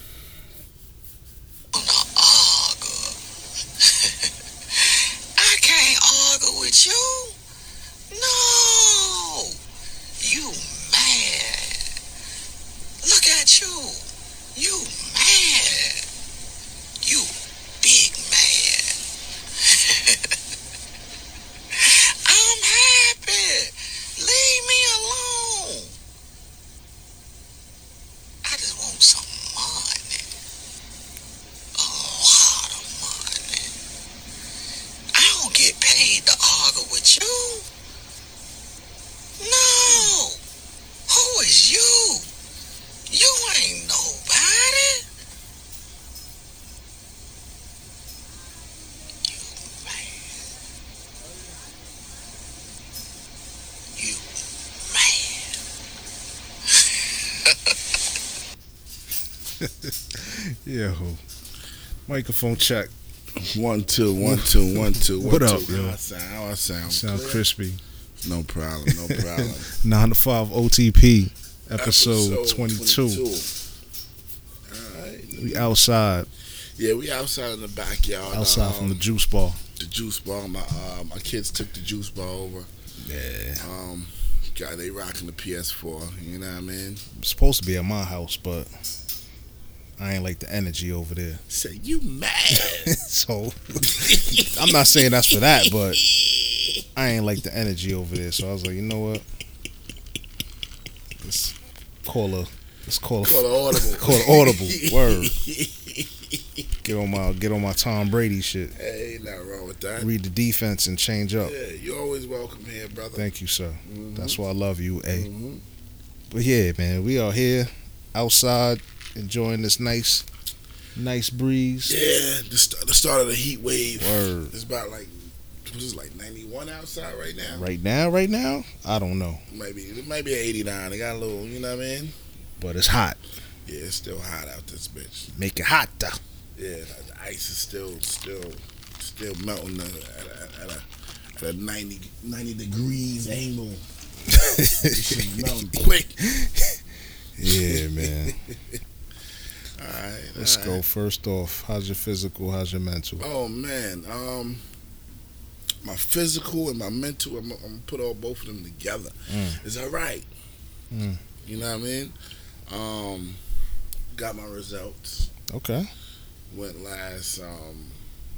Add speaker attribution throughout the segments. Speaker 1: You? No. Who is you? You ain't nobody. Man, you man.
Speaker 2: Yeah, ho. Microphone check.
Speaker 3: One two one two one two. one,
Speaker 2: What up,
Speaker 3: two.
Speaker 2: yo?
Speaker 3: How I sound? How I sound?
Speaker 2: Sound
Speaker 3: Clear?
Speaker 2: crispy.
Speaker 3: No problem. No problem.
Speaker 2: 9 to 5 OTP, episode, 22.
Speaker 3: All right.
Speaker 2: We outside,
Speaker 3: Yeah, we outside in the backyard.
Speaker 2: outside
Speaker 3: um,
Speaker 2: from the juice bar.
Speaker 3: the juice bar. My uh, my kids took the juice bar over.
Speaker 2: Yeah.
Speaker 3: Um, God, they rocking the PS4. You know what I mean?
Speaker 2: Supposed to be at my house, but I ain't like the energy over there.
Speaker 3: Say you mad?
Speaker 2: so I'm not saying that's for that, but I ain't like the energy over there. So I was like, you know what? Let's call a let's call a
Speaker 3: Call an audible.
Speaker 2: call an audible. Word. Get on my get on my Tom Brady shit.
Speaker 3: hey, ain't nothing wrong with that.
Speaker 2: Read the defense and change up.
Speaker 3: Yeah, you're always welcome here, brother.
Speaker 2: Thank you, sir.
Speaker 3: Mhm.
Speaker 2: That's why I love you, A.
Speaker 3: Mhm.
Speaker 2: But yeah, man, we are here outside enjoying this nice nice breeze.
Speaker 3: Yeah, the, st- the start of the heat wave.
Speaker 2: Word.
Speaker 3: It's about like what is it, like 91 outside right now.
Speaker 2: Right now, right now, I don't know.
Speaker 3: Maybe it might be 89. It got a little, you know what I mean?
Speaker 2: But it's hot.
Speaker 3: Yeah, it's still hot out this bitch.
Speaker 2: Make it hot though.
Speaker 3: Yeah, the the ice is still still still melting at a, at a, at a, at a 90 90 degrees angle. This shit melting quick.
Speaker 2: Yeah, man.
Speaker 3: All right,
Speaker 2: Let's
Speaker 3: all
Speaker 2: go. First off, how's your physical? How's your mental?
Speaker 3: Oh man, um, my physical and my mental. I'm, I'm gonna put all both of them together.
Speaker 2: Mm.
Speaker 3: It's all right.
Speaker 2: Mm.
Speaker 3: You know what I mean? Um, got my results.
Speaker 2: Okay.
Speaker 3: Went last. Um,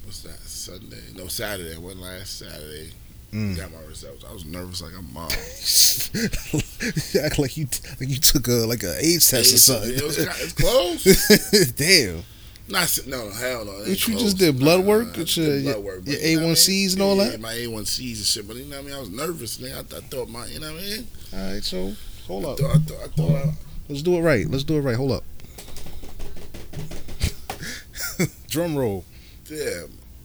Speaker 3: what's that? Sunday? No, Saturday. Went last Saturday.
Speaker 2: Mm.
Speaker 3: Got my results. I was nervous like a mom.
Speaker 2: you act like you t- like you took a like a AIDS test or something.
Speaker 3: uh, It was, kinda- it's close.
Speaker 2: Damn.
Speaker 3: Not s- no, no, hell no. it ain't
Speaker 2: What you
Speaker 3: close.
Speaker 2: just did, blood
Speaker 3: Nah,
Speaker 2: work?
Speaker 3: I
Speaker 2: It's
Speaker 3: just
Speaker 2: your-
Speaker 3: did blood work,
Speaker 2: your
Speaker 3: but you know what I mean?
Speaker 2: A1Cs and all
Speaker 3: Yeah,
Speaker 2: that?
Speaker 3: yeah, My A one C's and shit, but you know what I mean. I was nervous, nigga. I, th- I thought my, you know what I mean.
Speaker 2: All right. So hold
Speaker 3: I
Speaker 2: up.
Speaker 3: thought, I thought, I thought. I,
Speaker 2: Let's do it right. Let's do it right. Hold up. Drum roll.
Speaker 3: yeah,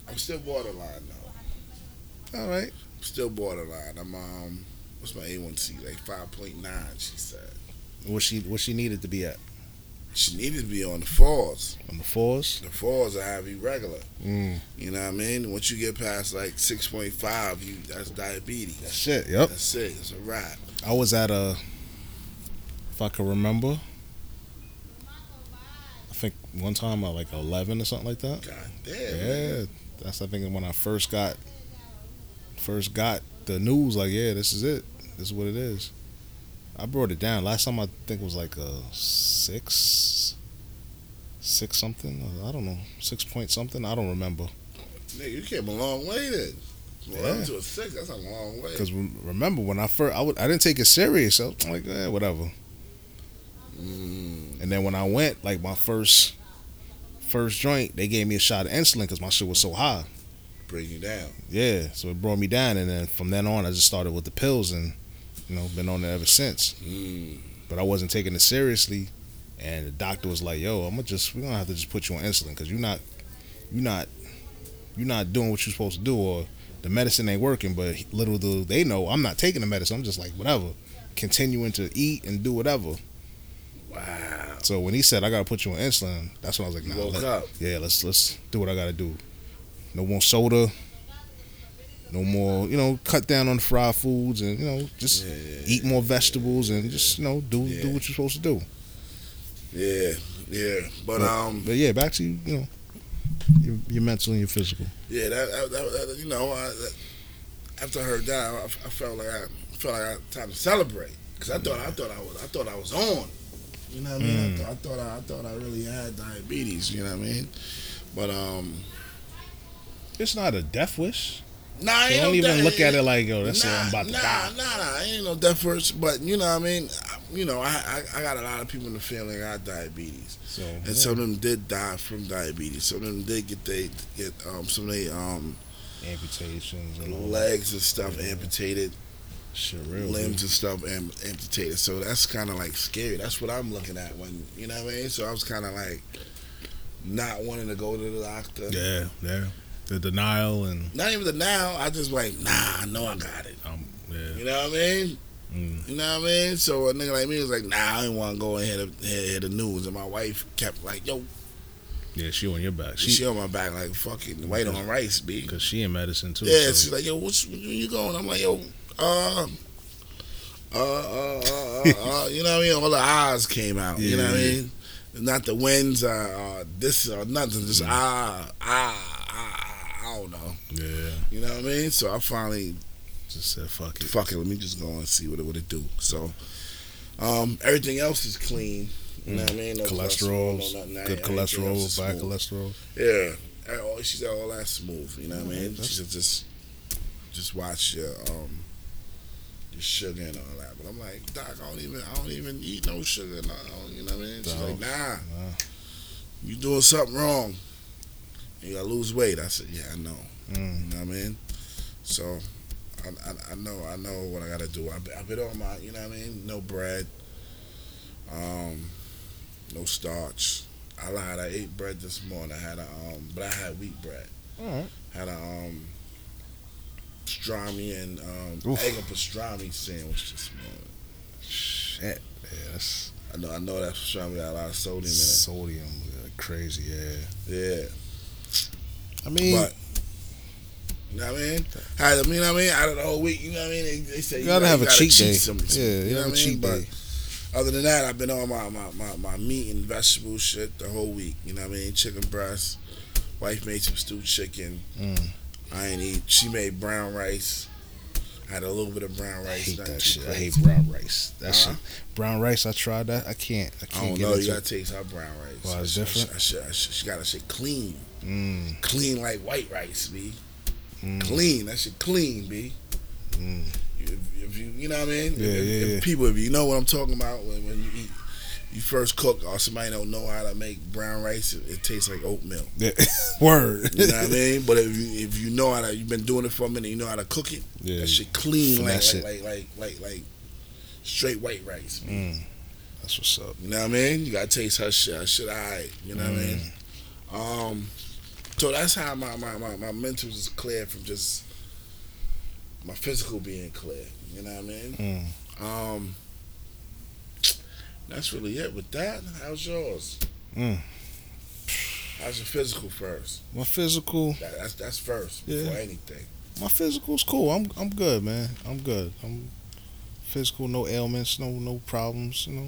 Speaker 3: I'm still borderline though.
Speaker 2: All right.
Speaker 3: I'm still borderline. I'm um, what's my A one C? Like five point nine. She said
Speaker 2: What she what she needed to be at
Speaker 3: she needed to be on the fours.
Speaker 2: on the fours.
Speaker 3: The fours are have you regular.
Speaker 2: Mm.
Speaker 3: You know what I mean. Once you get past like six point five, you that's diabetes. That's,
Speaker 2: Shit. Yep.
Speaker 3: that's it. It's a wrap.
Speaker 2: I was at a, if I can remember, I think one time at like 11 or something like that.
Speaker 3: God damn.
Speaker 2: Yeah, that's I think when I first got, first got the news. Like, yeah, this is it. This is what it is. I brought it down. Last time I think it was like a six, six something. I don't know, six point something. I don't remember.
Speaker 3: Nigga, you came a long way then. Well,
Speaker 2: Yeah.
Speaker 3: yeah. to a six, that's a long way.
Speaker 2: Cause rem- remember when I first, I w- I didn't take it serious. I was like, eh, whatever.
Speaker 3: Mm,
Speaker 2: And then when I went, like my first first joint, they gave me a shot of insulin because my shit was so high.
Speaker 3: bring you down.
Speaker 2: Yeah, so it brought me down, and then from then on, I just started with the pills, and you know, been on it ever since.
Speaker 3: Mm.
Speaker 2: But I wasn't taking it seriously, and the doctor was like, "Yo, I'm gonna just we're gonna have to just put you on insulin because you're not you're not you're not doing what you're supposed to do, or the medicine ain't working." But little do they know, I'm not taking the medicine. I'm just like whatever, continuing to eat and do whatever.
Speaker 3: Wow.
Speaker 2: So when he said I gotta put you on insulin, that's when I was like,
Speaker 3: You
Speaker 2: nah,
Speaker 3: woke
Speaker 2: let-
Speaker 3: up.
Speaker 2: yeah, let's let's do what I gotta do. No more soda, no more, you know, cut down on fried foods and you know, just
Speaker 3: Yeah, yeah,
Speaker 2: eat more vegetables and just you know, do do
Speaker 3: Yeah.
Speaker 2: what you're supposed to do.
Speaker 3: Yeah, yeah. But um,
Speaker 2: But yeah, back to you, you know, your, your mental and your physical.
Speaker 3: yeah. That, that, that, that- you know, I, that, after I heard that, I, I felt like I felt like I had time to celebrate because I thought I thought I was I thought I was on. You know what I mean?
Speaker 2: Mm.
Speaker 3: I, thought I thought I, I thought I really had diabetes. You know what I mean? But um,
Speaker 2: It's not a death wish.
Speaker 3: nah, ain't
Speaker 2: So
Speaker 3: no
Speaker 2: don't even
Speaker 3: death-
Speaker 2: look at it like, yo, that's it, I'm about to
Speaker 3: nah,
Speaker 2: die.
Speaker 3: Nah, nah, ain't no death wish. But you know what I mean? I, you know, I, I I got a lot of people in the family that got diabetes.
Speaker 2: So
Speaker 3: and some of them did die from diabetes. Some of them did get they get um, some of they um,
Speaker 2: amputations and all that
Speaker 3: legs and stuff amputated,
Speaker 2: shit. Real
Speaker 3: limbs
Speaker 2: limbs.
Speaker 3: and stuff am- amputated. So that's kind of like scary. That's what I'm looking at when you know what I mean. So I was kind of like not wanting to go to the doctor.
Speaker 2: Yeah, yeah. The denial and
Speaker 3: Not even the now. I just like nah. I know I got it.
Speaker 2: um, yeah.
Speaker 3: You know what I mean?
Speaker 2: Mm.
Speaker 3: You know what I mean? So a nigga like me was like, nah, I didn't want to go and hear the, hear, hear the news. And my wife kept like, yo,
Speaker 2: Yeah, she on your back.
Speaker 3: she,
Speaker 2: She
Speaker 3: on my back like fucking white on rice, b.
Speaker 2: because she in medicine too.
Speaker 3: Yeah,
Speaker 2: so-
Speaker 3: she's like, yo, what's where you going? I'm like, yo, uh, uh, uh, uh, uh, uh, you know what I mean? All the eyes came out. You know what I
Speaker 2: Yeah.
Speaker 3: mean? Not the winds, uh, uh this or nothing. Just
Speaker 2: Mm.
Speaker 3: ah, ah, ah, ah, I don't know.
Speaker 2: yeah.
Speaker 3: You know what I mean? So I finally
Speaker 2: Just said fuck it.
Speaker 3: fuck it, let me just go and see what it would it do. So, um, everything else is clean. You know what I mean? No
Speaker 2: Mm. Cholesterol,
Speaker 3: no nothing.
Speaker 2: good
Speaker 3: Everything else is
Speaker 2: cholesterol, bad
Speaker 3: smooth.
Speaker 2: cholesterol.
Speaker 3: Yeah, And all- she said all that smooth. You know what I mean? She said just, just watch your um, your sugar and all that. But I'm like, doc, I don't even, I don't even eat no sugar. No, I don't- you know what I mean? She's
Speaker 2: No.
Speaker 3: like, nah,
Speaker 2: Nah.
Speaker 3: you doing something wrong. You gotta lose weight. I said, yeah, I know.
Speaker 2: Mm.
Speaker 3: You know what I mean? So, I, I, I know I know what I gotta do. I've been, I've been on my, you know what I mean? No bread, um, no starch. I lied. I ate bread this morning. I had a, um, but I had wheat bread.
Speaker 2: Alright.
Speaker 3: Had a um, pastrami and um,
Speaker 2: Oof.
Speaker 3: egg and pastrami sandwich this morning.
Speaker 2: Shit. Yeah, that's
Speaker 3: I know I know that pastrami got a lot of sodium in it.
Speaker 2: sodium. uh, Crazy. Yeah.
Speaker 3: Yeah.
Speaker 2: I mean,
Speaker 3: But you know what I mean? Had, you know what I mean? Out of the whole week, you know what I mean? They, they say
Speaker 2: you gotta have a cheat day.
Speaker 3: some- some-
Speaker 2: yeah, you,
Speaker 3: know
Speaker 2: have a
Speaker 3: what I mean?
Speaker 2: cheat
Speaker 3: But
Speaker 2: day.
Speaker 3: Other than that, I've been on my, my, my, my meat and vegetable shit the whole week. You know what I mean? Chicken breast. Wife made some stewed chicken.
Speaker 2: Mm.
Speaker 3: I ain't eat. She made brown rice. I had a little bit of brown
Speaker 2: I
Speaker 3: rice.
Speaker 2: hate
Speaker 3: not
Speaker 2: that
Speaker 3: too
Speaker 2: shit. I
Speaker 3: crazy.
Speaker 2: hate brown rice. That
Speaker 3: Huh?
Speaker 2: shit. Brown rice. I tried that. I can't. I
Speaker 3: I
Speaker 2: can't
Speaker 3: don't
Speaker 2: get
Speaker 3: know.
Speaker 2: into
Speaker 3: You gotta
Speaker 2: it.
Speaker 3: taste how brown rice.
Speaker 2: Why, it's
Speaker 3: I should-
Speaker 2: different?
Speaker 3: I should, I should, she gotta say clean,
Speaker 2: Mm.
Speaker 3: clean like white rice, b.
Speaker 2: Mm.
Speaker 3: Clean. That shit clean, b.
Speaker 2: Mm.
Speaker 3: if, if you you know what I mean.
Speaker 2: Yeah,
Speaker 3: if,
Speaker 2: yeah,
Speaker 3: if
Speaker 2: yeah.
Speaker 3: People, if you know what I'm talking about, when, when you eat, you first cook, or somebody don't know how to make brown rice, it, it tastes like oatmeal.
Speaker 2: Yeah. Word.
Speaker 3: You know what I mean? But if you if you know how to, you've been doing it for a minute, you know how to cook it.
Speaker 2: Yeah.
Speaker 3: That shit clean like
Speaker 2: Finesse
Speaker 3: like, like like like like straight white rice.
Speaker 2: Mm. That's what's up.
Speaker 3: You know what I mean? You gotta taste her shit. Her shit, alright. You know what I
Speaker 2: Mm.
Speaker 3: mean? Um, so that's how my my my, my mental is clear from just my physical being clear. You know what I mean?
Speaker 2: Mm.
Speaker 3: Um, that's really it with that. How's yours?
Speaker 2: Mm.
Speaker 3: How's your physical first?
Speaker 2: My physical.
Speaker 3: That, that's that's first
Speaker 2: Yeah.
Speaker 3: before anything.
Speaker 2: my physical's cool. I'm I'm good, man. I'm good. I'm physical, no ailments, no no problems. You know,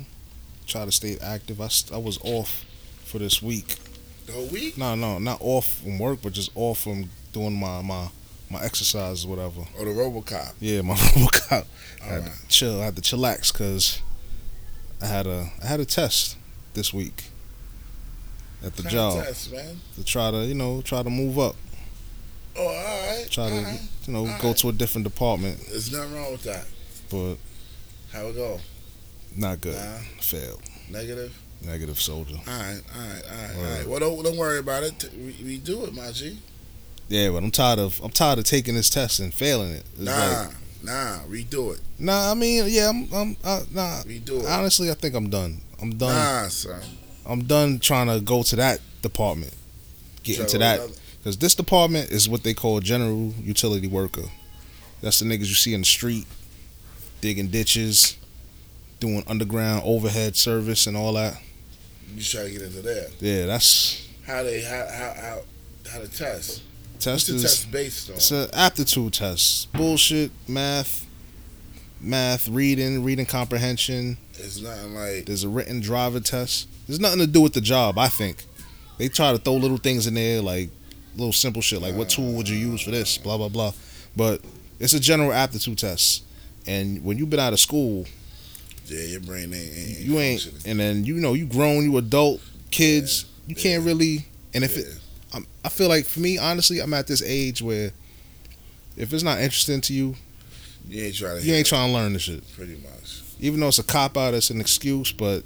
Speaker 2: try to stay active. I, st- I was off for this week.
Speaker 3: The whole week?
Speaker 2: No, no, not off from work, but just off from doing my my my exercise, or whatever.
Speaker 3: Or the RoboCop?
Speaker 2: Yeah, my workout. I
Speaker 3: All
Speaker 2: had
Speaker 3: right.
Speaker 2: to chill. I had to chillax because I had a I had a test this week at the job
Speaker 3: Contest, man.
Speaker 2: to try to you know try to move up,
Speaker 3: Oh, all right.
Speaker 2: try
Speaker 3: all
Speaker 2: to
Speaker 3: right.
Speaker 2: you know
Speaker 3: all
Speaker 2: go
Speaker 3: right.
Speaker 2: to a different department,
Speaker 3: There's nothing wrong with that.
Speaker 2: but
Speaker 3: How it go?
Speaker 2: not good.
Speaker 3: Nah.
Speaker 2: Failed.
Speaker 3: Negative.
Speaker 2: Negative soldier.
Speaker 3: All right, all right, all right, all
Speaker 2: Word.
Speaker 3: right. Well, don't don't worry about it. T- We, we do it, my G.
Speaker 2: Yeah, but I'm tired of I'm tired of taking this test and failing it. It's
Speaker 3: Nah,
Speaker 2: like-
Speaker 3: nah. Redo it.
Speaker 2: nah. I mean, yeah, I'm, I'm uh, nah.
Speaker 3: Redo it.
Speaker 2: Honestly, I think I'm done. I'm done.
Speaker 3: Nah, son.
Speaker 2: I'm done trying to go to that department, get
Speaker 3: So
Speaker 2: into that
Speaker 3: another-
Speaker 2: because this department is what they call general utility worker. That's the niggas you see in the street, digging ditches, doing underground overhead service and all that.
Speaker 3: You try to get into there.
Speaker 2: Yeah, that's
Speaker 3: How they how how how, how to test? What's
Speaker 2: test
Speaker 3: the
Speaker 2: is
Speaker 3: test based on?
Speaker 2: It's an aptitude test. Bullshit, math, math, reading, reading comprehension.
Speaker 3: It's nothing like
Speaker 2: There's a written driver test. There's nothing to do with the job, I think. They try to throw little things in there, like little simple shit, like what tool would you use for this, blah, blah, blah. But it's a general aptitude test. And when you've been out of school,
Speaker 3: yeah, your brain ain't, ain't
Speaker 2: you ain't,
Speaker 3: functioning.
Speaker 2: and then you know, you grown, you adult, kids, you can't really, and if it,
Speaker 3: Yeah.
Speaker 2: I'm, I feel like for me, honestly, I'm at this age where if it's not interesting to you,
Speaker 3: you ain't trying to
Speaker 2: you
Speaker 3: hit
Speaker 2: ain't trying to learn this shit.
Speaker 3: it, pretty much.
Speaker 2: Even though it's a cop out, it's an excuse, but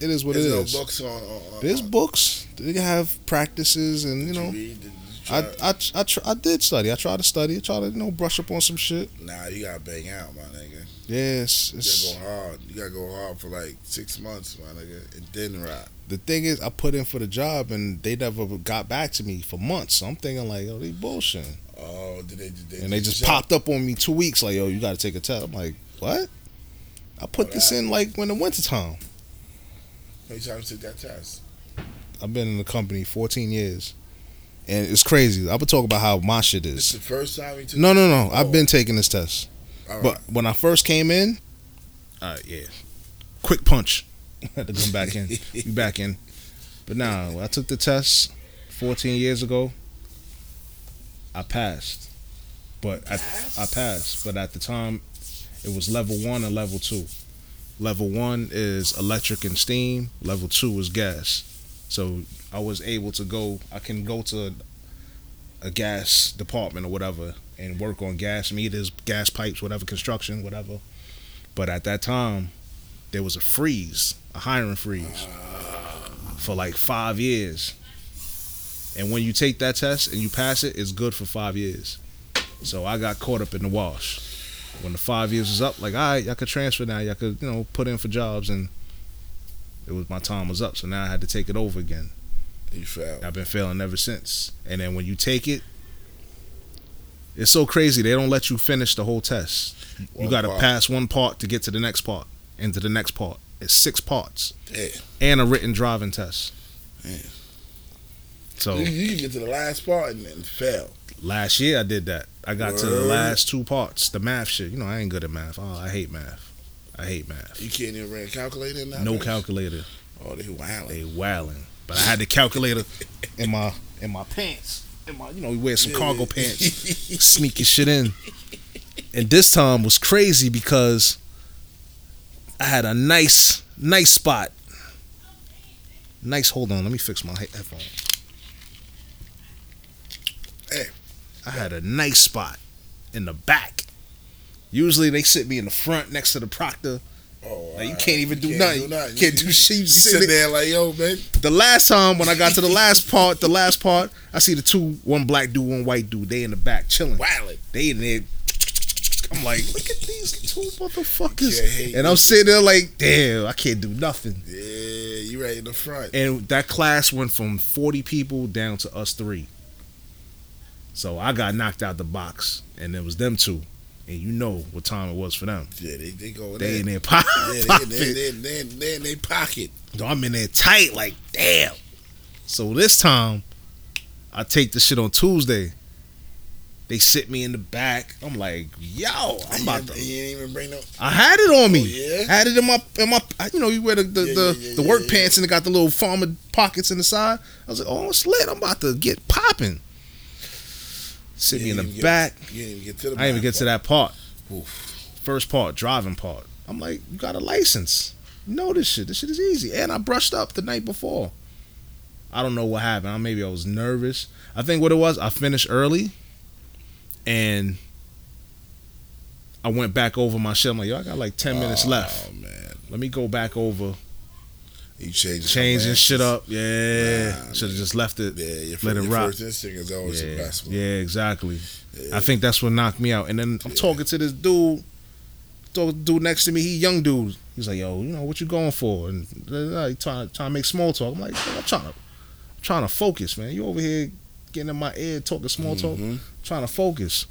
Speaker 2: it is what
Speaker 3: There's
Speaker 2: it
Speaker 3: no
Speaker 2: is.
Speaker 3: books on. on, on
Speaker 2: There's
Speaker 3: on-
Speaker 2: books. They have practices, and you
Speaker 3: did
Speaker 2: know,
Speaker 3: read? Did, did
Speaker 2: I
Speaker 3: try-
Speaker 2: I I, tr- I did study. I tried to study. I tried to you know brush up on some shit.
Speaker 3: nah, you gotta bang out, my nigga.
Speaker 2: Yes.
Speaker 3: You
Speaker 2: It's,
Speaker 3: gotta go hard. You gotta go hard for like six months, my nigga, and then rock.
Speaker 2: the thing is, I put in for the job and they never got back to me for months. So I'm thinking like, oh, they bullshitting.
Speaker 3: Oh, did they? Did they
Speaker 2: And they just
Speaker 3: jump?
Speaker 2: popped up on me two weeks like, yo, you got to take a test. I'm like, what? I put
Speaker 3: Oh,
Speaker 2: this
Speaker 3: that-
Speaker 2: in like when the wintertime.
Speaker 3: How many times you took that test?
Speaker 2: I've been in the company 14 years, and it's crazy. I would talk about how my shit is.
Speaker 3: This the first time you took.
Speaker 2: No, no, no.
Speaker 3: Oh.
Speaker 2: I've been taking this test,
Speaker 3: All right.
Speaker 2: but when I first came in, all right, yeah, quick punch. had to come back in. You back in. But now nah, when I took the test 14 years ago. I passed, but I I passed. But at the time, it was level one and level two. Level one is electric and steam. Level two is gas. So I was able to go. I can go to a gas department or whatever and work on gas meters, gas pipes, whatever construction, whatever. But at that time, there was a freeze, a hiring freeze, for like five years. And when you take that test and you pass it, it's good for five years. So I got caught up in the wash. When the five years was up, like, all right, y'all could transfer now. Y'all could, you know, put in for jobs. And it was my time was up. So now I had to take it over again.
Speaker 3: you failed.
Speaker 2: I've been failing ever since. And then when you take it, it's so crazy. They don't let you finish the whole test.
Speaker 3: One
Speaker 2: you got to
Speaker 3: part.
Speaker 2: pass one part to get to the next part and to the next part. It's six parts
Speaker 3: Yeah.
Speaker 2: and a written driving test.
Speaker 3: Yeah.
Speaker 2: So Oh.
Speaker 3: You, you can get to the last part and then fail.
Speaker 2: last year I did that. I got to the
Speaker 3: Word.
Speaker 2: last two parts, the math shit. You know, I ain't good at math. Oh, I hate math. I hate math.
Speaker 3: You can't even run a calculator in that.
Speaker 2: No
Speaker 3: bitch?
Speaker 2: calculator.
Speaker 3: Oh, they wild.
Speaker 2: They wildin'. But I had the calculator in my in my pants. In my you know, you wear some cargo pants. sneak your shit in. And this time was crazy because I had a nice, nice spot. Nice. Hold on, let me fix my he- headphone.
Speaker 3: Hey.
Speaker 2: I had a nice spot in the back. Usually they sit me in the front next to the proctor.
Speaker 3: oh,
Speaker 2: Like, you
Speaker 3: all
Speaker 2: can't even do
Speaker 3: can't
Speaker 2: nothing. Can't
Speaker 3: You-
Speaker 2: do shit. You
Speaker 3: You
Speaker 2: sit
Speaker 3: sit
Speaker 2: there.
Speaker 3: there like, yo, man.
Speaker 2: The last time when I got to the last part, the last part, I see the two, one black dude, one white dude. They in the back chilling.
Speaker 3: Wildin'.
Speaker 2: They in there. I'm like, look at these two
Speaker 3: Yeah,
Speaker 2: motherfuckers.
Speaker 3: hey,
Speaker 2: And I'm sitting there like, damn, I can't do nothing.
Speaker 3: Yeah, you right in the front.
Speaker 2: And that class went from 40 people down to us three. So I got knocked out the box, and it was them two. And you know what time it was for them.
Speaker 3: Yeah, they, they go in
Speaker 2: They in
Speaker 3: there.
Speaker 2: their pop.
Speaker 3: Yeah, they, they, they, they, they in their pocket.
Speaker 2: No, I'm in there tight, like damn. So this time, I take the shit on Tuesday. They sit me in the back. I'm like, yo, I'm
Speaker 3: And
Speaker 2: about
Speaker 3: you,
Speaker 2: to.
Speaker 3: and you ain't even bring no.
Speaker 2: I had it on me.
Speaker 3: Oh, yeah?
Speaker 2: I had it in my in my. You know, you wear the the,
Speaker 3: Yeah,
Speaker 2: the,
Speaker 3: yeah, yeah,
Speaker 2: the
Speaker 3: yeah,
Speaker 2: work
Speaker 3: yeah.
Speaker 2: pants and it got the little farmer pockets in the side. I was like, oh, it's lit. I'm about to get popping. Sit
Speaker 3: You
Speaker 2: me in
Speaker 3: didn't
Speaker 2: the
Speaker 3: even get-
Speaker 2: back.
Speaker 3: You didn't even get to
Speaker 2: I
Speaker 3: the.
Speaker 2: didn't even get to that part.
Speaker 3: Oof.
Speaker 2: First part, driving part. I'm like, you got a license. You know this shit. This shit is easy. And I brushed up the night before. I don't know what happened. I, maybe I was nervous. I think what it was, I finished early and I went back over my shit. I'm like, yo, I got like 10 minutes left.
Speaker 3: Oh man,
Speaker 2: Let me go back over,
Speaker 3: you changing
Speaker 2: changing
Speaker 3: commands.
Speaker 2: shit up. Yeah.
Speaker 3: Nah,
Speaker 2: Should have just left it.
Speaker 3: Yeah, your,
Speaker 2: Let it
Speaker 3: your
Speaker 2: rock.
Speaker 3: first instinct is always the
Speaker 2: Yeah,
Speaker 3: best one.
Speaker 2: yeah, exactly.
Speaker 3: Yeah.
Speaker 2: I think that's what knocked me out. And then I'm
Speaker 3: Yeah.
Speaker 2: talking to this dude, talk- dude next to me. He young dude. He's like, yo, you know what you going for? And blah, blah, blah. he trying trying to make small talk. I'm like, "Yo, I'm trying to trying to focus, man. You over here getting in my ear talking small talk,
Speaker 3: Mhm.
Speaker 2: trying to focus.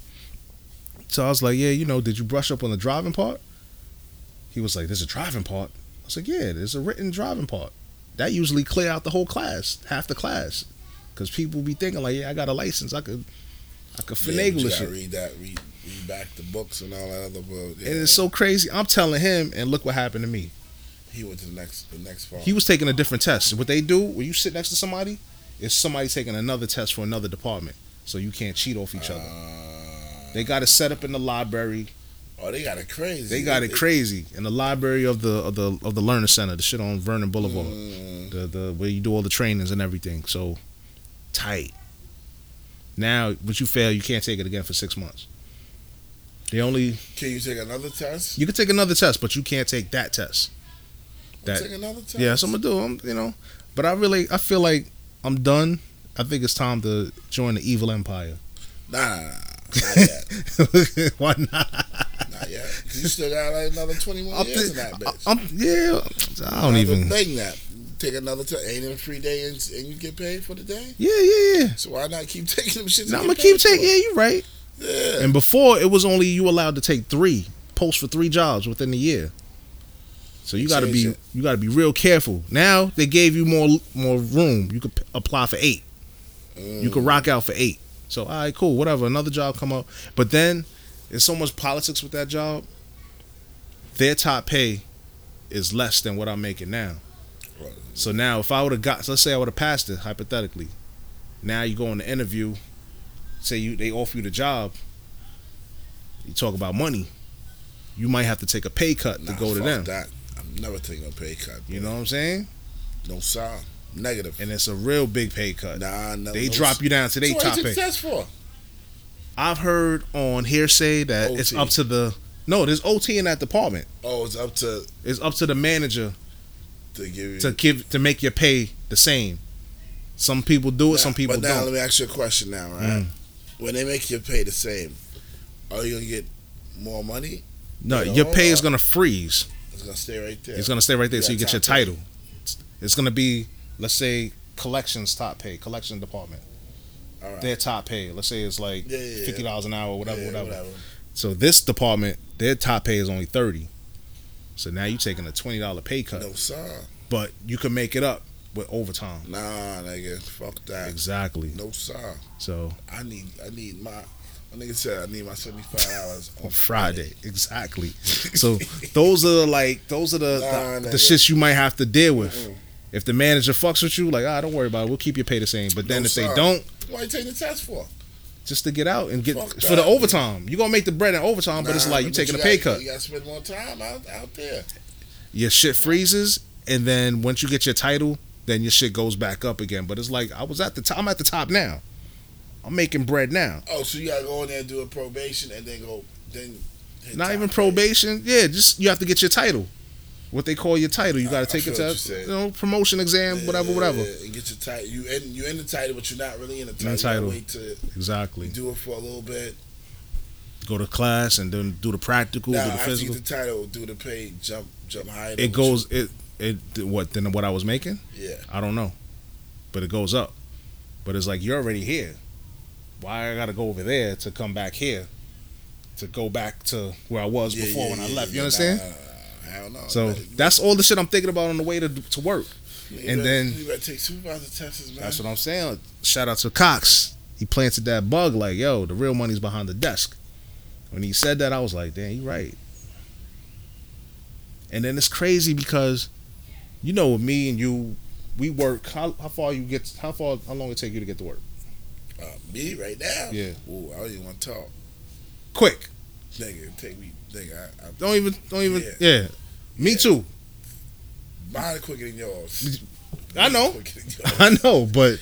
Speaker 2: So I was like, yeah, you know, did you brush up on the driving part? He was like, there's a driving part. I was like, yeah, there's a written driving part. That usually clear out the whole class, half the class, because people be thinking like, yeah, I got a license, I could, I could
Speaker 3: Yeah, but
Speaker 2: finagle
Speaker 3: you
Speaker 2: this
Speaker 3: gotta
Speaker 2: shit.
Speaker 3: Read that. Read, read back the books and all that other. But yeah,
Speaker 2: And it's so crazy. I'm telling him, and look what happened to me.
Speaker 3: he went to the next the next part.
Speaker 2: He was taking a different test. What they do when you sit next to somebody is somebody taking another test for another department, so you can't cheat off each other.
Speaker 3: Uh,
Speaker 2: They got it set up in the library.
Speaker 3: oh, they got it crazy.
Speaker 2: They got it crazy in the library of the of the of the learning center, the shit on Vernon Boulevard,
Speaker 3: Mm.
Speaker 2: the the where you do all the trainings and everything. So tight. Now, but you fail, you can't take it again for six months. The only
Speaker 3: Can you take another test?
Speaker 2: you can take another test, but you can't take that test. That
Speaker 3: take another test.
Speaker 2: Yeah, that's what I'm gonna do. I'm, you know, but I really, I feel like I'm done, I think it's time to join the evil empire.
Speaker 3: Nah, nah, nah, nah, not yet,
Speaker 2: Why not?
Speaker 3: not yet. 'Cause You still got like another twenty one
Speaker 2: I'm,
Speaker 3: years
Speaker 2: thi-
Speaker 3: in that bitch.
Speaker 2: I'm yeah. I don't even.
Speaker 3: think that. Take another t- ain't it a free day and, and you get paid for the day.
Speaker 2: Yeah, yeah, yeah.
Speaker 3: So why not keep taking them shit?
Speaker 2: No, I'm gonna keep taking. Yeah, you're right.
Speaker 3: Yeah.
Speaker 2: And before it was only you allowed to take three posts for three jobs within the year. So you got to
Speaker 3: Changed
Speaker 2: be
Speaker 3: it.
Speaker 2: you got to be real careful. Now they gave you more more room. You could p- apply for eight. You could rock out for eight. So all right, cool, whatever. Another job come up, but then there's so much politics with that job. Their top pay is less than what I'm making now.
Speaker 3: Right.
Speaker 2: So now, if I would have got, so let's say I would have passed it hypothetically. Now you go on the interview, say you they offer you the job. You talk about money. You might have to take a pay cut
Speaker 3: Nah,
Speaker 2: to go to
Speaker 3: fuck
Speaker 2: them.
Speaker 3: That. I'm never taking a pay cut.
Speaker 2: You know what I'm saying?
Speaker 3: No sound. Negative.
Speaker 2: And it's a real big pay cut.
Speaker 3: nah, no,
Speaker 2: they
Speaker 3: no
Speaker 2: drop you down to their
Speaker 3: so
Speaker 2: top
Speaker 3: What
Speaker 2: pay.
Speaker 3: is success for?
Speaker 2: I've heard on hearsay that it's
Speaker 3: OT.
Speaker 2: up to the no, there's OT in that department.
Speaker 3: Oh, it's up to
Speaker 2: It's up to the manager
Speaker 3: to give you.
Speaker 2: to give to make your pay the same. Some people do it,
Speaker 3: Nah,
Speaker 2: some people
Speaker 3: But
Speaker 2: don't.
Speaker 3: now
Speaker 2: Mm.
Speaker 3: let me ask you a question. Now, right? When they make your pay the same, are you gonna get more money?
Speaker 2: No,
Speaker 3: Yeah,
Speaker 2: your
Speaker 3: hold
Speaker 2: pay is
Speaker 3: up.
Speaker 2: gonna freeze.
Speaker 3: It's gonna stay right there.
Speaker 2: It's gonna stay right there, so
Speaker 3: Yeah,
Speaker 2: you get your
Speaker 3: top pay.
Speaker 2: title. It's- It's gonna be, let's say, collections top pay, collection department.
Speaker 3: All right.
Speaker 2: Their top pay, let's say, it's like
Speaker 3: Yeah, yeah, yeah.
Speaker 2: fifty dollars an hour, whatever,
Speaker 3: Yeah,
Speaker 2: whatever. So this department, their top pay is only thirty. So now you're taking a twenty dollar pay cut,
Speaker 3: No sound.
Speaker 2: but you can make it up with overtime.
Speaker 3: Nah, nigga. Fuck that.
Speaker 2: Exactly.
Speaker 3: No sound.
Speaker 2: So
Speaker 3: I need. I need my. My nigga said I need my seventy five hours
Speaker 2: on Friday, exactly. So those are like those are the
Speaker 3: Nah,
Speaker 2: the,
Speaker 3: nigga.
Speaker 2: the shits you might have to deal with.
Speaker 3: Mm-mm.
Speaker 2: If the manager fucks with you, like ah, don't worry about it. We'll keep your pay the same. But then
Speaker 3: No,
Speaker 2: if they
Speaker 3: sir.
Speaker 2: don't,
Speaker 3: Why you taking the test for?
Speaker 2: just to get out and get
Speaker 3: Fuck
Speaker 2: for the
Speaker 3: that,
Speaker 2: overtime. You're gonna make the bread in overtime, but it's
Speaker 3: Nah,
Speaker 2: like you're
Speaker 3: but
Speaker 2: taking a
Speaker 3: you
Speaker 2: pay
Speaker 3: gotta-
Speaker 2: cut.
Speaker 3: You gotta spend more time out, out there.
Speaker 2: Your shit freezes, and then once you get your title, then your shit goes back up again. But it's like I was at the top. I'm at the top now. I'm making bread now.
Speaker 3: Oh, so you gotta go in there and do a probation and then go then. hit
Speaker 2: Not
Speaker 3: top
Speaker 2: even
Speaker 3: pay.
Speaker 2: probation. Yeah, just you have to get your title. What they call your title. You
Speaker 3: I-
Speaker 2: got
Speaker 3: I
Speaker 2: to take a
Speaker 3: feel what you
Speaker 2: test.
Speaker 3: said.
Speaker 2: You know, promotion exam, whatever,
Speaker 3: Yeah,
Speaker 2: whatever.
Speaker 3: And get your title. You in you in the title, but you're not really in the title. You
Speaker 2: title.
Speaker 3: Wait to
Speaker 2: Exactly.
Speaker 3: do it for a little bit.
Speaker 2: Go to class and then do the practical,
Speaker 3: now
Speaker 2: do the
Speaker 3: after you
Speaker 2: physical.
Speaker 3: get the title, do the pay jump jump higher. than
Speaker 2: It
Speaker 3: what
Speaker 2: goes. It it what then what I was making.
Speaker 3: you- yeah.
Speaker 2: I don't know. But it goes up. But it's like you're already here. Why I gotta go over there to come back here to go back to where I was
Speaker 3: Yeah,
Speaker 2: before
Speaker 3: yeah,
Speaker 2: when I
Speaker 3: yeah,
Speaker 2: left.
Speaker 3: yeah,
Speaker 2: you
Speaker 3: nah,
Speaker 2: understand?
Speaker 3: nah, nah, nah, I don't know.
Speaker 2: so
Speaker 3: But-
Speaker 2: that's all the shit I'm thinking about on the way to to work.
Speaker 3: you
Speaker 2: and
Speaker 3: better-
Speaker 2: then-
Speaker 3: you better take supervisor tests, man.
Speaker 2: That's what I'm saying. Shout out to Cox. He planted that bug like, yo, the real money's behind the desk. When he said that, I was like, damn, you right. And then it's crazy because, you know, with me and you, we work. How, how far you get? How far? How long it take you to get to work?
Speaker 3: uh, me right now.
Speaker 2: Yeah.
Speaker 3: Ooh, I don't even want to talk.
Speaker 2: Quick.
Speaker 3: Nigga, take me. Nigga, I, I,
Speaker 2: Don't even, don't even.
Speaker 3: Yeah.
Speaker 2: Yeah, me
Speaker 3: Yeah.
Speaker 2: too.
Speaker 3: mine quicker than yours.
Speaker 2: I know,
Speaker 3: Quicker than yours.
Speaker 2: I know, but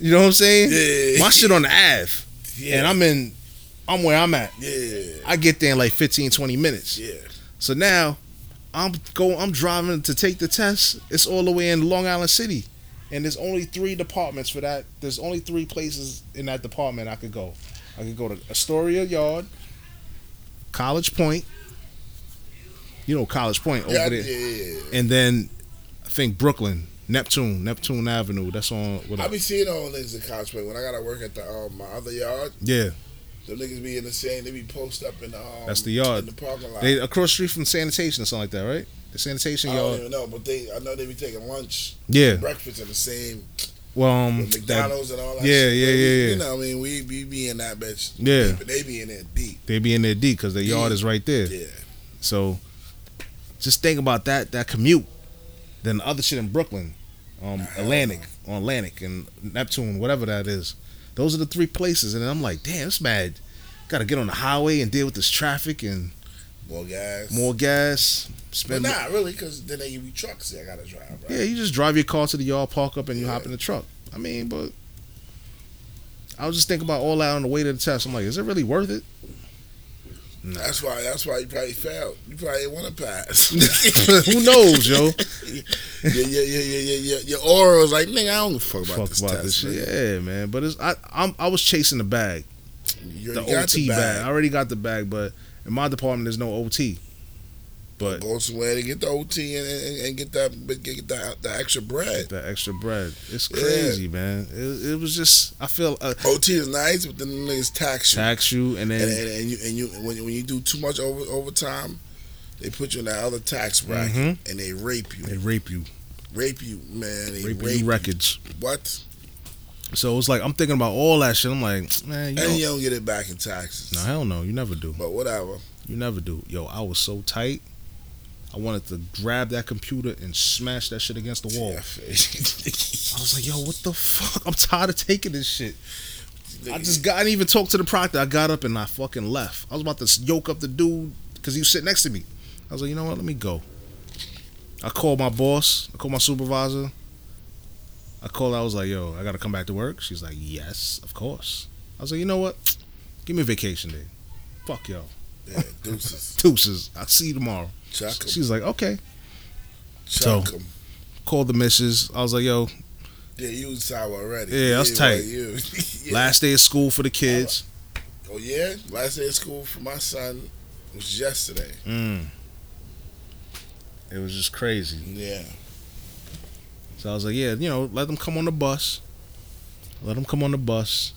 Speaker 2: you know what I'm saying.
Speaker 3: Yeah.
Speaker 2: My shit on the Ave,
Speaker 3: Yeah.
Speaker 2: and I'm in, I'm where I'm at.
Speaker 3: yeah.
Speaker 2: I get there in like 15, 20 minutes.
Speaker 3: Yeah.
Speaker 2: So now, I'm going, I'm driving to take the test. It's all the way in Long Island City, and there's only three departments for that. There's only three places in that department I could go. I could go to Astoria Yard, College Point. You know College Point over
Speaker 3: Yeah,
Speaker 2: there.
Speaker 3: yeah, yeah,
Speaker 2: and then I think Brooklyn, Neptune, Neptune Avenue. That's on. What
Speaker 3: yeah. I be seeing all niggas in cosplay. When I gotta work at the um, my other yard,
Speaker 2: yeah,
Speaker 3: the niggas be in the same. They be posted up in the um,
Speaker 2: That's the yard.
Speaker 3: in the parking lot.
Speaker 2: they across the street from sanitation or something like that, right? The sanitation
Speaker 3: I don't
Speaker 2: yard.
Speaker 3: even know, but they I know they be taking lunch,
Speaker 2: Yeah.
Speaker 3: breakfast in the same
Speaker 2: Well, um, that,
Speaker 3: McDonald's and all that.
Speaker 2: yeah,
Speaker 3: shit.
Speaker 2: yeah,
Speaker 3: They be-
Speaker 2: yeah, yeah.
Speaker 3: You know, what I mean, we we be in that bitch.
Speaker 2: Yeah.
Speaker 3: but they be in there deep.
Speaker 2: they be in their D because their yard
Speaker 3: Yeah.
Speaker 2: is right there.
Speaker 3: Yeah,
Speaker 2: So just think about that that commute. Then the other shit in Brooklyn, um, Atlantic, on Atlantic and Neptune, whatever that is. Those are the three places, and I'm like, damn, it's mad. Got to get on the highway and deal with this traffic and
Speaker 3: more guys,
Speaker 2: more gas.
Speaker 3: But
Speaker 2: Spend
Speaker 3: not really, because then they give you trucks. That I gotta drive. Right?
Speaker 2: Yeah, you just drive your car to the yard, park up, and you
Speaker 3: Yeah.
Speaker 2: hop in the truck. I mean, but I was just thinking about all that on the way to the test. I'm like, is it really worth it?
Speaker 3: That's why. That's why you probably failed. You probably didn't want to pass.
Speaker 2: Who knows, yo?
Speaker 3: your, your, your, your, your, your, your aura was like, nigga, I don't give a fuck about
Speaker 2: Fuck
Speaker 3: this
Speaker 2: about
Speaker 3: test.
Speaker 2: this
Speaker 3: man."
Speaker 2: shit. Yeah, man. But it's I I'm, I was chasing the bag,
Speaker 3: You
Speaker 2: the
Speaker 3: already got
Speaker 2: OT
Speaker 3: the
Speaker 2: bag.
Speaker 3: bag.
Speaker 2: I already got the bag, but in my department there's no OT. But
Speaker 3: Go somewhere to get the OT and, and, and get that, but get the, the extra bread.
Speaker 2: that extra bread, it's crazy, man. It, it was just I feel uh,
Speaker 3: OT is nice, but then them niggas tax you.
Speaker 2: tax you and
Speaker 3: and,
Speaker 2: then
Speaker 3: and, and you and you when, when you do too much over overtime, they put you in that other tax bracket
Speaker 2: Mhm.
Speaker 3: and they rape you,
Speaker 2: they rape you,
Speaker 3: rape you, man. They
Speaker 2: rape,
Speaker 3: rape,
Speaker 2: you records.
Speaker 3: What?
Speaker 2: So it's like I'm thinking about all that shit. I'm like, man, you
Speaker 3: And
Speaker 2: don't,
Speaker 3: you don't get it back in taxes.
Speaker 2: no, hell no, you never do.
Speaker 3: But whatever.
Speaker 2: You never do. Yo, I was so tight. I wanted to grab that computer and smash that shit against the wall.
Speaker 3: Yeah.
Speaker 2: I was like, yo, what the fuck? I'm tired of taking this shit. I just got, I didn't even talk to the proctor. I got up and I fucking left. I was about to yoke up the dude because he was sitting next to me. I was like, you know what? Let me go. I called my boss. I called my supervisor. I called. I was like, yo, I got to come back to work. She's like, yes, of course. I was like, you know what? Give me a vacation day. Fuck y'all.
Speaker 3: yeah, deuces.
Speaker 2: Deuces. I'll see you tomorrow.
Speaker 3: Chuck 'em.
Speaker 2: She's like, okay.
Speaker 3: Chuck
Speaker 2: So-
Speaker 3: 'em.
Speaker 2: Called the missus. I was like, yo,
Speaker 3: Yeah, you was sour already.
Speaker 2: Yeah, I was
Speaker 3: it
Speaker 2: tight.
Speaker 3: you. yeah.
Speaker 2: last day of school for the kids.
Speaker 3: oh yeah, last day of school for my son was yesterday.
Speaker 2: Mm. It was just crazy.
Speaker 3: Yeah.
Speaker 2: So I was like, yeah, you know, let them come on the bus. Let them come on the bus,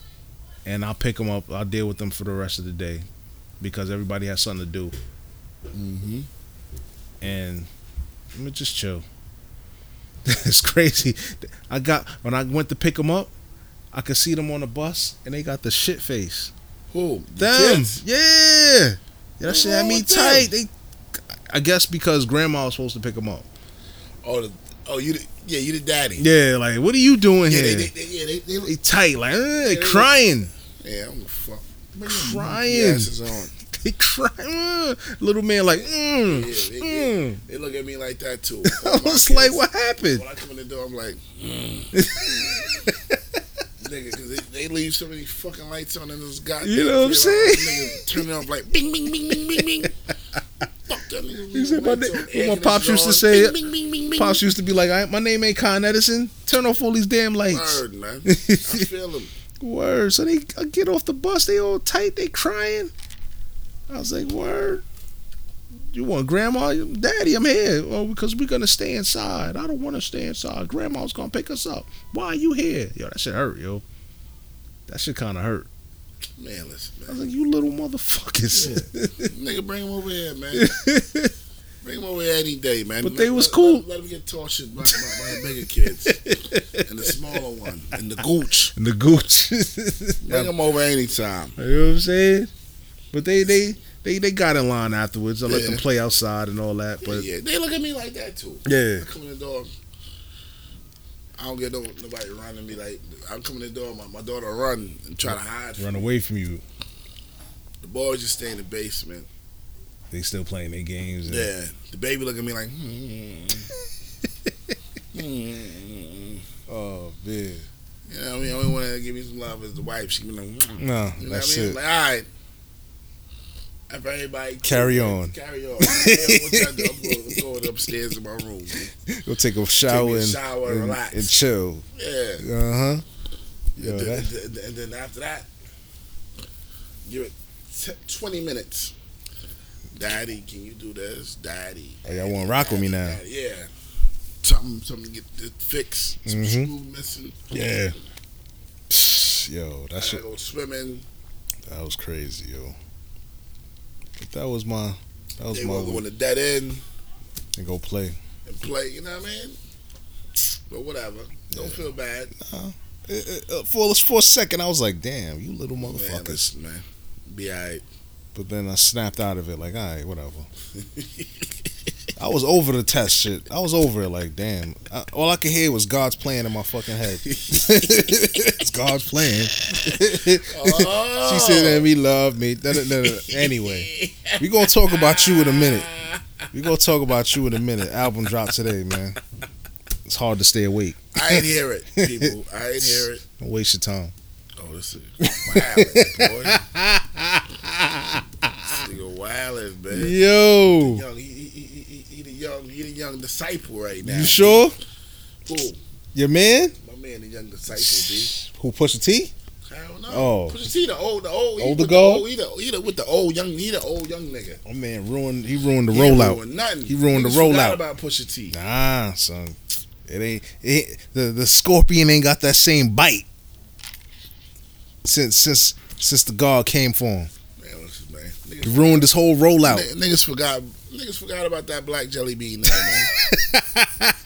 Speaker 2: and I'll pick them up. I'll deal with them for the rest of the day because everybody has something to do.
Speaker 3: Mm-hmm.
Speaker 2: And let me just chill. it's crazy. I got when I went to pick them up, I could see them on the bus, and they got the shit face.
Speaker 3: Who? The
Speaker 2: Them,
Speaker 3: kids?
Speaker 2: yeah, yeah, that
Speaker 3: What's
Speaker 2: shit had
Speaker 3: wrong
Speaker 2: me
Speaker 3: with them?
Speaker 2: tight. They, I guess, because grandma was supposed to pick them up.
Speaker 3: Oh, the, oh, you. The, yeah, you the daddy.
Speaker 2: Yeah, like what are you doing
Speaker 3: Yeah,
Speaker 2: here?
Speaker 3: they, they, they, yeah, they, they,
Speaker 2: They tight, like eh,
Speaker 3: they-
Speaker 2: crying.
Speaker 3: yeah, I'm gonna fuck. Bring your
Speaker 2: Crying.
Speaker 3: monkey asses on.
Speaker 2: They crying. little man, like, mm,
Speaker 3: Yeah, they-
Speaker 2: mm.
Speaker 3: They look at me like that too.
Speaker 2: I
Speaker 3: All my
Speaker 2: was like,
Speaker 3: kids.
Speaker 2: what happened?
Speaker 3: When I come in the door, I'm like, nigga, 'cause they, they leave so many fucking lights on in this goddamn.
Speaker 2: You know what I'm
Speaker 3: crib.
Speaker 2: saying?
Speaker 3: Nigga, turn it off like bing, bing, bing, bing, bing, bing. Fuck that nigga.
Speaker 2: You said my
Speaker 3: lights
Speaker 2: na-
Speaker 3: on,
Speaker 2: what
Speaker 3: air
Speaker 2: my pops
Speaker 3: conditioner
Speaker 2: used to say?
Speaker 3: on. Bing, bing, bing, bing, bing.
Speaker 2: Pops used to be like, I, my name ain't Con Edison. Turn off all these damn lights.
Speaker 3: Word, man. I feel him.
Speaker 2: Word. So they I get off the bus. They all tight. They crying. I was like, word. You want grandma? Daddy, I'm here. Oh, because we're gonna stay inside. I don't want to stay inside. Grandma's gonna pick us up. Why are you here? Yo, that shit hurt, yo. That shit kind of hurt.
Speaker 3: Man, listen,
Speaker 2: I was
Speaker 3: man.
Speaker 2: like, you little motherfuckers.
Speaker 3: Nigga, bring him over here, man. Bring him over here any day, man.
Speaker 2: But they was
Speaker 3: let,
Speaker 2: cool.
Speaker 3: Let, let him get tortured by, by, by the bigger kids and the smaller one and the gooch.
Speaker 2: and the gooch. you
Speaker 3: Bring him over anytime.
Speaker 2: know what I'm saying? But they they they, they got in line afterwards. I let them
Speaker 3: Yeah.
Speaker 2: play outside and all that. But
Speaker 3: yeah, they look at me like that too.
Speaker 2: yeah,
Speaker 3: I come in the door. I don't get no, nobody running me like I'm coming in the door. My, my daughter run and try to hide.
Speaker 2: run away from you.
Speaker 3: The boys just stay in the basement.
Speaker 2: They still playing their games. And,
Speaker 3: Yeah, the baby look at me like. Hmm. Hmm.
Speaker 2: Oh man,
Speaker 3: You know what I mean? Only one that give me some love is the wife. She be like, "Mm."
Speaker 2: no,
Speaker 3: you know
Speaker 2: that's
Speaker 3: what I mean?
Speaker 2: it.
Speaker 3: Like, all right. After everybody
Speaker 2: Carry on.
Speaker 3: carry on. Hey, what y'all do? I'm going- I'm going upstairs in my room.
Speaker 2: Go take a shower and
Speaker 3: shower,
Speaker 2: and,
Speaker 3: relax.
Speaker 2: and chill.
Speaker 3: Yeah.
Speaker 2: Uh huh. Yo,
Speaker 3: and, then,
Speaker 2: that,
Speaker 3: and then- and then after that, give it t- 20 minutes. Daddy, can you do this? Daddy.
Speaker 2: oh, y'all want to rock with me now?
Speaker 3: Daddy, yeah. Something, something to get to fix. Some
Speaker 2: Mhm.
Speaker 3: screw missing.
Speaker 2: Yeah. Psh, Yo, that
Speaker 3: I
Speaker 2: shit
Speaker 3: gotta go swimming.
Speaker 2: that was crazy, yo. But that was my that was
Speaker 3: They
Speaker 2: my
Speaker 3: were
Speaker 2: week.
Speaker 3: going to dead end
Speaker 2: and go play.
Speaker 3: and play. You know what I mean? But whatever. Don't feel bad.
Speaker 2: Uh, uh, uh, for for a second, I was like, "Damn, you little
Speaker 3: Man,
Speaker 2: motherfuckers!"
Speaker 3: listen, man. Be all right.
Speaker 2: But then I snapped out of it, like, "All right, whatever." I was over the test shit. I was over it, like, "Damn!" I, all I could hear was God's plan in my fucking head. it's God's plan.
Speaker 3: Oh.
Speaker 2: She said, "And me love me." Da, da, da, da. Anyway, we gonna talk about you in a minute. We gonna talk about you in a minute. Album drop today, man. It's hard to stay awake.
Speaker 3: I ain't hear it, people. I ain't hear it.
Speaker 2: Don't waste your time.
Speaker 3: Oh, this is wild, boy. this nigga wildin', man.
Speaker 2: Yo,
Speaker 3: Young, he, he, he, he, he the young, he the young disciple right now.
Speaker 2: you sure?
Speaker 3: Cool.
Speaker 2: Your man
Speaker 3: My man, the young disciple, B.
Speaker 2: who pushed the T?
Speaker 3: I don't know.
Speaker 2: Oh.
Speaker 3: Pusha T, the old, the old, he
Speaker 2: Older
Speaker 3: with the
Speaker 2: goal?
Speaker 3: old, he the, he the, with the old young, he the old young nigga.
Speaker 2: Oh man, ruined. He ruined the
Speaker 3: He ain't
Speaker 2: rollout.
Speaker 3: ruined nothing.
Speaker 2: He ruined the
Speaker 3: Niggas forgot
Speaker 2: rollout.
Speaker 3: About Pusha T.
Speaker 2: Nah, son. It ain't it, the the scorpion ain't got that same bite since since since the god came for him.
Speaker 3: Man, what's his man?
Speaker 2: He
Speaker 3: Niggas,
Speaker 2: ruined his whole rollout.
Speaker 3: niggas, niggas forgot. Niggas forgot about that black jelly bean nigga, man. black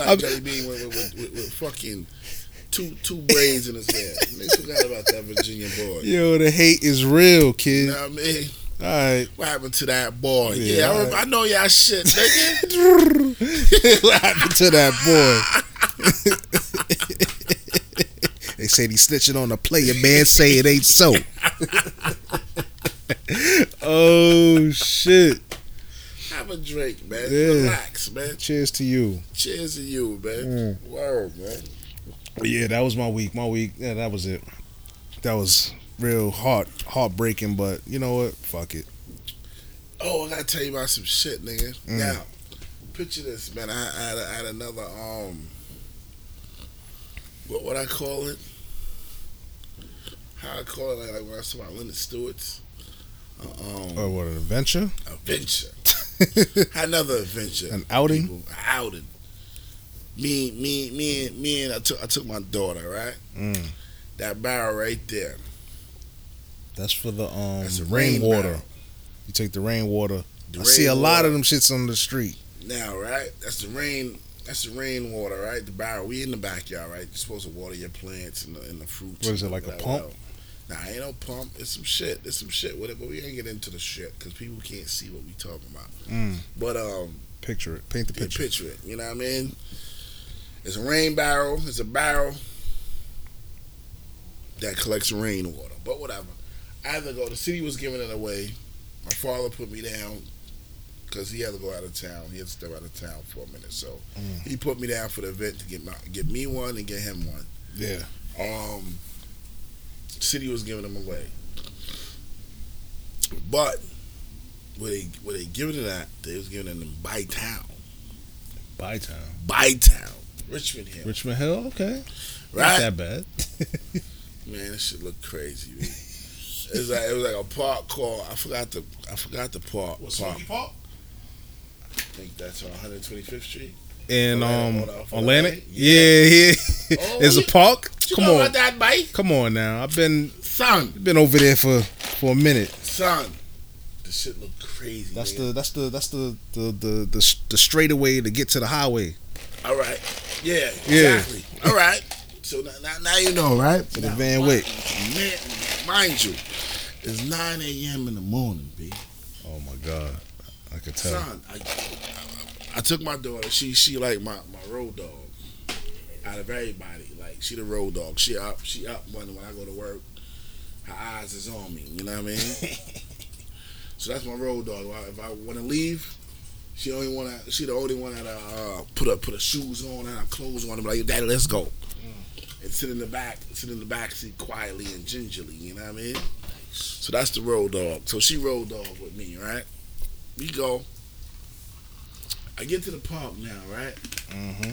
Speaker 2: I'm-
Speaker 3: jelly bean with, with, with, with fucking two two braids in his hair. Niggas forgot about that Virginia boy.
Speaker 2: Yo, the hate is real,
Speaker 3: You
Speaker 2: kid.
Speaker 3: know what I mean?
Speaker 2: All right.
Speaker 3: What happened to that boy?
Speaker 2: Yeah,
Speaker 3: Yeah, I, rem-
Speaker 2: I-
Speaker 3: I know y'all shit, nigga.
Speaker 2: what happened to that boy? they said he's snitching on the player. Man, say it ain't so. oh shit!
Speaker 3: Have a drink, man.
Speaker 2: Yeah.
Speaker 3: Relax, man.
Speaker 2: Cheers to you.
Speaker 3: Cheers to you, man.
Speaker 2: Mm.
Speaker 3: Word, man.
Speaker 2: Yeah, that was my week. My week. Yeah, that was it. That was real heart heartbreaking. But you know what? Fuck it.
Speaker 3: Oh, I gotta tell you about some shit, nigga.
Speaker 2: Mm.
Speaker 3: Now, picture this, man. I, I, had, I had another um, what would I call it? How I call it? Like, like when I saw about Leonard Stewart's uh,
Speaker 2: Oh,
Speaker 3: um,
Speaker 2: what an adventure!
Speaker 3: adventure, another adventure,
Speaker 2: An outing?
Speaker 3: people. An outing. Me, me, me, and me, and I took I took my daughter right.
Speaker 2: Mm.
Speaker 3: That barrel right there.
Speaker 2: That's for the um
Speaker 3: That's a rain
Speaker 2: rainwater.
Speaker 3: barrel.
Speaker 2: you take the rainwater.
Speaker 3: The
Speaker 2: I see a lot
Speaker 3: rainwater.
Speaker 2: of them shits on the street.
Speaker 3: now, right? That's the rain. That's the rainwater, right? The barrel. We in the backyard, right? You're supposed to water your plants and the, and the fruits.
Speaker 2: What is it,
Speaker 3: and
Speaker 2: like a
Speaker 3: whatever
Speaker 2: pump?
Speaker 3: else. Nah, ain't no pump. It's some shit. It's some shit with it, but we ain't get into the shit because people can't see what we talking about.
Speaker 2: Mm.
Speaker 3: But um,
Speaker 2: Picture it. Paint the
Speaker 3: you
Speaker 2: picture.
Speaker 3: picture it. You know what I mean? It's a rain barrel. It's a barrel that collects rainwater. But whatever. I had to go. The city was giving it away. My father put me down because he had to go out of town. He had to step out of town for a minute. So
Speaker 2: Mm.
Speaker 3: he put me down for the event to get my get me one and get him one.
Speaker 2: Yeah.
Speaker 3: Um, city was giving them away, but where they where they giving it at, they was giving it in by town.
Speaker 2: By town.
Speaker 3: Bytown, Richmond Hill.
Speaker 2: Richmond Hill. Okay. Not
Speaker 3: right?
Speaker 2: that bad.
Speaker 3: Man, this shit look crazy. Man. it's like it was like a park called. I forgot the I forgot the park. park.
Speaker 1: Park?
Speaker 3: I think that's on 125th Street.
Speaker 2: And
Speaker 3: Atlantic,
Speaker 2: um,
Speaker 3: hold on, hold on.
Speaker 2: Atlantic. Yeah, yeah.
Speaker 3: Oh,
Speaker 2: There's a
Speaker 3: you-
Speaker 2: park.
Speaker 3: You
Speaker 2: Come
Speaker 3: know
Speaker 2: on,
Speaker 3: about that bike,
Speaker 2: come on now. I've been
Speaker 3: son,
Speaker 2: been over there for for a minute.
Speaker 3: son. This shit look crazy.
Speaker 2: That's
Speaker 3: nigga.
Speaker 2: the that's the that's the the the the, s- the straightaway to get to the highway.
Speaker 3: all right. Yeah,
Speaker 2: Yeah.
Speaker 3: exactly. All right. So now, now, now you know, right?
Speaker 2: the
Speaker 3: Now,
Speaker 2: Van
Speaker 3: mind-
Speaker 2: Wyck.
Speaker 3: Man, mind you, it's 9 a.m. in the morning, b.
Speaker 2: Oh my god, I could tell.
Speaker 3: Son, I, I, I took my daughter. She she like my, my road dog. Out of everybody, like she the road dog. She up, she up. When when I go to work, her eyes is on me. You know what I mean? so that's my road dog. If I, if I want to leave, she only want to. She the only one that uh, uh, put her put her shoes on and her clothes on. and be like, Daddy, let's go. And sit in the back, sit in the back seat quietly and gingerly. You know what I mean? So that's the road dog. So she road dog with me, right? We go. I get to the park now, right?
Speaker 2: Mm-hmm.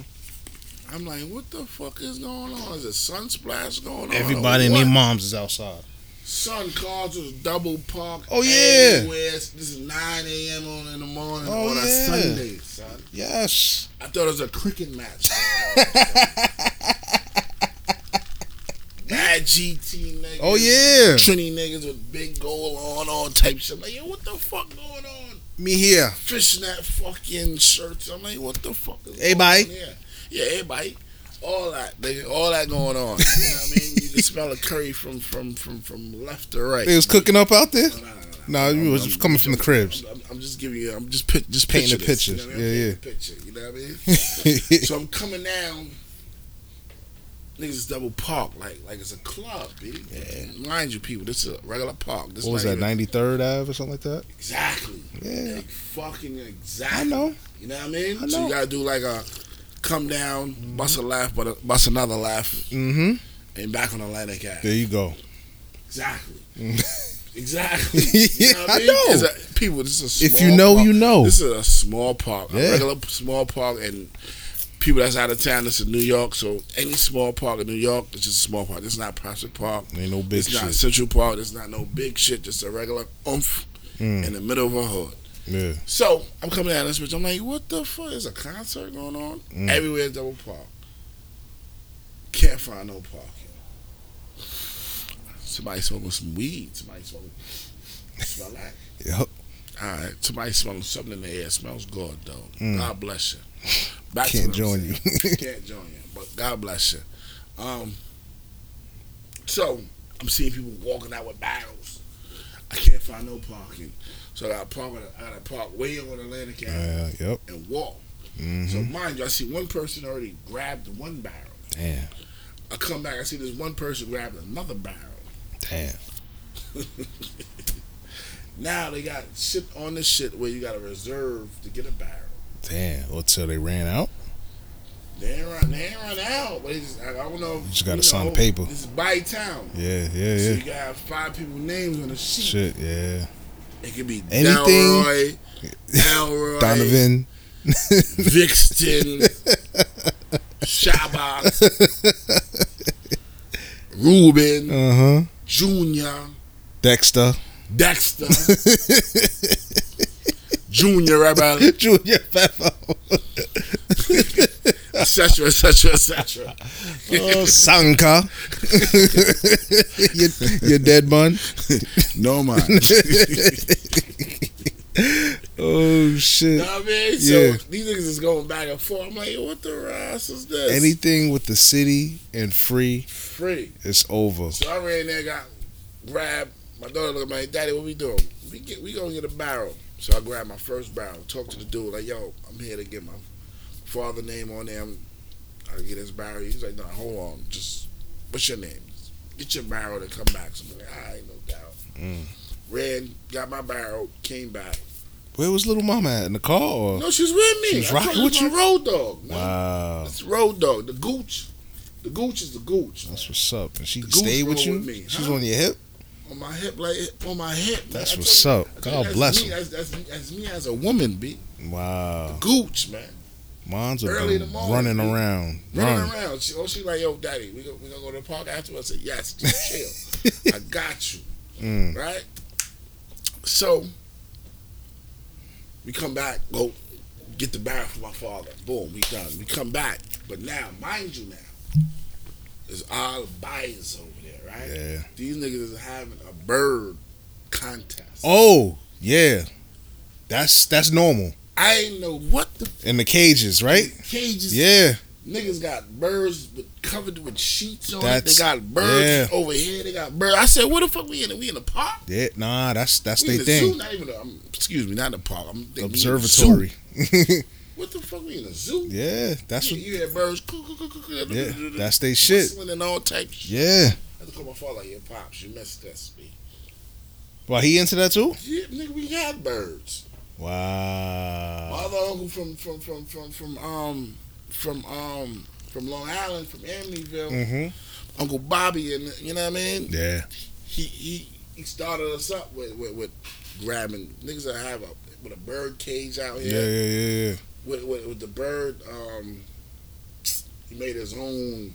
Speaker 3: I'm like, what the fuck is going on? Is it sun splash going on?
Speaker 2: Everybody and
Speaker 3: What?
Speaker 2: their moms is outside.
Speaker 3: sun cars was double parked.
Speaker 2: Oh, yeah.
Speaker 3: everywhere. This is 9 a.m. on in the morning
Speaker 2: Oh,
Speaker 3: on a
Speaker 2: yeah.
Speaker 3: Sunday, son.
Speaker 2: Yes.
Speaker 3: I thought it was a cricket match. Bad GT niggas.
Speaker 2: Oh yeah.
Speaker 3: Trini niggas with big gold on on type shit. Like, yo, what the fuck going on?
Speaker 2: Me here.
Speaker 3: fishnet fucking shirts. I'm like, what the fuck is
Speaker 2: Everybody?
Speaker 3: going on here? Yeah, everybody. All that, nigga, all that going on. You know what I mean? You can smell the curry from from from from left to right.
Speaker 2: They was cooking up out there.
Speaker 3: No, no, no, no.
Speaker 2: Nah, you was just coming from the cribs.
Speaker 3: I'm, I'm- I'm just giving you. I'm just pit, just
Speaker 2: Painting
Speaker 3: picture
Speaker 2: a
Speaker 3: this, you
Speaker 2: picture.
Speaker 3: know what I mean? I'm
Speaker 2: Yeah,
Speaker 3: painting a Picture. You know what I mean? so I'm coming down. Niggas is double park like like it's a club, B. Mind you, people, this is a regular park. This
Speaker 2: what was
Speaker 3: not
Speaker 2: that?
Speaker 3: even-
Speaker 2: Ninety third Ave or something like that.
Speaker 3: Exactly.
Speaker 2: Yeah.
Speaker 3: Like fucking exactly.
Speaker 2: I know.
Speaker 3: You know what I mean?
Speaker 2: I
Speaker 3: So
Speaker 2: know.
Speaker 3: you gotta do like a come down, bust a laugh, but a, bust another laugh,
Speaker 2: Mm-hmm.
Speaker 3: and back on Atlantic Ave.
Speaker 2: There you go.
Speaker 3: Exactly. Exactly.
Speaker 2: Yeah, I
Speaker 3: mean?
Speaker 2: know.
Speaker 3: It's a- people, this is a
Speaker 2: If
Speaker 3: small
Speaker 2: you know,
Speaker 3: park.
Speaker 2: you know.
Speaker 3: This is a small park,
Speaker 2: Yeah.
Speaker 3: a regular p- small park, and people that's out of town. This is New York, so any small park in New York is just a small park. This is not Prospect Park.
Speaker 2: Ain't no big
Speaker 3: it's not
Speaker 2: shit.
Speaker 3: Central Park. It's not no big shit. Just a regular oomph
Speaker 2: Mm.
Speaker 3: in the middle of a hood.
Speaker 2: Yeah.
Speaker 3: So I'm coming out of this bitch. I'm like, what the fuck? There's a concert going on
Speaker 2: Mm.
Speaker 3: everywhere. is Double park. Can't find no parking. Somebody smoking some weed. Somebody smoking. Smell like.
Speaker 2: Yup.
Speaker 3: All right, somebody smelling something in the air. Smells good though.
Speaker 2: Mm.
Speaker 3: God bless you. Back
Speaker 2: Can't
Speaker 3: what I'm
Speaker 2: join
Speaker 3: saying.
Speaker 2: you.
Speaker 3: Can't join you, but God bless you. Um, so I'm seeing people walking out with barrels. I can't find no parking, so I got to park. I got to park way on Atlantic Avenue
Speaker 2: Uh, yep.
Speaker 3: and walk. So
Speaker 2: Mm-hmm.
Speaker 3: mind you, I see one person already grabbed one barrel.
Speaker 2: Damn.
Speaker 3: I come back, I see this one person grabbing another barrel.
Speaker 2: Damn.
Speaker 3: Now they got shit on this shit where you got to reserve to get a barrel.
Speaker 2: Damn. Until they ran out.
Speaker 3: They ain't run, they ain't run out. But it's, I don't know. if-
Speaker 2: You just gotta
Speaker 3: know,
Speaker 2: sign the paper.
Speaker 3: It's by town.
Speaker 2: Yeah. Yeah.
Speaker 3: So you
Speaker 2: Yeah.
Speaker 3: gotta have five people names on the sheet.
Speaker 2: Shit. Yeah.
Speaker 3: It could be
Speaker 2: Anything-
Speaker 3: Delroy, Elroy,
Speaker 2: Donovan.
Speaker 3: Vixton, Shabbat, Ruben,
Speaker 2: Uh huh.
Speaker 3: Junior,
Speaker 2: Dexter.
Speaker 3: Dexter, Junior Rebel,
Speaker 2: Junior Pepper.
Speaker 3: etc., etc., etc.
Speaker 2: Oh, Sanka. your, your dead man.
Speaker 3: No man. you
Speaker 2: Oh shit.
Speaker 3: know what I mean? So
Speaker 2: Yeah.
Speaker 3: these niggas is going back and forth. I'm like, yo, what the ass is this?
Speaker 2: Anything with the city and free
Speaker 3: free.
Speaker 2: is over.
Speaker 3: So I ran there, got grabbed. My daughter looked at me, Daddy, what we doing? We get, we gonna get a barrel. So I grabbed my first barrel, talked to the dude, like, yo, I'm here to get my father name on there. I'm- I get his barrel. He's like, no, hold on, just what's your name? Just get your barrel and come back. So I'm like, I ain't no doubt.
Speaker 2: Mm.
Speaker 3: Ran, got my barrel, came back.
Speaker 2: Where was little mama at? In the car or?
Speaker 3: No, she's with me.
Speaker 2: She was
Speaker 3: I told
Speaker 2: rocking
Speaker 3: her
Speaker 2: Oh. with
Speaker 3: it's
Speaker 2: you?
Speaker 3: my road dog. Man.
Speaker 2: Wow.
Speaker 3: It's road dog. The gooch. The gooch is the gooch.
Speaker 2: That's what's up. And she
Speaker 3: The goose
Speaker 2: stayed with
Speaker 3: roll
Speaker 2: you?
Speaker 3: with me,
Speaker 2: She was
Speaker 3: huh?
Speaker 2: on your hip?
Speaker 3: on my hip, like on my hip. man.
Speaker 2: That's
Speaker 3: I
Speaker 2: what's
Speaker 3: tell you-
Speaker 2: up.
Speaker 3: I tell you,
Speaker 2: God
Speaker 3: that's
Speaker 2: bless Uh,
Speaker 3: me,
Speaker 2: 'em.
Speaker 3: That's, that's, me- that's me as a woman, b.
Speaker 2: Wow.
Speaker 3: Gooch, man,
Speaker 2: Mine's
Speaker 3: Early in the
Speaker 2: been
Speaker 3: morning,
Speaker 2: running
Speaker 3: dude.
Speaker 2: around.
Speaker 3: running
Speaker 2: Running.
Speaker 3: around. She, oh, she like, yo, daddy, we go, we gonna go to the park afterwards. I said, yes, just chill. I got you,
Speaker 2: Mm.
Speaker 3: right? So we come back, go get the barrel for my father. Boom, we done. We come back, but now, mind you, now there's all buyers over there, right?
Speaker 2: Yeah.
Speaker 3: These niggas is having a bird contest.
Speaker 2: Oh, yeah. That's that's normal.
Speaker 3: I ain't know what the
Speaker 2: In the cages, right?
Speaker 3: cages.
Speaker 2: Yeah.
Speaker 3: Niggas got birds with, covered with sheets on it.
Speaker 2: That's-
Speaker 3: They got birds
Speaker 2: yeah.
Speaker 3: over here. They got birds. I said, "What the fuck? We in? We in the park?
Speaker 2: Yeah. Nah, that's that's they
Speaker 3: We in the zoo?
Speaker 2: thing.
Speaker 3: Not even. A, um, excuse me, not the park. I'm thinking we in the zoo.
Speaker 2: Observatory.
Speaker 3: What the fuck? We in the zoo?
Speaker 2: yeah, that's
Speaker 3: you,
Speaker 2: what
Speaker 3: you hear birds. coo, coo, coo, coo, coo,
Speaker 2: Yeah,
Speaker 3: doo, doo, doo,
Speaker 2: that's they shit.
Speaker 3: whistling and all types.
Speaker 2: Yeah.
Speaker 3: I had to call my father. Like, Your pops, you missed this. Me.
Speaker 2: Well, he into that too?
Speaker 3: Yeah, nigga, we had birds. My
Speaker 2: Wow.
Speaker 3: other uncle from from from from from um from um from Long Island from Amityville.
Speaker 2: Mm-hmm.
Speaker 3: Uncle Bobby and you know what I mean.
Speaker 2: Yeah.
Speaker 3: He he he started us up with with, with grabbing niggas that have a with a bird cage out
Speaker 2: Yeah,
Speaker 3: here
Speaker 2: yeah, yeah, yeah.
Speaker 3: with, with with the bird. Um, he made his own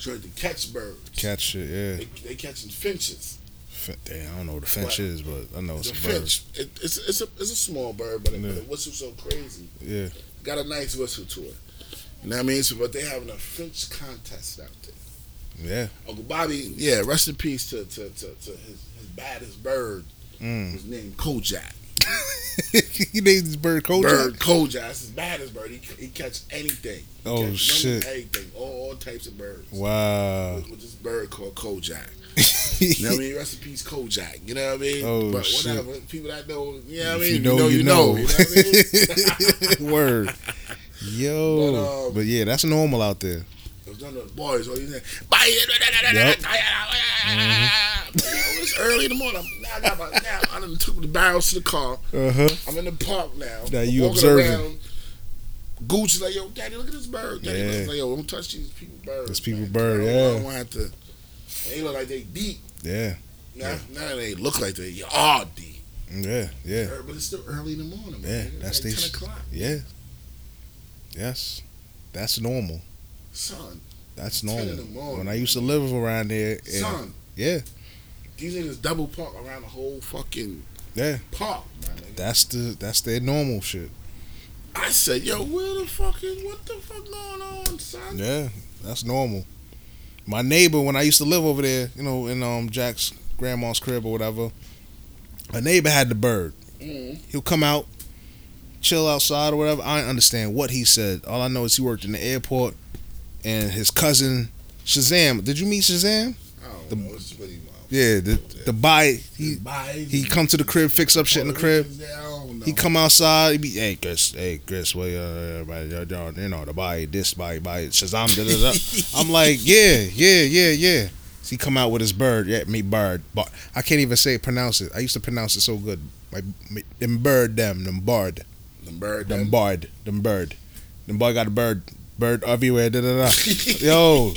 Speaker 3: trying to catch birds.
Speaker 2: Cat shit, yeah.
Speaker 3: They, they catching finches.
Speaker 2: Fin- Damn, I don't know what a finch
Speaker 3: What?
Speaker 2: is, but I know
Speaker 3: It's
Speaker 2: it's
Speaker 3: a
Speaker 2: a bird.
Speaker 3: finch. It, it's it's a it's a small bird, but it, but
Speaker 2: Yeah.
Speaker 3: it whistles so crazy.
Speaker 2: Yeah.
Speaker 3: Got a nice whistle to it. You know what I mean? So, but they having a finch contest out there.
Speaker 2: Yeah.
Speaker 3: Uncle Bobby, yeah, rest in peace to to, to, to his, his baddest bird.
Speaker 2: Mm.
Speaker 3: was named Kojak.
Speaker 2: he named his bird Kojak.
Speaker 3: Bird Kojak. That's his baddest bird. He, he catch anything. He
Speaker 2: Oh
Speaker 3: catch
Speaker 2: shit!
Speaker 3: Anything. All, all types of birds.
Speaker 2: Wow.
Speaker 3: With, with this bird called Kojak. You know what I mean? Rest in peace, Kojak. You know what I mean?
Speaker 2: Oh,
Speaker 3: but
Speaker 2: shit.
Speaker 3: whatever. People that know, you know what I mean?
Speaker 2: If you know, you know.
Speaker 3: You know what I mean?
Speaker 2: Word. Yo.
Speaker 3: But,
Speaker 2: But,
Speaker 3: um,
Speaker 2: yeah, that's normal out there.
Speaker 3: It was none of the boys. All you said, "Bye."
Speaker 2: Yep.
Speaker 3: But, you
Speaker 2: Mm-hmm.
Speaker 3: know, It's early in the morning. I'm, now I got my now I done took the barrels to the car.
Speaker 2: Uh huh.
Speaker 3: I'm in the park now.
Speaker 2: Now
Speaker 3: I'm
Speaker 2: you
Speaker 3: walking
Speaker 2: observing.
Speaker 3: around. Gooch is like, yo, daddy, look at this bird. Daddy
Speaker 2: Yeah.
Speaker 3: like, yo, don't touch these people birds.
Speaker 2: This people
Speaker 3: man.
Speaker 2: bird,
Speaker 3: I don't- I
Speaker 2: yeah.
Speaker 3: don't want to. They look like they deep.
Speaker 2: Yeah.
Speaker 3: Now, now they look like they you are deep. Er,
Speaker 2: Yeah, yeah,
Speaker 3: But it's still early in the morning.
Speaker 2: Yeah,
Speaker 3: man. It's
Speaker 2: that's
Speaker 3: like
Speaker 2: they-
Speaker 3: ten o'clock.
Speaker 2: yeah. Yes, that's normal.
Speaker 3: Son,
Speaker 2: That's
Speaker 3: Ten in
Speaker 2: normal.
Speaker 3: the morning.
Speaker 2: When I used to live around there, and,
Speaker 3: son,
Speaker 2: yeah,
Speaker 3: these niggas double park around the whole fucking
Speaker 2: yeah,
Speaker 3: park. my nigga.
Speaker 2: that's the that's their normal shit.
Speaker 3: I said, yo, where the fuck is what the fuck going on, son?
Speaker 2: Yeah, that's normal. My neighbor, when I used to live over there, you know, in um Jack's grandma's crib or whatever, a neighbor had the bird.
Speaker 3: Mm.
Speaker 2: He'll come out, chill outside or whatever. I don't understand what he said. All I know is he worked in the airport, and his cousin Shazam. Did you meet Shazam?
Speaker 3: I don't
Speaker 2: The-
Speaker 3: know. It's pretty wild.
Speaker 2: Yeah, the the buy he
Speaker 3: Bites
Speaker 2: he
Speaker 3: and
Speaker 2: come to the crib, fix up
Speaker 3: Oh,
Speaker 2: shit in the crib.
Speaker 3: Puerto Ricans, they- I don't know.
Speaker 2: He come outside. He be hey Chris, hey Chris, where uh, everybody? y'all- y'all, You know the body, this body, body, Shazam. Da, da, da. I'm like, yeah, yeah, yeah, yeah. So he come out with his bird. Yeah, me bird. But I can't even say pronounce it. I used to pronounce it so good. Like me- them bird, them them bird,
Speaker 3: the bird.
Speaker 2: them bird, them bird, them boy got a bird, bird everywhere. Da, da, da. Yo,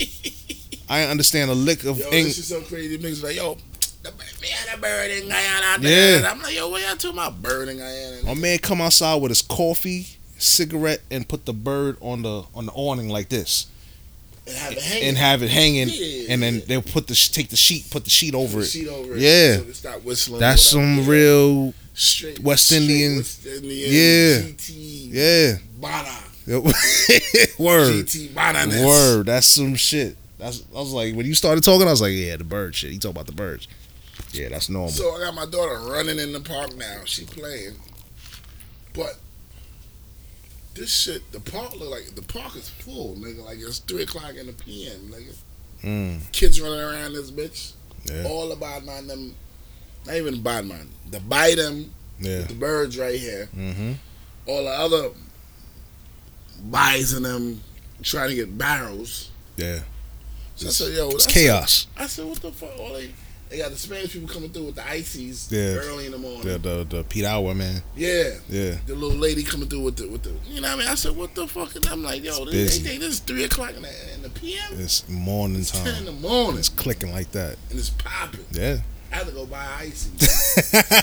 Speaker 2: I understand a lick of
Speaker 3: Yo,
Speaker 2: Eng-
Speaker 3: this is so crazy. Niggas like, yo, the, bird- we had a bird in Guyana. out
Speaker 2: Yeah.
Speaker 3: there. I'm like, yo, what y'all talking about? Bird in Guyana.
Speaker 2: My man come outside with his coffee, cigarette, and put the bird on the on the awning like this,
Speaker 3: And have it hanging.
Speaker 2: and have it hanging,
Speaker 3: Yeah,
Speaker 2: and then
Speaker 3: yeah.
Speaker 2: they'll put the sh- take the sheet, put the sheet over
Speaker 3: Put the
Speaker 2: it.
Speaker 3: sheet over it.
Speaker 2: Yeah.
Speaker 3: So they start whistling.
Speaker 2: That's
Speaker 3: whatever.
Speaker 2: some
Speaker 3: Yeah.
Speaker 2: real,
Speaker 3: straight
Speaker 2: West
Speaker 3: straight
Speaker 2: Indian-
Speaker 3: West Indian.
Speaker 2: Yeah.
Speaker 3: GT.
Speaker 2: yeah,
Speaker 3: Bana.
Speaker 2: word,
Speaker 3: GT Bana.
Speaker 2: word. That's some shit. That's I was like when you started talking, I was like, yeah, the bird shit. He talk about the birds. Yeah, that's normal.
Speaker 3: So I got my daughter running in the park now. She playing, but this shit, the park look like the park is full, nigga. Like it's three o'clock in the p.m. Nigga,
Speaker 2: Mm,
Speaker 3: kids running around this bitch,
Speaker 2: yeah,
Speaker 3: all about mine them. Not even bad mine. The bite them,
Speaker 2: yeah.
Speaker 3: the birds right here.
Speaker 2: Mm-hmm.
Speaker 3: All the other bison them trying to get barrels.
Speaker 2: Yeah,
Speaker 3: So I said, yo,
Speaker 2: it's
Speaker 3: I said-
Speaker 2: chaos.
Speaker 3: I said, what the fuck? All they, they got the Spanish people coming through with the ices
Speaker 2: Yeah.
Speaker 3: early in the morning.
Speaker 2: The the the Pete Hour man.
Speaker 3: yeah.
Speaker 2: Yeah,
Speaker 3: the little lady coming through with the with the you know what I mean I said what the fuck and I'm like yo they, they
Speaker 2: busy.
Speaker 3: think this is three o'clock in the, in the p.m.
Speaker 2: it's morning
Speaker 3: ten in
Speaker 2: time.
Speaker 3: the morning
Speaker 2: It's clicking like that.
Speaker 3: and it's popping
Speaker 2: Yeah.
Speaker 3: I had to go buy icy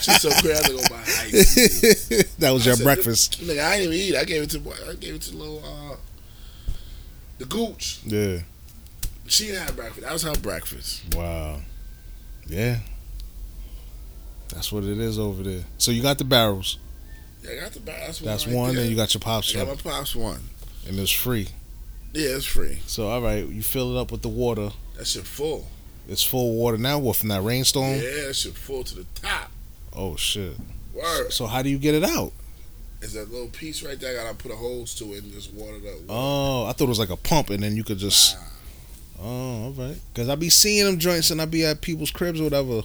Speaker 3: she's so crazy I had to go buy icy
Speaker 2: that was
Speaker 3: I
Speaker 2: your
Speaker 3: said,
Speaker 2: breakfast.
Speaker 3: "This- nigga I didn't even eat I gave it to I gave it to little uh the gooch
Speaker 2: Yeah.
Speaker 3: she didn't have breakfast that was her breakfast
Speaker 2: Wow. Yeah. That's what it is over there. So you got the barrels.
Speaker 3: yeah I got the buy that's one
Speaker 2: That's
Speaker 3: right
Speaker 2: one,
Speaker 3: there.
Speaker 2: and you got your pop
Speaker 3: I got
Speaker 2: shop,
Speaker 3: my pops one
Speaker 2: and it's free.
Speaker 3: yeah it's free
Speaker 2: So all right, you fill it up with the water.
Speaker 3: that shit full
Speaker 2: It's full water now. What from that rainstorm?
Speaker 3: yeah that shit full to the top
Speaker 2: Oh shit.
Speaker 3: word
Speaker 2: So how do you get it out?
Speaker 3: It's that little piece right there I gotta put a hose to it and just water it up
Speaker 2: Oh, I thought it was like a pump, and then you could just.
Speaker 3: Nah.
Speaker 2: Oh, all right. Cause I be seeing them joints, and I be at people's cribs or whatever.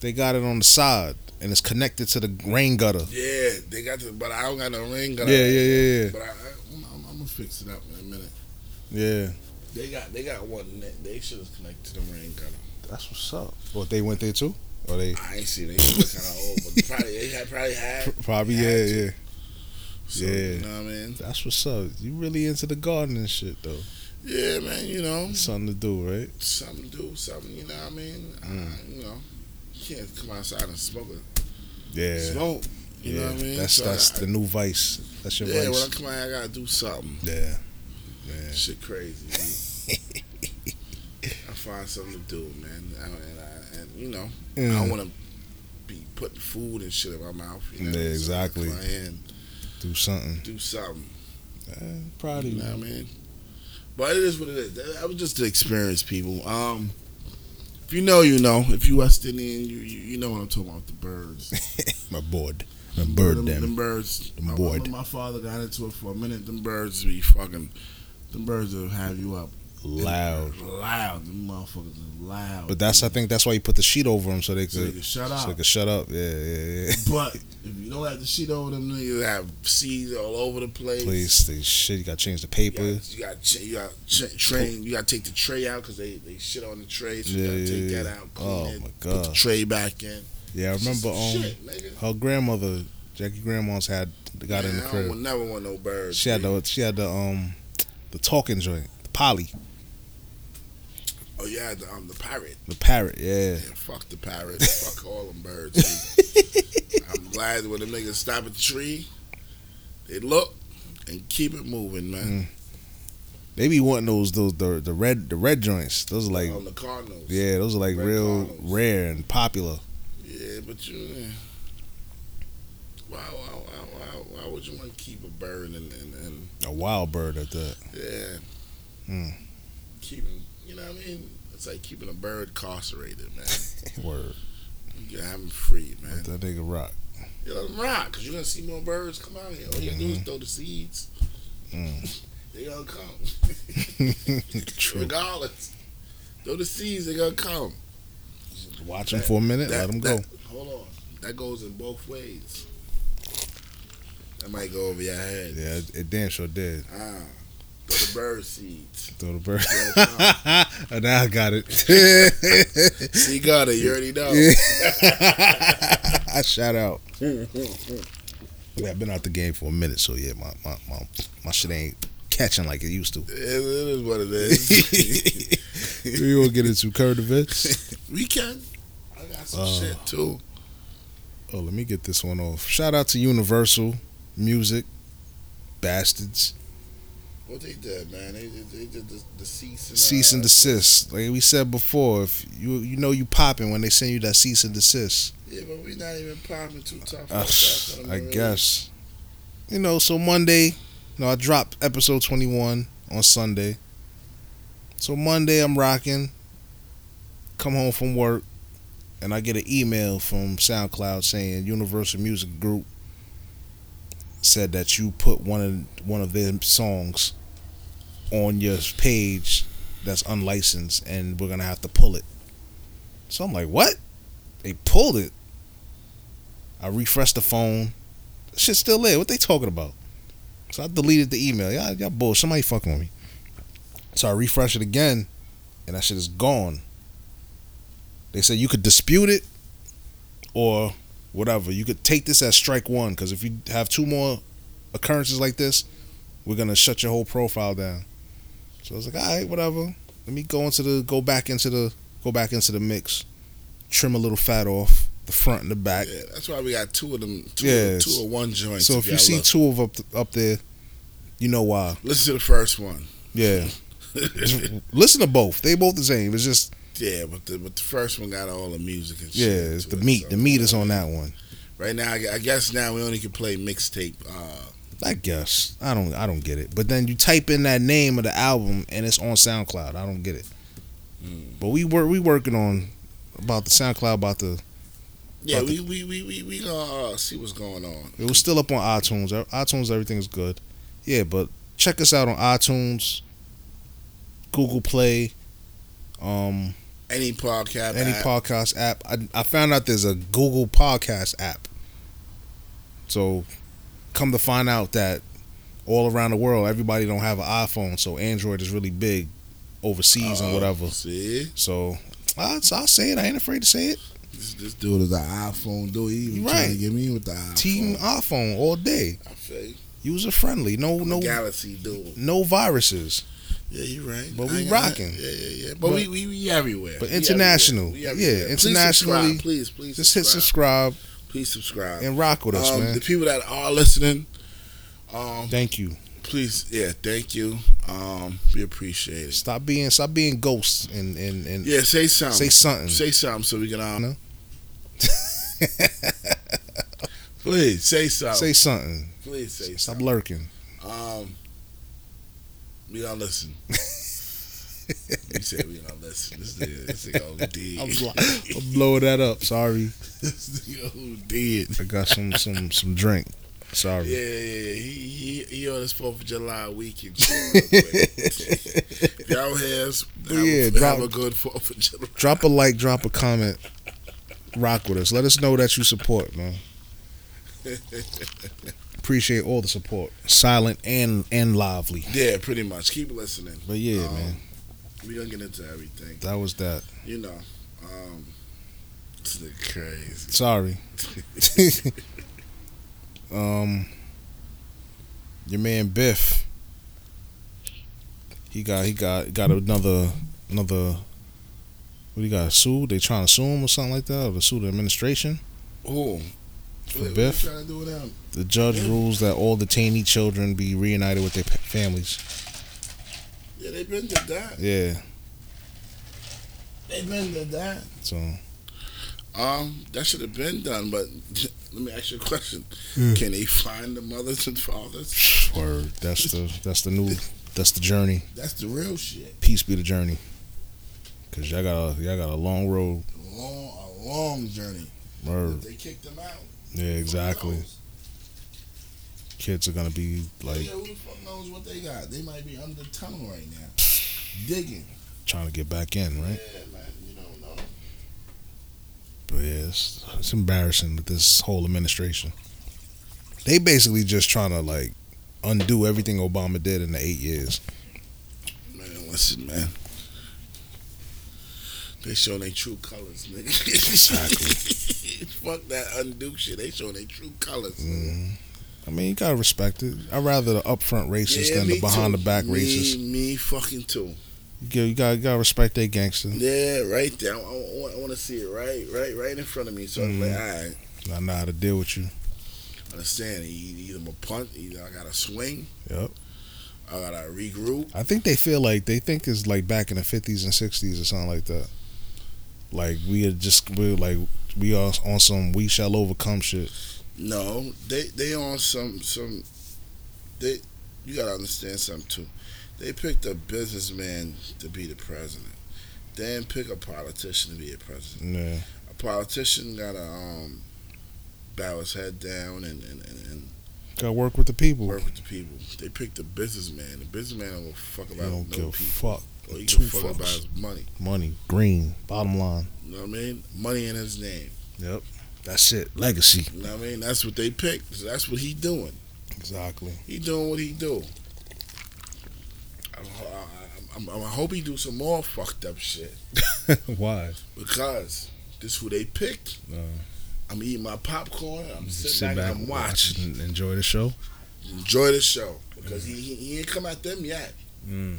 Speaker 2: They got it on the side, and it's connected to the rain gutter.
Speaker 3: Yeah, they got the, but I don't got no ring. Got
Speaker 2: Yeah, yeah, yeah, yeah.
Speaker 3: But I, I, am I'm gonna fix it up in a minute.
Speaker 2: Yeah.
Speaker 3: They got they got one that they should have connected to the ring gutter.
Speaker 2: That's what's up. What they went there too? Or they
Speaker 3: I ain't seen it. It was kind of old, but probably they had probably had.
Speaker 2: probably
Speaker 3: had
Speaker 2: yeah,
Speaker 3: to.
Speaker 2: yeah.
Speaker 3: So,
Speaker 2: Yeah.
Speaker 3: you know what I mean.
Speaker 2: That's what's up. You really into the garden and shit though.
Speaker 3: Yeah, man. You know,
Speaker 2: It's something to do, right?
Speaker 3: something to do, something. You know what I mean. I,
Speaker 2: Mm.
Speaker 3: you know, you can't come outside and smoke it.
Speaker 2: Yeah.
Speaker 3: Smoke. You know what I mean.
Speaker 2: That's
Speaker 3: So
Speaker 2: that's
Speaker 3: I-
Speaker 2: the new vice. That's your
Speaker 3: yeah, when I
Speaker 2: vice.
Speaker 3: come out, I gotta do something.
Speaker 2: Yeah. Man.
Speaker 3: Shit crazy. man. I find something to do, man. I, and, I, and you know, I
Speaker 2: Mm.
Speaker 3: don't want to be putting food and shit in my mouth. You know?
Speaker 2: Yeah,
Speaker 3: So I
Speaker 2: exactly.
Speaker 3: come out here and
Speaker 2: do something.
Speaker 3: do something.
Speaker 2: Eh, proud of
Speaker 3: You
Speaker 2: you.
Speaker 3: know what I mean? But it is what it is. That, that was just the experience, people. Um, if you know, you know. If you West Indian, you you, you know what I'm talking about. The birds,
Speaker 2: My board. My bird
Speaker 3: them,
Speaker 2: them.
Speaker 3: them birds.
Speaker 2: Them
Speaker 3: I
Speaker 2: bored.
Speaker 3: remember my father got into it for a minute. Them birds be fucking. Them birds will have you up.
Speaker 2: Loud.
Speaker 3: Loud. Them motherfuckers is loud.
Speaker 2: But that's I think that's why you put the sheet over them so they could
Speaker 3: So you can shut
Speaker 2: so
Speaker 3: up.
Speaker 2: they could shut up. Yeah, yeah, yeah.
Speaker 3: But if you don't have the shit over them, niggas have seeds all over the place.
Speaker 2: Please, they shit. You got to change the
Speaker 3: You
Speaker 2: paper.
Speaker 3: got, you got ch- you got ch- train. You got to take the tray out because they, they shit on the tray. So you
Speaker 2: Yeah,
Speaker 3: got to take
Speaker 2: yeah,
Speaker 3: that
Speaker 2: yeah.
Speaker 3: out. Clean
Speaker 2: Oh,
Speaker 3: it,
Speaker 2: my
Speaker 3: Put the
Speaker 2: God.
Speaker 3: tray back in.
Speaker 2: Yeah, I
Speaker 3: It's just
Speaker 2: remember
Speaker 3: some
Speaker 2: um
Speaker 3: shit, nigga.
Speaker 2: her grandmother, Jackie grandma's had got in the
Speaker 3: Man, I
Speaker 2: crib.
Speaker 3: don't want- never want no birds.
Speaker 2: She had
Speaker 3: nigga.
Speaker 2: the she had the um the talking joint, the poly.
Speaker 3: Oh yeah, the, um, the pirate.
Speaker 2: The parrot, yeah.
Speaker 3: Yeah, fuck the pirates. fuck all them birds. dude. I'm glad when them niggas stop a tree, they look and keep it moving, man.
Speaker 2: They be wanting those those the the red the red joints. Those are like
Speaker 3: On the cardinals.
Speaker 2: Mm. yeah, those are like
Speaker 3: Oh, Red
Speaker 2: real
Speaker 3: Cardinals.
Speaker 2: rare and popular.
Speaker 3: Yeah, but you. yeah. Why, why, why, why, why would you want to keep a bird and, and, and
Speaker 2: A wild bird at that.
Speaker 3: yeah,
Speaker 2: Mm.
Speaker 3: keeping? You know what I mean? It's like keeping a bird incarcerated, man.
Speaker 2: Word.
Speaker 3: You gotta have them free, man.
Speaker 2: Let that nigga rock.
Speaker 3: You let them rock, cause you're gonna see more birds come out here. All you gotta do is
Speaker 2: Mm-hmm.
Speaker 3: throw the seeds.
Speaker 2: Mm.
Speaker 3: They gonna come.
Speaker 2: True.
Speaker 3: Regardless, throw the seeds. They gonna come.
Speaker 2: Watch him for a minute.
Speaker 3: That-
Speaker 2: let him go.
Speaker 3: that- hold on. That goes in both ways. That might go over your head.
Speaker 2: Yeah, it, it damn sure did.
Speaker 3: Ah, throw the bird seeds.
Speaker 2: Throw the bird.
Speaker 3: They'll come.
Speaker 2: Oh, now I got it.
Speaker 3: See, got it. You already know.
Speaker 2: Shout out. Yeah, I've been out the game for a minute, so yeah, my my my, my shit ain't catching like it used to.
Speaker 3: It- it is what it is.
Speaker 2: we will get into current events.
Speaker 3: we can. I got some
Speaker 2: Uh,
Speaker 3: shit too.
Speaker 2: Oh, let me get this one off. Shout out to Universal Music, bastards.
Speaker 3: What they did, man? They, they, they did the, the cease and
Speaker 2: Cease and
Speaker 3: uh,
Speaker 2: desist. Like we said before, if you you know you popping when they send you that cease and desist.
Speaker 3: Yeah, but we're not even popping too tough.
Speaker 2: Uh,
Speaker 3: like that, but I'm
Speaker 2: I
Speaker 3: really-
Speaker 2: guess. You know, so Monday, you know, I dropped episode 21 on Sunday. So Monday, I'm rocking. Come home from work, and I get an email from SoundCloud saying Universal Music Group said that you put one of one of their songs on your page that's unlicensed, and we're gonna have to pull it. So I'm like, what? They pulled it. I refreshed the phone. Shit's still there. What they talking about? So I deleted the email. Y'all, y'all bull. Somebody fucking with me. So I refresh it again, and that shit is gone. They said you could dispute it, or whatever. You could take this as strike one because if you have two more occurrences like this, we're gonna shut your whole profile down. So I was like, all right, whatever. Let me go into the go back into the go back into the mix, trim a little fat off the front and the back.
Speaker 3: Yeah, that's why we got two of them. Two,
Speaker 2: Yeah,
Speaker 3: two or one joints.
Speaker 2: So if you
Speaker 3: y'all
Speaker 2: see
Speaker 3: look.
Speaker 2: two of up up there, you know why.
Speaker 3: listen to the first one.
Speaker 2: Yeah. Listen to both. They both the same. It's just
Speaker 3: yeah, but the but the first one got all the music and
Speaker 2: yeah,
Speaker 3: shit.
Speaker 2: it's
Speaker 3: to
Speaker 2: the
Speaker 3: it,
Speaker 2: meat.
Speaker 3: so-
Speaker 2: The meat is on that one.
Speaker 3: Right now, I gu- I guess now we only can play mixtape. Uh,
Speaker 2: I guess. I don't I don't get it. But then you type in that name of the album and it's on SoundCloud. I don't get it. But we were we working on about the SoundCloud about the
Speaker 3: yeah,
Speaker 2: About
Speaker 3: we, we we we we gonna uh, see what's going on.
Speaker 2: It was still up on iTunes. E, iTunes, everything is good. Yeah, but check us out on iTunes, Google Play, um,
Speaker 3: Any podcast,
Speaker 2: any
Speaker 3: app,
Speaker 2: podcast app. I, I found out there's a Google Podcast app. So, come to find out that all around the world, everybody don't have an iPhone, so Android is really big overseas and
Speaker 3: uh,
Speaker 2: whatever.
Speaker 3: See,
Speaker 2: So, I, so I say it. I ain't afraid to say it.
Speaker 3: this, this dude is an iPhone dude. He
Speaker 2: You
Speaker 3: even trying
Speaker 2: right.
Speaker 3: to get me with the iPhone.
Speaker 2: Team iPhone all day.
Speaker 3: I feel you.
Speaker 2: User friendly. No
Speaker 3: I'm a
Speaker 2: no
Speaker 3: Galaxy dude.
Speaker 2: no viruses.
Speaker 3: Yeah, you right.
Speaker 2: But
Speaker 3: I
Speaker 2: we
Speaker 3: ain't-
Speaker 2: rocking.
Speaker 3: Yeah, yeah, yeah. But, we, we we everywhere.
Speaker 2: But
Speaker 3: We
Speaker 2: international.
Speaker 3: everywhere.
Speaker 2: Yeah,
Speaker 3: Please
Speaker 2: internationally,
Speaker 3: subscribe. Please, please,
Speaker 2: Just hit
Speaker 3: subscribe.
Speaker 2: subscribe
Speaker 3: Please subscribe.
Speaker 2: and rock with us,
Speaker 3: um,
Speaker 2: man.
Speaker 3: The people that are listening, um,
Speaker 2: Thank you.
Speaker 3: please, yeah, thank you. Um, we appreciate it.
Speaker 2: Stop being stop being ghosts and and and
Speaker 3: Yeah, say something.
Speaker 2: say something.
Speaker 3: Say something so we can. Um,
Speaker 2: No.
Speaker 3: please say something.
Speaker 2: say something.
Speaker 3: please say
Speaker 2: Stop
Speaker 3: something.
Speaker 2: lurking.
Speaker 3: Um, we gonna listen. you said we gonna listen. This nigga, this nigga OD.
Speaker 2: I'm, bl- I'm blowing that up. Sorry,
Speaker 3: this nigga OD.
Speaker 2: I got some some some drink. Sorry.
Speaker 3: Yeah, yeah, yeah. He, he, he on his 4th of July weekend. chill real quick. Y'all has, have, a-
Speaker 2: Yeah,
Speaker 3: have
Speaker 2: drop-
Speaker 3: a good 4th of July.
Speaker 2: Drop a like. Drop a comment. Rock with us. Let us know that you support, man. Appreciate all the support, silent and and lively.
Speaker 3: Yeah, pretty much. Keep listening.
Speaker 2: But yeah,
Speaker 3: Um,
Speaker 2: man,
Speaker 3: we going to get into everything.
Speaker 2: that was that.
Speaker 3: You know, um, this nigga crazy.
Speaker 2: Sorry. um, your man Biff. He got he got got another another What he got sued? They trying to sue him or something like that, or to sue the administration
Speaker 3: Who?
Speaker 2: for
Speaker 3: What- what
Speaker 2: Biff.
Speaker 3: you trying to do with him?
Speaker 2: The judge rules that all detainee children be reunited with their pa- families.
Speaker 3: Yeah, they've been to that.
Speaker 2: Yeah,
Speaker 3: They've been to that.
Speaker 2: so
Speaker 3: Um, that should have been done, but let me ask you a question.
Speaker 2: Yeah.
Speaker 3: Can they find the mothers and fathers?
Speaker 2: or that's the that's the new that's the journey.
Speaker 3: That's the real shit.
Speaker 2: Peace be the journey. Cause y'all got a, y'all got a long road.
Speaker 3: Long, a long journey.
Speaker 2: Or,
Speaker 3: They kicked them out.
Speaker 2: yeah, exactly. Kids are gonna be like
Speaker 3: yeah, who the fuck knows what they got? They might be under the tunnel right now, digging.
Speaker 2: trying to get back in, right?
Speaker 3: Yeah, man, you don't know.
Speaker 2: But yeah, it's, it's embarrassing with this whole administration. They basically just trying to like undo everything Obama did in the eight years.
Speaker 3: Man, listen, man. They showing their true colors, nigga. Exactly. Fuck that undo shit. They showing their true colors.
Speaker 2: Mhm. I mean, you gotta respect it. I'd rather the upfront racist
Speaker 3: Yeah,
Speaker 2: than
Speaker 3: me
Speaker 2: the behind
Speaker 3: too.
Speaker 2: the back
Speaker 3: me,
Speaker 2: racist.
Speaker 3: Me fucking too.
Speaker 2: You gotta, you gotta, you gotta respect that gangster.
Speaker 3: Yeah, right there. I, want to see it right, right, right in front of me. So I'm
Speaker 2: Mm.
Speaker 3: like, all right,
Speaker 2: I know how to deal with you.
Speaker 3: understand. E- Either I'm a punt, either I got to swing,
Speaker 2: Yep.
Speaker 3: I got to regroup.
Speaker 2: I think they feel like they think it's like back in the fifties and sixties or something like that. Like we are just we're like we are on some we shall overcome shit.
Speaker 3: No, they they on some some. They you gotta understand something too. They picked a businessman to be the president. They didn't pick a politician to be a president.
Speaker 2: Yeah.
Speaker 3: A politician gotta um, bow his head down and and, and, and
Speaker 2: Gotta work with the people.
Speaker 3: work with the people. They picked a businessman. The businessman don't give a fuck
Speaker 2: They
Speaker 3: about no
Speaker 2: don't give
Speaker 3: people.
Speaker 2: a fuck.
Speaker 3: Or he
Speaker 2: Two
Speaker 3: give a fuck about
Speaker 2: fucks.
Speaker 3: his money.
Speaker 2: Money, green, bottom line.
Speaker 3: You know what I mean? Money in his name.
Speaker 2: That's it. Legacy.
Speaker 3: You know what I mean? That's what they picked. So that's what he doing.
Speaker 2: Exactly.
Speaker 3: He doing what he do. I, I, I, I hope he do some more fucked up shit
Speaker 2: Why?
Speaker 3: because this who they picked.
Speaker 2: Uh,
Speaker 3: I'm eating my popcorn. I'm sitting back, and I'm watching.
Speaker 2: and enjoy the show.
Speaker 3: Enjoy the show because he, he he ain't come at them yet.
Speaker 2: Mm.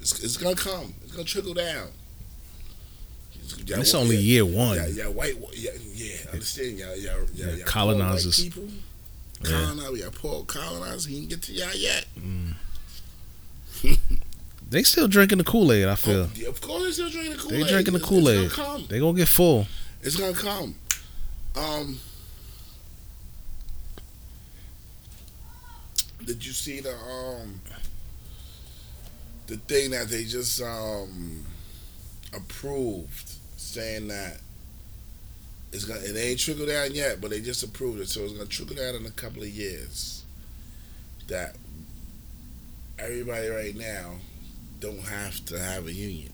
Speaker 3: It's, it's gonna come. It's gonna trickle down. Y'all-
Speaker 2: It's only
Speaker 3: y'all-
Speaker 2: year one.
Speaker 3: Yeah, yeah, white, yeah, yeah. I Understand, y'all, y'all, y'all, y'all
Speaker 2: Yeah,
Speaker 3: poor
Speaker 2: colonizers.
Speaker 3: white people,
Speaker 2: Yeah.
Speaker 3: colonize, y'all poor colonizers. He ain't get to y'all yet.
Speaker 2: Mm. They still drinking the Kool Aid. I
Speaker 3: Oh,
Speaker 2: feel
Speaker 3: yeah, of course, they're still drinking the Kool
Speaker 2: they
Speaker 3: Aid.
Speaker 2: drinking the Kool Aid.
Speaker 3: It's gonna come.
Speaker 2: They gonna get full.
Speaker 3: It's gonna come. Um, did you see the um the thing that they just um approved, saying that it's gonna it ain't trickled down yet, but they just approved it, so it's gonna trickle down in a couple of years. That everybody right now don't have to have a union.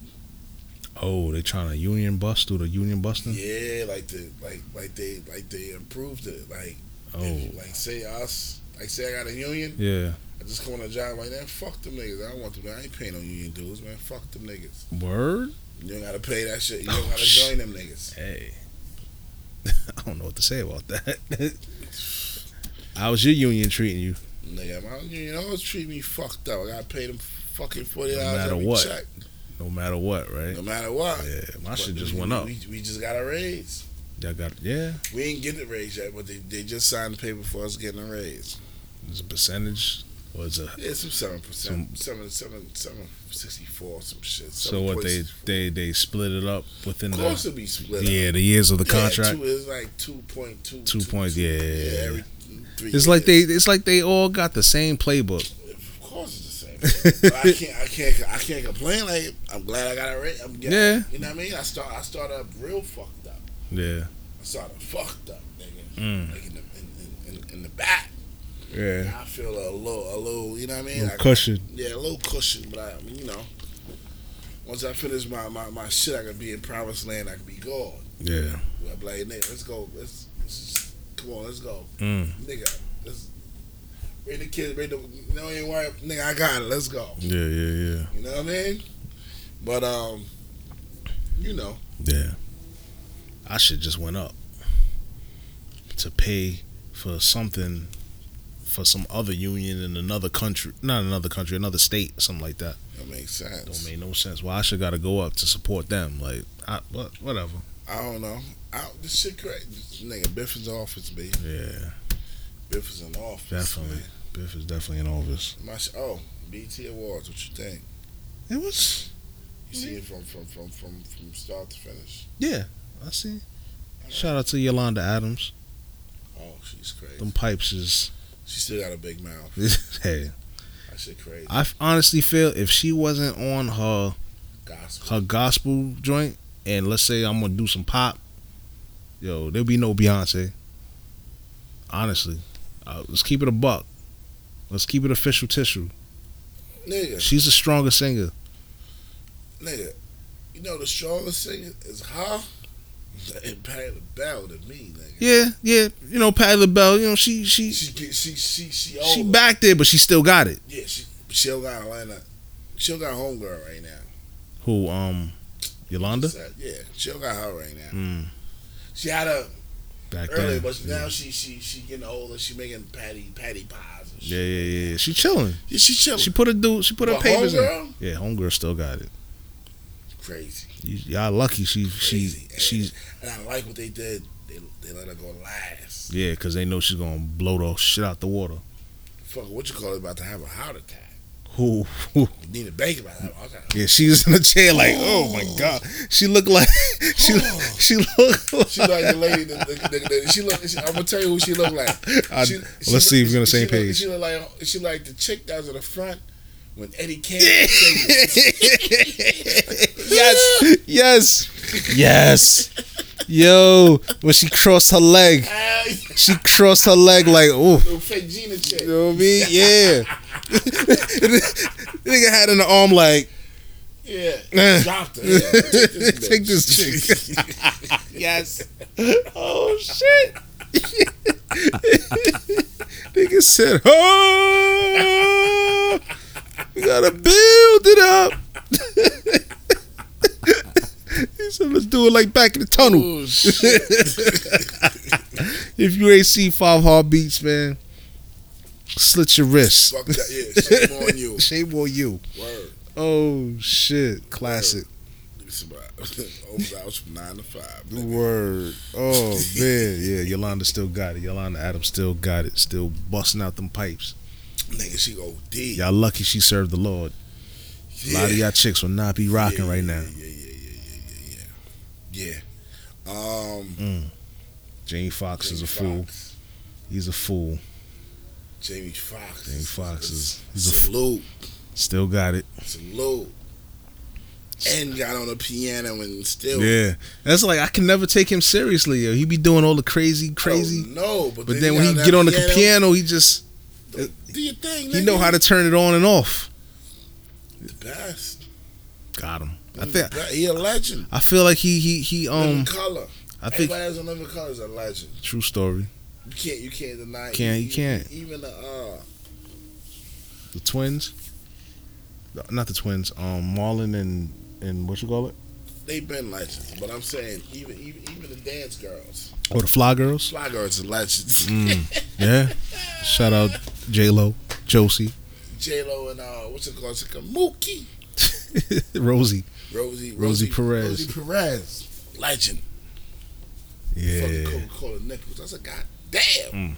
Speaker 2: Oh, they trying to union bust through the union busting.
Speaker 3: Yeah, like the like like they like they improved it. Like
Speaker 2: Oh,
Speaker 3: if, like say us like say I got a union,
Speaker 2: yeah.
Speaker 3: I just come on a job like that. Fuck them niggas. I don't want them. I ain't paying no union dues, man. Fuck them niggas.
Speaker 2: Word.
Speaker 3: You don't gotta pay that shit. You
Speaker 2: Oh,
Speaker 3: don't gotta
Speaker 2: shit.
Speaker 3: join them niggas.
Speaker 2: Hey, I don't know what to say about that. How's your union treating you?
Speaker 3: Nigga, my union always treat me fucked up. I gotta pay them fucking forty
Speaker 2: No
Speaker 3: dollars
Speaker 2: matter
Speaker 3: every
Speaker 2: what.
Speaker 3: check,
Speaker 2: No matter what, right?
Speaker 3: no matter what.
Speaker 2: Yeah, my
Speaker 3: But
Speaker 2: shit just
Speaker 3: we-
Speaker 2: went up.
Speaker 3: We, we just got a raise.
Speaker 2: Y'all got yeah.
Speaker 3: We ain't get a raise yet, but they, they just signed the paper for us getting a raise.
Speaker 2: It's a percentage. Was a
Speaker 3: Yeah, some seven percent, seven, seven, seven sixty-four, some shit.
Speaker 2: so what they
Speaker 3: 7.64.
Speaker 2: they they split it up within
Speaker 3: Of course
Speaker 2: the
Speaker 3: it'll be split.
Speaker 2: yeah the years of the
Speaker 3: up.
Speaker 2: contract.
Speaker 3: Yeah, two is like two point two.
Speaker 2: Two points, yeah.
Speaker 3: every three
Speaker 2: It's like they
Speaker 3: years.
Speaker 2: it's like they all got the same playbook.
Speaker 3: Of course, it's the same. but I can't, I can't, I can't complain. Like I'm glad I got it right. I'm getting,
Speaker 2: Yeah.
Speaker 3: You know what I mean? I start, I started up real fucked up.
Speaker 2: Yeah,
Speaker 3: I started fucked up, nigga.
Speaker 2: Mm.
Speaker 3: Like in the, in, in, in, in the back.
Speaker 2: yeah.
Speaker 3: I feel a little, a little. You know what I mean?
Speaker 2: Little
Speaker 3: I-
Speaker 2: cushion.
Speaker 3: Yeah, a little cushion, but I, you know, once I finish my, my, my shit, I could be in promised land. I could be gone.
Speaker 2: Yeah.
Speaker 3: I'm like, nigga, let's go. Let's, let's just, come on, let's go,
Speaker 2: Mm.
Speaker 3: nigga. Let's bring the kids. Bring the no, ain't worry, nigga. I got it. Let's go.
Speaker 2: Yeah, yeah, yeah,
Speaker 3: You know what I mean? But um, you know,
Speaker 2: yeah. I should just went up to pay for something for some other union in another country, not another country, another state, something like that.
Speaker 3: That makes sense.
Speaker 2: Don't make no sense. Why I should gotta go up to support them? Like, I, what- whatever.
Speaker 3: I don't know. I, this shit crazy. This nigga, Biff is in office, B.
Speaker 2: Yeah,
Speaker 3: Biff is in office.
Speaker 2: definitely.
Speaker 3: man.
Speaker 2: Biff is definitely in office.
Speaker 3: My sh- oh, BT Awards. What you think?
Speaker 2: It was.
Speaker 3: You see it from from from from from start to finish.
Speaker 2: Yeah, I see. Shout out to Yolanda Adams.
Speaker 3: Oh, she's crazy.
Speaker 2: Them pipes is.
Speaker 3: She still got a big mouth.
Speaker 2: hey,
Speaker 3: That shit crazy.
Speaker 2: I f- honestly feel if she wasn't on her
Speaker 3: Gospel.
Speaker 2: her gospel joint, and let's say I'm gonna do some pop, yo, there'll be no Beyonce. Honestly, uh, let's keep it a buck. Let's keep it official tissue.
Speaker 3: Nigga,
Speaker 2: She's a stronger singer.
Speaker 3: nigga. You know the strongest singer is her and Patty LaBelle to me, nigga.
Speaker 2: Yeah, yeah. You know, Patti LaBelle. You know, she she
Speaker 3: She get she she she old.
Speaker 2: she back there, but she still got it.
Speaker 3: Yeah, she she'll got Atlanta. She'll got homegirl right now.
Speaker 2: Who um, Yolanda
Speaker 3: So, yeah, she'll got her right now.
Speaker 2: Mm.
Speaker 3: She had a
Speaker 2: back
Speaker 3: earlier,
Speaker 2: there.
Speaker 3: but now
Speaker 2: yeah.
Speaker 3: she she she getting older. She making patty patty pies. And
Speaker 2: yeah,
Speaker 3: shit.
Speaker 2: yeah, yeah. She chilling.
Speaker 3: Yeah, she chilling.
Speaker 2: She put her dude. She put her
Speaker 3: But
Speaker 2: papers in.
Speaker 3: homegirl?
Speaker 2: Yeah, homegirl still got it.
Speaker 3: crazy,
Speaker 2: Y- y'all lucky she
Speaker 3: crazy. eh.
Speaker 2: she she's
Speaker 3: and, and I like what they did. They they let her go last.
Speaker 2: Yeah, because they know she's gonna blow the shit out the water.
Speaker 3: Fuck, what you call it? About to have a heart attack.
Speaker 2: Who? who-
Speaker 3: Nina Baker about to have a heart attack.
Speaker 2: Yeah, she was in the chair like, oh my god, she looked like she she looked. Like,
Speaker 3: Oh. She like the lady. The, the, the, the, she look. She, I'm gonna tell you who she look like.
Speaker 2: I-
Speaker 3: She-
Speaker 2: let's
Speaker 3: she
Speaker 2: see if we're on the
Speaker 3: she
Speaker 2: same
Speaker 3: look-
Speaker 2: page.
Speaker 3: She look like she like the chick that was in the front when Eddie came.
Speaker 2: yes, yes, yes. Yo, when she crossed her leg, she crossed her leg like, oh,
Speaker 3: Little fake Gina chick.
Speaker 2: you know what I mean? Yeah. Nigga had in the arm like,
Speaker 3: Yeah, dropped her. Yeah.
Speaker 2: take this chick. yes. Oh shit. Nigga said, "Oh, we gotta build it up." he said, "Let's do it like back in the tunnel."
Speaker 3: Oh, shit.
Speaker 2: If you ain't seen Five Heartbeats, man, slit your wrist.
Speaker 3: Fuck that. Yeah, shame on you.
Speaker 2: Shame on you.
Speaker 3: Word.
Speaker 2: Oh shit, classic.
Speaker 3: It's about over hours from nine to five. nigga.
Speaker 2: Word. Oh man, yeah. Yolanda still got it. Yolanda Adams still got it. Still busting out them pipes.
Speaker 3: Nigga, she go deep.
Speaker 2: Y'all lucky she served the Lord. A lot of y'all chicks will not be rocking
Speaker 3: yeah,
Speaker 2: right
Speaker 3: yeah,
Speaker 2: now.
Speaker 3: Yeah, yeah, yeah, yeah, yeah, yeah. Yeah. Um,
Speaker 2: Jamie Foxx is a fool.
Speaker 3: Foxx.
Speaker 2: He's a fool.
Speaker 3: Jamie Foxx.
Speaker 2: Jamie Foxx is he's a f-
Speaker 3: salute,
Speaker 2: still got it.
Speaker 3: salute. And got on the piano and still
Speaker 2: Yeah, that's like I can never take him seriously. Yo. He be doing all the crazy, crazy.
Speaker 3: No, but,
Speaker 2: But then when he get on the piano, he just
Speaker 3: do your thing.
Speaker 2: he know how to turn it on and off.
Speaker 3: the best.
Speaker 2: Got him. I
Speaker 3: Mm.
Speaker 2: think
Speaker 3: he a legend.
Speaker 2: I feel like he he he um
Speaker 3: Living color.
Speaker 2: I think
Speaker 3: Everybody that's on living color is a legend.
Speaker 2: true story.
Speaker 3: You can't you can't deny it.
Speaker 2: Can't- you
Speaker 3: Even-
Speaker 2: can't.
Speaker 3: Even the uh
Speaker 2: the twins, No, not the twins. Um, Marlon and and what you call it?
Speaker 3: they been legends, but I'm saying even even even the dance girls.
Speaker 2: Oh, the Fly Girls.
Speaker 3: Fly girls are legends.
Speaker 2: Mm. Yeah. Shout out J Lo, Josie,
Speaker 3: J Lo and uh what's it called? It's like a Mookie.
Speaker 2: Rosie.
Speaker 3: Rosie,
Speaker 2: Rosie Perez.
Speaker 3: Rosie Perez. Legend.
Speaker 2: Yeah. Mm.
Speaker 3: Fucking Coca Cola Nichols. I said, God damn.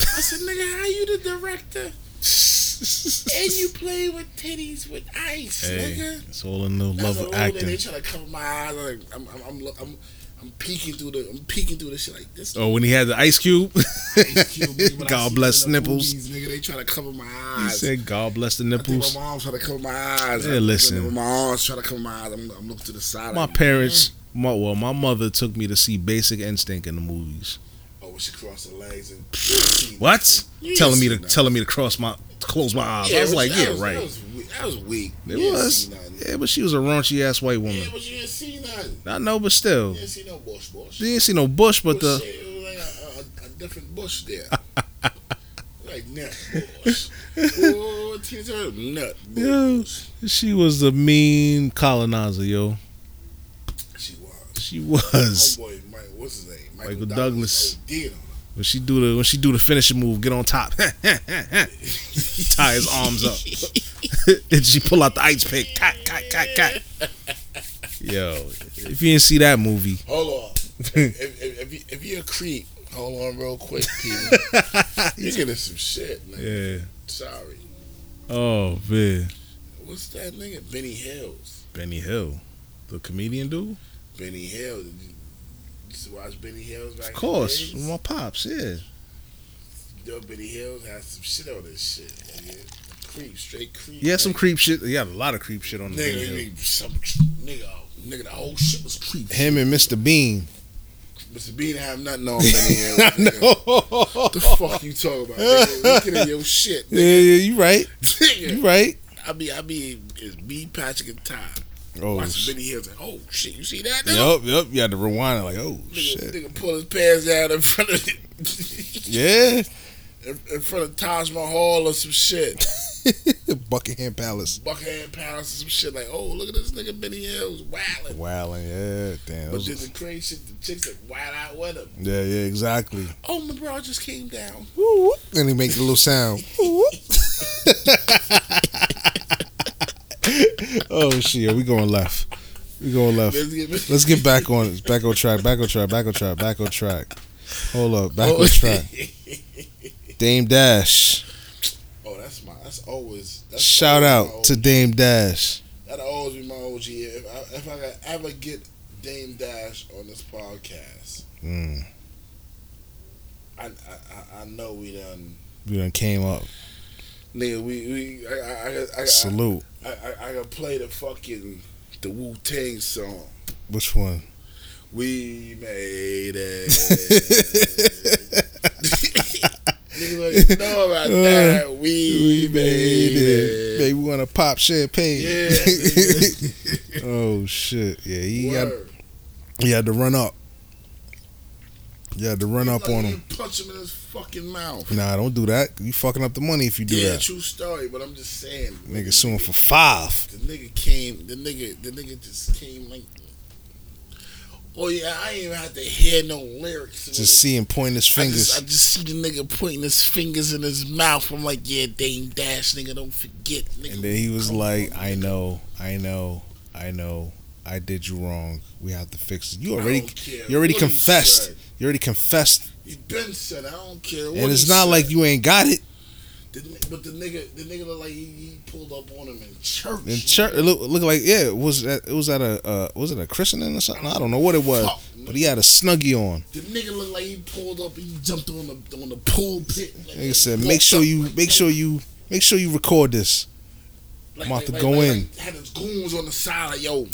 Speaker 3: I said, nigga, how you the director and you play with titties with ice,
Speaker 2: Hey,
Speaker 3: nigga?
Speaker 2: it's all in the
Speaker 3: That's
Speaker 2: love
Speaker 3: a
Speaker 2: of
Speaker 3: old nigga. They
Speaker 2: acting.
Speaker 3: trying to cover my eyes. Like, I'm, I'm, I'm, look- I'm, I'm peeking through the, I'm peeking through this shit like this.
Speaker 2: Oh, when he had the ice cube.
Speaker 3: Ice Cube, nigga, when I
Speaker 2: God
Speaker 3: see
Speaker 2: bless
Speaker 3: it in the
Speaker 2: nipples.
Speaker 3: movies, nigga, they trying to cover my
Speaker 2: He
Speaker 3: eyes.
Speaker 2: said, "God bless the
Speaker 3: I think
Speaker 2: nipples."
Speaker 3: my mom's trying to cover my eyes.
Speaker 2: Yeah,
Speaker 3: I'm
Speaker 2: listen.
Speaker 3: looking at My mom's trying to cover my eyes. I'm, I'm looking to the side.
Speaker 2: My
Speaker 3: like,
Speaker 2: parents.
Speaker 3: Mm.
Speaker 2: My, well, my mother took me to see Basic Instinct in the movies.
Speaker 3: Oh, when she crossed her legs and
Speaker 2: What?
Speaker 3: You ain't
Speaker 2: telling me to
Speaker 3: seen that.
Speaker 2: telling me to cross my to close my eyes. I was
Speaker 3: but
Speaker 2: like,
Speaker 3: that
Speaker 2: yeah,
Speaker 3: was-
Speaker 2: right.
Speaker 3: That was, we- that was weak.
Speaker 2: It
Speaker 3: You ain't
Speaker 2: was.
Speaker 3: seen nothing.
Speaker 2: Yeah, but she was a raunchy ass white woman.
Speaker 3: Yeah, but you didn't see nothing.
Speaker 2: I know, but still.
Speaker 3: You didn't see no bush, bush.
Speaker 2: You didn't see no bush, but
Speaker 3: Bush,
Speaker 2: the
Speaker 3: shit, it was like a, a, a different bush there. like nut bush. oh, Tina Turner, nut bush.
Speaker 2: she was the mean colonizer, yo.
Speaker 3: She was.
Speaker 2: She was.
Speaker 3: Homeboy, Mike, what's his name?
Speaker 2: Michael Douglas.
Speaker 3: oh, did on her.
Speaker 2: When she do the when she do the finishing move, get on top, tie his arms up, and she pull out the ice pick. Cat, cat, cat, cat. Yo, if you didn't see that movie,
Speaker 3: Hold on. if, if, if, you, if you're a creep, hold on real quick, Peter. you're getting some shit, man.
Speaker 2: yeah.
Speaker 3: Sorry.
Speaker 2: Oh man,
Speaker 3: What's that nigga? Benny Hills.
Speaker 2: Benny Hill, the comedian dude.
Speaker 3: Benny Hills. Did you used to watch Benny Hills back
Speaker 2: Of course,
Speaker 3: in the days?
Speaker 2: my pops. Yeah.
Speaker 3: Yo, Benny Hills has some shit on this shit, nigga. Creep, straight creep.
Speaker 2: Yeah, some
Speaker 3: nigga.
Speaker 2: creep shit. Yeah, a lot of creep shit on the
Speaker 3: Nigga,
Speaker 2: video.
Speaker 3: nigga, some nigga, nigga, the whole shit was creep.
Speaker 2: Him and Mr. Bean.
Speaker 3: Mr. Bean have nothing on Benny Hills. nigga.
Speaker 2: no.
Speaker 3: What the fuck you talking about? Nigga, looking at your shit,
Speaker 2: Yeah,
Speaker 3: nigga.
Speaker 2: yeah, you right. You
Speaker 3: Nigga,
Speaker 2: right.
Speaker 3: I be, I be, it's me, Patrick, and Ty.
Speaker 2: Oh,
Speaker 3: Watch
Speaker 2: sh-
Speaker 3: the video, like, oh shit, you see that? Nigga?
Speaker 2: yep, yep. You had to rewind it like, oh
Speaker 3: Nigga,
Speaker 2: shit.
Speaker 3: nigga pull his pants down in front of in,
Speaker 2: Yeah.
Speaker 3: in front of Taj Mahal or some shit,
Speaker 2: Buckingham Palace.
Speaker 3: Buckingham Palace or some shit. Like, oh look at this nigga Benny Hills wilding.
Speaker 2: Wilding, yeah, damn.
Speaker 3: But
Speaker 2: those-
Speaker 3: then the crazy shit, the chicks like wild out with him.
Speaker 2: yeah, yeah, exactly.
Speaker 3: Oh my bra just came down.
Speaker 2: Woo, whoop. And he makes a little sound. Woo, whoop. oh shit, we going left. We going left.
Speaker 3: Let's get Mr.
Speaker 2: Let's get back on back on track, back on track, back on track, back on track. Hold up, back on track. Dame Dash.
Speaker 3: Oh, that's my. That's always. That's
Speaker 2: Shout
Speaker 3: always my
Speaker 2: out to Dame Dash.
Speaker 3: That'll always be my OG. If I, if I could ever get Dame Dash on this podcast,
Speaker 2: Mm,
Speaker 3: I I, I, I know we done.
Speaker 2: we done came up.
Speaker 3: Nigga, we we I I I, I, I,
Speaker 2: Salute.
Speaker 3: I, I, I can play the fucking the Wu Tang song.
Speaker 2: Which one?
Speaker 3: We made it. Niggas don't know about that. We,
Speaker 2: Uh, We made it.
Speaker 3: it.
Speaker 2: Baby, we want to pop champagne.
Speaker 3: Yeah, nigga.
Speaker 2: oh shit. Yeah, he had,
Speaker 3: Word.
Speaker 2: he had to run up. You had to run up
Speaker 3: Like,
Speaker 2: on
Speaker 3: you
Speaker 2: him.
Speaker 3: Punch him in his fucking mouth.
Speaker 2: Nah, don't do that. You fucking up the money if you do
Speaker 3: Yeah,
Speaker 2: that.
Speaker 3: true story. But I'm just saying,
Speaker 2: Nigga suing for five.
Speaker 3: The nigga came. The nigga. The nigga just came like. Oh yeah, I ain't even have to hear no lyrics. with
Speaker 2: Just
Speaker 3: it.
Speaker 2: see him pointing his
Speaker 3: I
Speaker 2: fingers.
Speaker 3: just, I just see the nigga pointing his fingers in his mouth. I'm like, yeah, Dame Dash, nigga, don't forget, nigga.
Speaker 2: And then he was
Speaker 3: Come
Speaker 2: like,
Speaker 3: on,
Speaker 2: I
Speaker 3: nigga.
Speaker 2: know, I know, I know, I did you wrong. We have to fix it. You
Speaker 3: I
Speaker 2: already
Speaker 3: don't care
Speaker 2: you already
Speaker 3: what he
Speaker 2: confessed.
Speaker 3: said.
Speaker 2: You already confessed.
Speaker 3: He been said, I don't care. What
Speaker 2: And it's not like you ain't got it.
Speaker 3: but the nigga, the nigga look like he, he pulled up on him in church.
Speaker 2: And church it look, look like yeah, it was at, it was at a uh, was it a christening or something? I don't know what it was.
Speaker 3: Fuck.
Speaker 2: But he had a snuggie on.
Speaker 3: The nigga looked like he pulled up and he jumped on the on the pulpit. Like,
Speaker 2: He said, Make sure you make sure you make sure you record this. I'm about to go in.
Speaker 3: had his goons on the side, like, yo.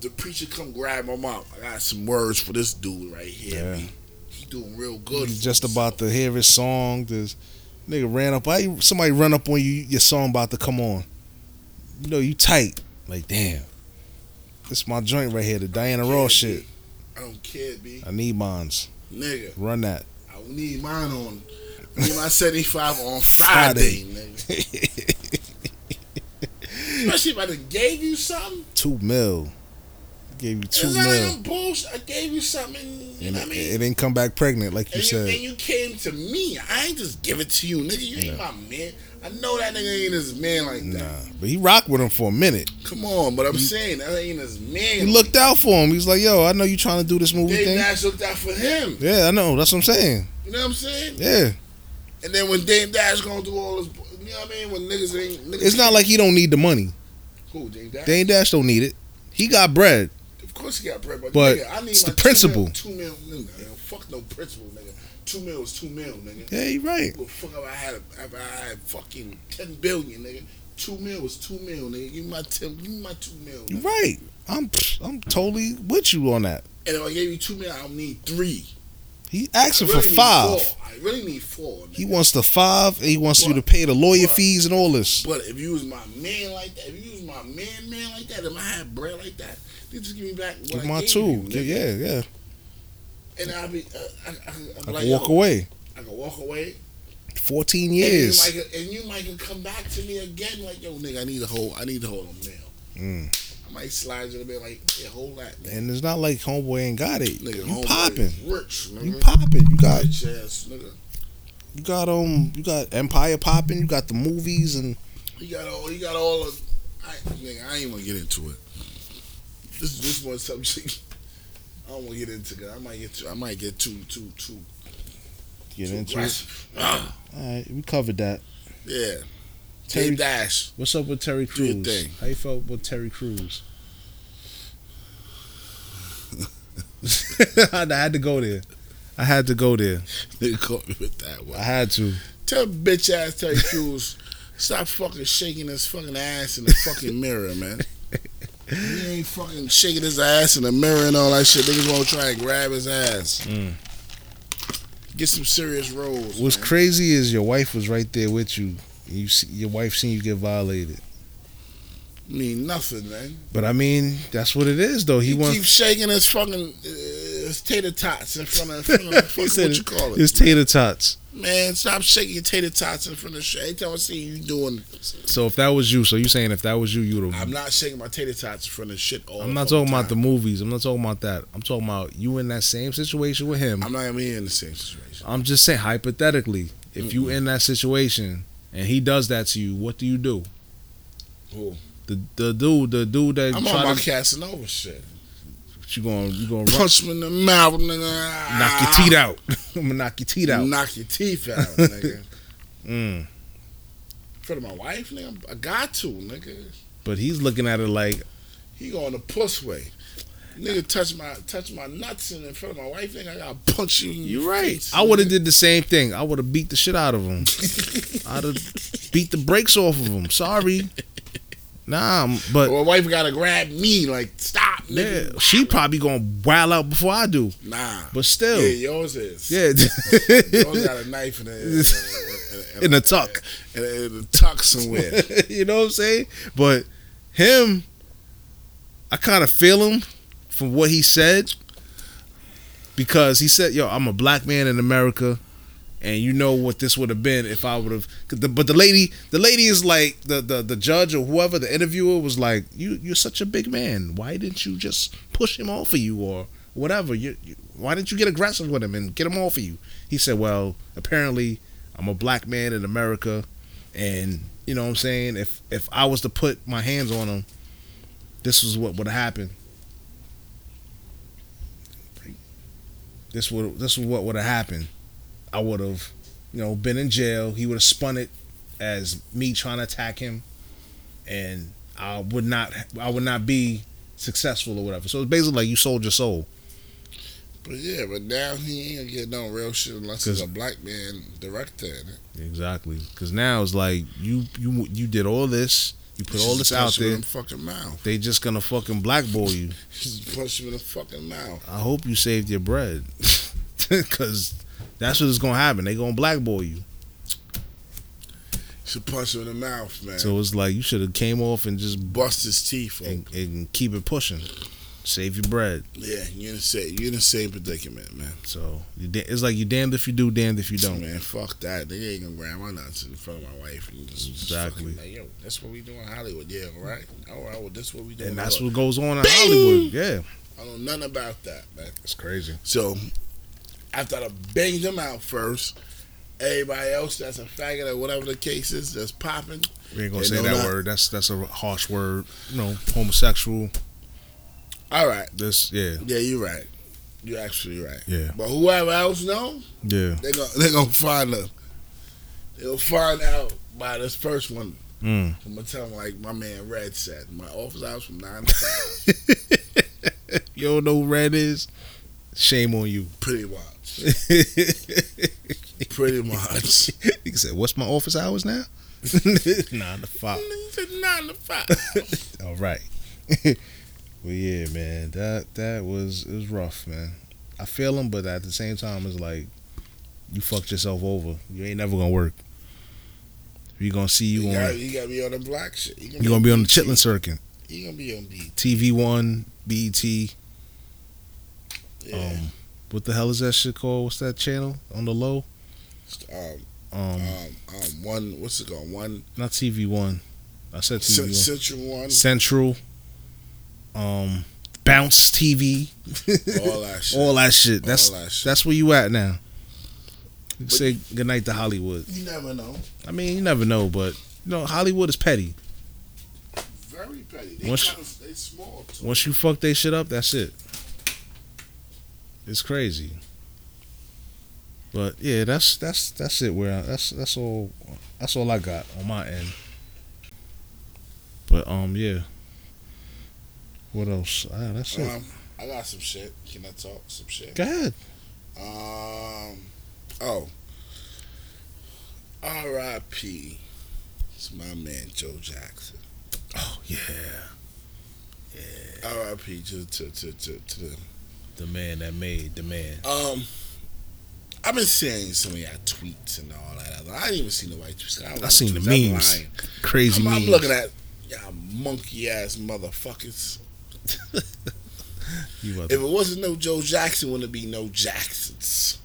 Speaker 3: The preacher come grab him up. I got some words for this dude right here.
Speaker 2: Yeah.
Speaker 3: man. He doing real good.
Speaker 2: He's
Speaker 3: for
Speaker 2: just
Speaker 3: himself.
Speaker 2: about to hear his song. This nigga ran up. I somebody run up on you. Your song about to come on. You know you tight. Like damn, this my joint right here. The Diana
Speaker 3: Yeah,
Speaker 2: Ross
Speaker 3: B.
Speaker 2: shit.
Speaker 3: I don't care, B.
Speaker 2: I need mines.
Speaker 3: Nigga,
Speaker 2: Run that.
Speaker 3: I need mine on. I need my 75 on
Speaker 2: Friday.
Speaker 3: Friday, nigga. Especially if I done gave you something.
Speaker 2: Two mil. Gave you two
Speaker 3: it's
Speaker 2: mil.
Speaker 3: not like I'm bullshit. I gave you something. You
Speaker 2: and
Speaker 3: know what
Speaker 2: it,
Speaker 3: I mean?
Speaker 2: it didn't come back pregnant like you
Speaker 3: And you,
Speaker 2: said.
Speaker 3: and you came to me. I ain't just give it to you, nigga. You ain't my man. I know that nigga ain't his man like
Speaker 2: nah,
Speaker 3: that.
Speaker 2: but he rocked with him for a minute.
Speaker 3: Come on, but I'm saying that ain't his
Speaker 2: He
Speaker 3: man.
Speaker 2: looked out for him. He's like, yo, I know you trying to do this movie
Speaker 3: Dave
Speaker 2: thing.
Speaker 3: Dash looked out for him.
Speaker 2: Yeah, I know. That's what I'm saying.
Speaker 3: You know what I'm saying?
Speaker 2: Yeah,
Speaker 3: And then when Dame Dash gonna do all this, you know what I mean? When niggas ain't, niggas
Speaker 2: it's not like he don't need the money.
Speaker 3: who Dame Dash.
Speaker 2: Dane Dash don't need it. He got bread.
Speaker 3: of course he got bread, but,
Speaker 2: But
Speaker 3: nigga, I need
Speaker 2: it's
Speaker 3: my
Speaker 2: the principle.
Speaker 3: Two mil, two mil nigga. Fuck no principle, nigga. Two mil is two mil, nigga.
Speaker 2: Yeah, you right.
Speaker 3: Well, fuck if I had a, if I had fucking ten billion, nigga. Two mil is two mil, nigga. Give me my ten, give me my two mil.
Speaker 2: You
Speaker 3: Nigga.
Speaker 2: right. I'm pfft, I'm totally with you on that.
Speaker 3: And if I gave you two mil, I'll need three.
Speaker 2: He
Speaker 3: I
Speaker 2: asking for
Speaker 3: really need
Speaker 2: five.
Speaker 3: four. I really need four.
Speaker 2: He
Speaker 3: Nigga.
Speaker 2: wants the five. And he wants you to pay the lawyer
Speaker 3: But-
Speaker 2: fees and all this.
Speaker 3: But if you was my man like that, if you was my man, man like that, if I had bread like that, they just give me back what
Speaker 2: Give
Speaker 3: I
Speaker 2: my
Speaker 3: gave
Speaker 2: two.
Speaker 3: you,
Speaker 2: Yeah,
Speaker 3: nigga.
Speaker 2: yeah, yeah.
Speaker 3: And I'd be, uh, I, I,
Speaker 2: I
Speaker 3: I'd be
Speaker 2: can
Speaker 3: like,
Speaker 2: walk
Speaker 3: yo,
Speaker 2: away.
Speaker 3: I can walk away.
Speaker 2: Fourteen
Speaker 3: And you might
Speaker 2: years.
Speaker 3: could- and you might could come back to me again like, yo, nigga, I need a whole, I need a whole meal.
Speaker 2: Mm.
Speaker 3: I might slide you a bit like, yeah, hold that.
Speaker 2: And it's not like homeboy ain't got it.
Speaker 3: Nigga,
Speaker 2: you
Speaker 3: homeboy Mm-hmm.
Speaker 2: popping.
Speaker 3: is Rich, nigga.
Speaker 2: You popping. You got
Speaker 3: Rich ass, nigga.
Speaker 2: you got um you got Empire popping. You got the movies and
Speaker 3: He got all. He got all of. I, nigga, I ain't gonna get into it. This this one subject. I don't want to get into. 'cause I might get. Too, I might get too too too.
Speaker 2: get
Speaker 3: too
Speaker 2: into it.
Speaker 3: aggressive. Ah,
Speaker 2: All right, we covered that.
Speaker 3: yeah.
Speaker 2: Terry-
Speaker 3: Tay Dash.
Speaker 2: What's up with Terry
Speaker 3: Do your
Speaker 2: Crews?
Speaker 3: thing.
Speaker 2: How you felt with Terry Crews? I had to go there. I had to go there.
Speaker 3: Nigga caught me with that
Speaker 2: I
Speaker 3: one.
Speaker 2: had to.
Speaker 3: Tell bitch ass Terry Crews. Stop fucking shaking his fucking ass in the fucking mirror, man. He ain't fucking shaking his ass in the mirror and all that shit. Niggas wanna try and grab his ass.
Speaker 2: Mm.
Speaker 3: Get some serious roles.
Speaker 2: What's
Speaker 3: man.
Speaker 2: crazy is your wife was right there with you. You see, your wife seen you get violated.
Speaker 3: mean nothing, man.
Speaker 2: But I mean, that's what it is, though. He,
Speaker 3: He,
Speaker 2: wants.
Speaker 3: keeps shaking his fucking uh, his tater tots in front of, in front of the fucking, what you call it.
Speaker 2: It's tater tots.
Speaker 3: man, stop shaking your tater tots in front of the shit. Every time I see you doing
Speaker 2: So if that was you, so you saying if that was you, you would have.
Speaker 3: I'm not shaking my tater tots in front of shit all
Speaker 2: I'm not talking about the movies. I'm not talking about that. I'm talking about you in that same situation with him.
Speaker 3: I'm not gonna be in the same situation.
Speaker 2: I'm just saying hypothetically, if you in that situation and he does that to you, what do you do?
Speaker 3: Who?
Speaker 2: The the dude, the dude that
Speaker 3: I'm on
Speaker 2: try
Speaker 3: my
Speaker 2: to
Speaker 3: Casanova shit.
Speaker 2: you going you going run,
Speaker 3: Punch him in the mouth, nigga.
Speaker 2: knock your teeth out. I'm gonna knock your teeth out.
Speaker 3: Knock your teeth out, nigga.
Speaker 2: Mm.
Speaker 3: In front of my wife, nigga. I got to, nigga.
Speaker 2: But he's looking at it like
Speaker 3: He going the puss way. Nigga touch my touch my nuts and in front of my wife, nigga. I gotta punch you. in
Speaker 2: you
Speaker 3: your
Speaker 2: right.
Speaker 3: face,
Speaker 2: I would have
Speaker 3: nigga.
Speaker 2: did the same thing. I would have beat the shit out of him. I'd have beat the brakes off of him. Sorry. Nah, I'm- but
Speaker 3: My wife gotta grab me, like stop,
Speaker 2: yeah,
Speaker 3: nigga.
Speaker 2: she probably gonna wild out before I do.
Speaker 3: Nah.
Speaker 2: But
Speaker 3: yeah,
Speaker 2: still,
Speaker 3: yours is.
Speaker 2: yeah,
Speaker 3: Yours got a knife in the
Speaker 2: in the tuck.
Speaker 3: in a, in a tuck somewhere.
Speaker 2: you know what I'm saying? But him, I kind of feel him from what he said because he said, "Yo, I'm a black man in America." And you know what this would have been if I would have, but the lady, the lady is like the, the the judge or whoever the interviewer was like, you you're such a big man. Why didn't you just push him off of you or whatever? You, you why didn't you get aggressive with him and get him off of you? He said, well, apparently I'm a black man in America, and you know what I'm saying? If if I was to put my hands on him, this was what would happen. This would this was what would have happened. I would have, you know, been in jail. He would have spun it as me trying to attack him, and I would not I would not be successful or whatever. So it's basically like you sold your soul.
Speaker 3: but yeah, but now he ain't gonna get no real shit unless he's a black man director in it.
Speaker 2: Exactly, because now it's like you you you did all this. You put all this
Speaker 3: Just
Speaker 2: out
Speaker 3: punch him
Speaker 2: there.
Speaker 3: in the fucking mouth.
Speaker 2: They just gonna fucking blackball you.
Speaker 3: Just punch him in the fucking mouth.
Speaker 2: I hope you saved your bread, because that's what's gonna happen. They gonna blackball you.
Speaker 3: Should punch him in the mouth, man.
Speaker 2: So it's like you should have came off and just
Speaker 3: Bust his teeth. open.
Speaker 2: and, and keep it pushing. Save your bread.
Speaker 3: Yeah, you in the same you in the same predicament, man.
Speaker 2: So you da- it's like you damned if you do, damned if you don't.
Speaker 3: man, fuck that. They ain't gonna grab my nuts in front of my wife. And just,
Speaker 2: Exactly.
Speaker 3: fucking Like, Yo, that's what we do in Hollywood. Yeah, all right. All right. Well, that's what we do.
Speaker 2: And
Speaker 3: in
Speaker 2: that's
Speaker 3: Hollywood.
Speaker 2: what goes on in Hollywood. Yeah,
Speaker 3: I don't know nothing about that, man.
Speaker 2: it's crazy.
Speaker 3: So after I banged them out first, everybody else that's a faggot or whatever the case is that's popping.
Speaker 2: We ain't gonna
Speaker 3: They
Speaker 2: say
Speaker 3: know
Speaker 2: that
Speaker 3: that.
Speaker 2: word. That's that's a harsh word. You know, homosexual.
Speaker 3: All right.
Speaker 2: This, yeah,
Speaker 3: Yeah, you're right. You're actually right.
Speaker 2: Yeah.
Speaker 3: But whoever else know,
Speaker 2: yeah.
Speaker 3: they gonna they gonna find them. They'll find out by this first one.
Speaker 2: Mm.
Speaker 3: I'm gonna tell them like my man Red said. My office hours from nine to five.
Speaker 2: you don't know who Red is. Shame on you.
Speaker 3: Pretty much.
Speaker 2: he
Speaker 3: Pretty much.
Speaker 2: said, "What's my office hours now?" Nine to five.
Speaker 3: Nigga said nine to five.
Speaker 2: All right. well, yeah, man. That that was it was rough, man. I feel him, but at the same time, it's like you fucked yourself over. You ain't never gonna work. You gonna see you
Speaker 3: You gotta,
Speaker 2: on.
Speaker 3: you gotta be on the black shit. You
Speaker 2: You gonna be on the Chitlin circuit,
Speaker 3: You gonna be on beat.
Speaker 2: TV One, BET.
Speaker 3: Yeah.
Speaker 2: Um, what the hell is that shit called? What's that channel on the low?
Speaker 3: Um, um,
Speaker 2: Um,
Speaker 3: um, one. What's it called? One
Speaker 2: not TV One. I said
Speaker 3: Cen-
Speaker 2: TV One.
Speaker 3: central one.
Speaker 2: Central. um, Bounce TV,
Speaker 3: all that Oh, shit.
Speaker 2: all that shit. That's
Speaker 3: that shit.
Speaker 2: that's where you at now. You say goodnight to Hollywood.
Speaker 3: you never know.
Speaker 2: I mean, you never know, but you know, Hollywood is petty.
Speaker 3: Very petty. They,
Speaker 2: Once-
Speaker 3: kinda, they small too.
Speaker 2: Once you fuck they shit up, that's it. It's crazy. But yeah, that's that's that's it. Where I, that's that's all that's all I got on my end. But um, yeah. What else? Ah, that's it.
Speaker 3: Um, I got some shit. Can I talk some shit?
Speaker 2: Go ahead.
Speaker 3: Um. Oh. R.I.P. It's my man Joe Jackson.
Speaker 2: Oh yeah,
Speaker 3: R.I.P. To to to to, to them.
Speaker 2: the man that made the man.
Speaker 3: Um. I've been seeing some of y'all tweets and all that. I didn't even see the white tweets. don't
Speaker 2: I
Speaker 3: like
Speaker 2: seen the
Speaker 3: tweets. I'm
Speaker 2: memes.
Speaker 3: lying.
Speaker 2: Crazy
Speaker 3: I'm, I'm
Speaker 2: memes.
Speaker 3: looking at y'all monkey ass motherfuckers.
Speaker 2: you about
Speaker 3: If
Speaker 2: to,
Speaker 3: it wasn't no Joe Jackson, wouldn't it be no Jacksons?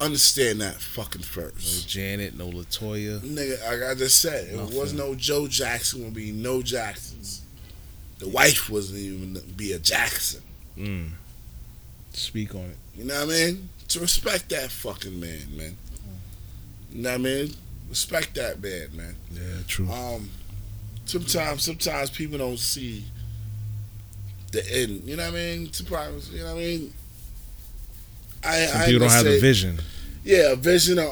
Speaker 3: Understand that fucking
Speaker 2: no
Speaker 3: first.
Speaker 2: Janet, no Latoya.
Speaker 3: Nigga, like I just said, if it was no Joe Jackson, would be no Jacksons. The wife wasn't even be a Jackson.
Speaker 2: Mm. Speak on it.
Speaker 3: You know what I mean? To respect that fucking man, man. You know what I mean? Respect that man, man.
Speaker 2: Yeah, true.
Speaker 3: Um, sometimes, sometimes people don't see the end. You know what I mean? Sometimes, you know what I mean. I,
Speaker 2: Some
Speaker 3: I
Speaker 2: people don't have the
Speaker 3: understand-
Speaker 2: vision.
Speaker 3: Yeah, a vision. I, I,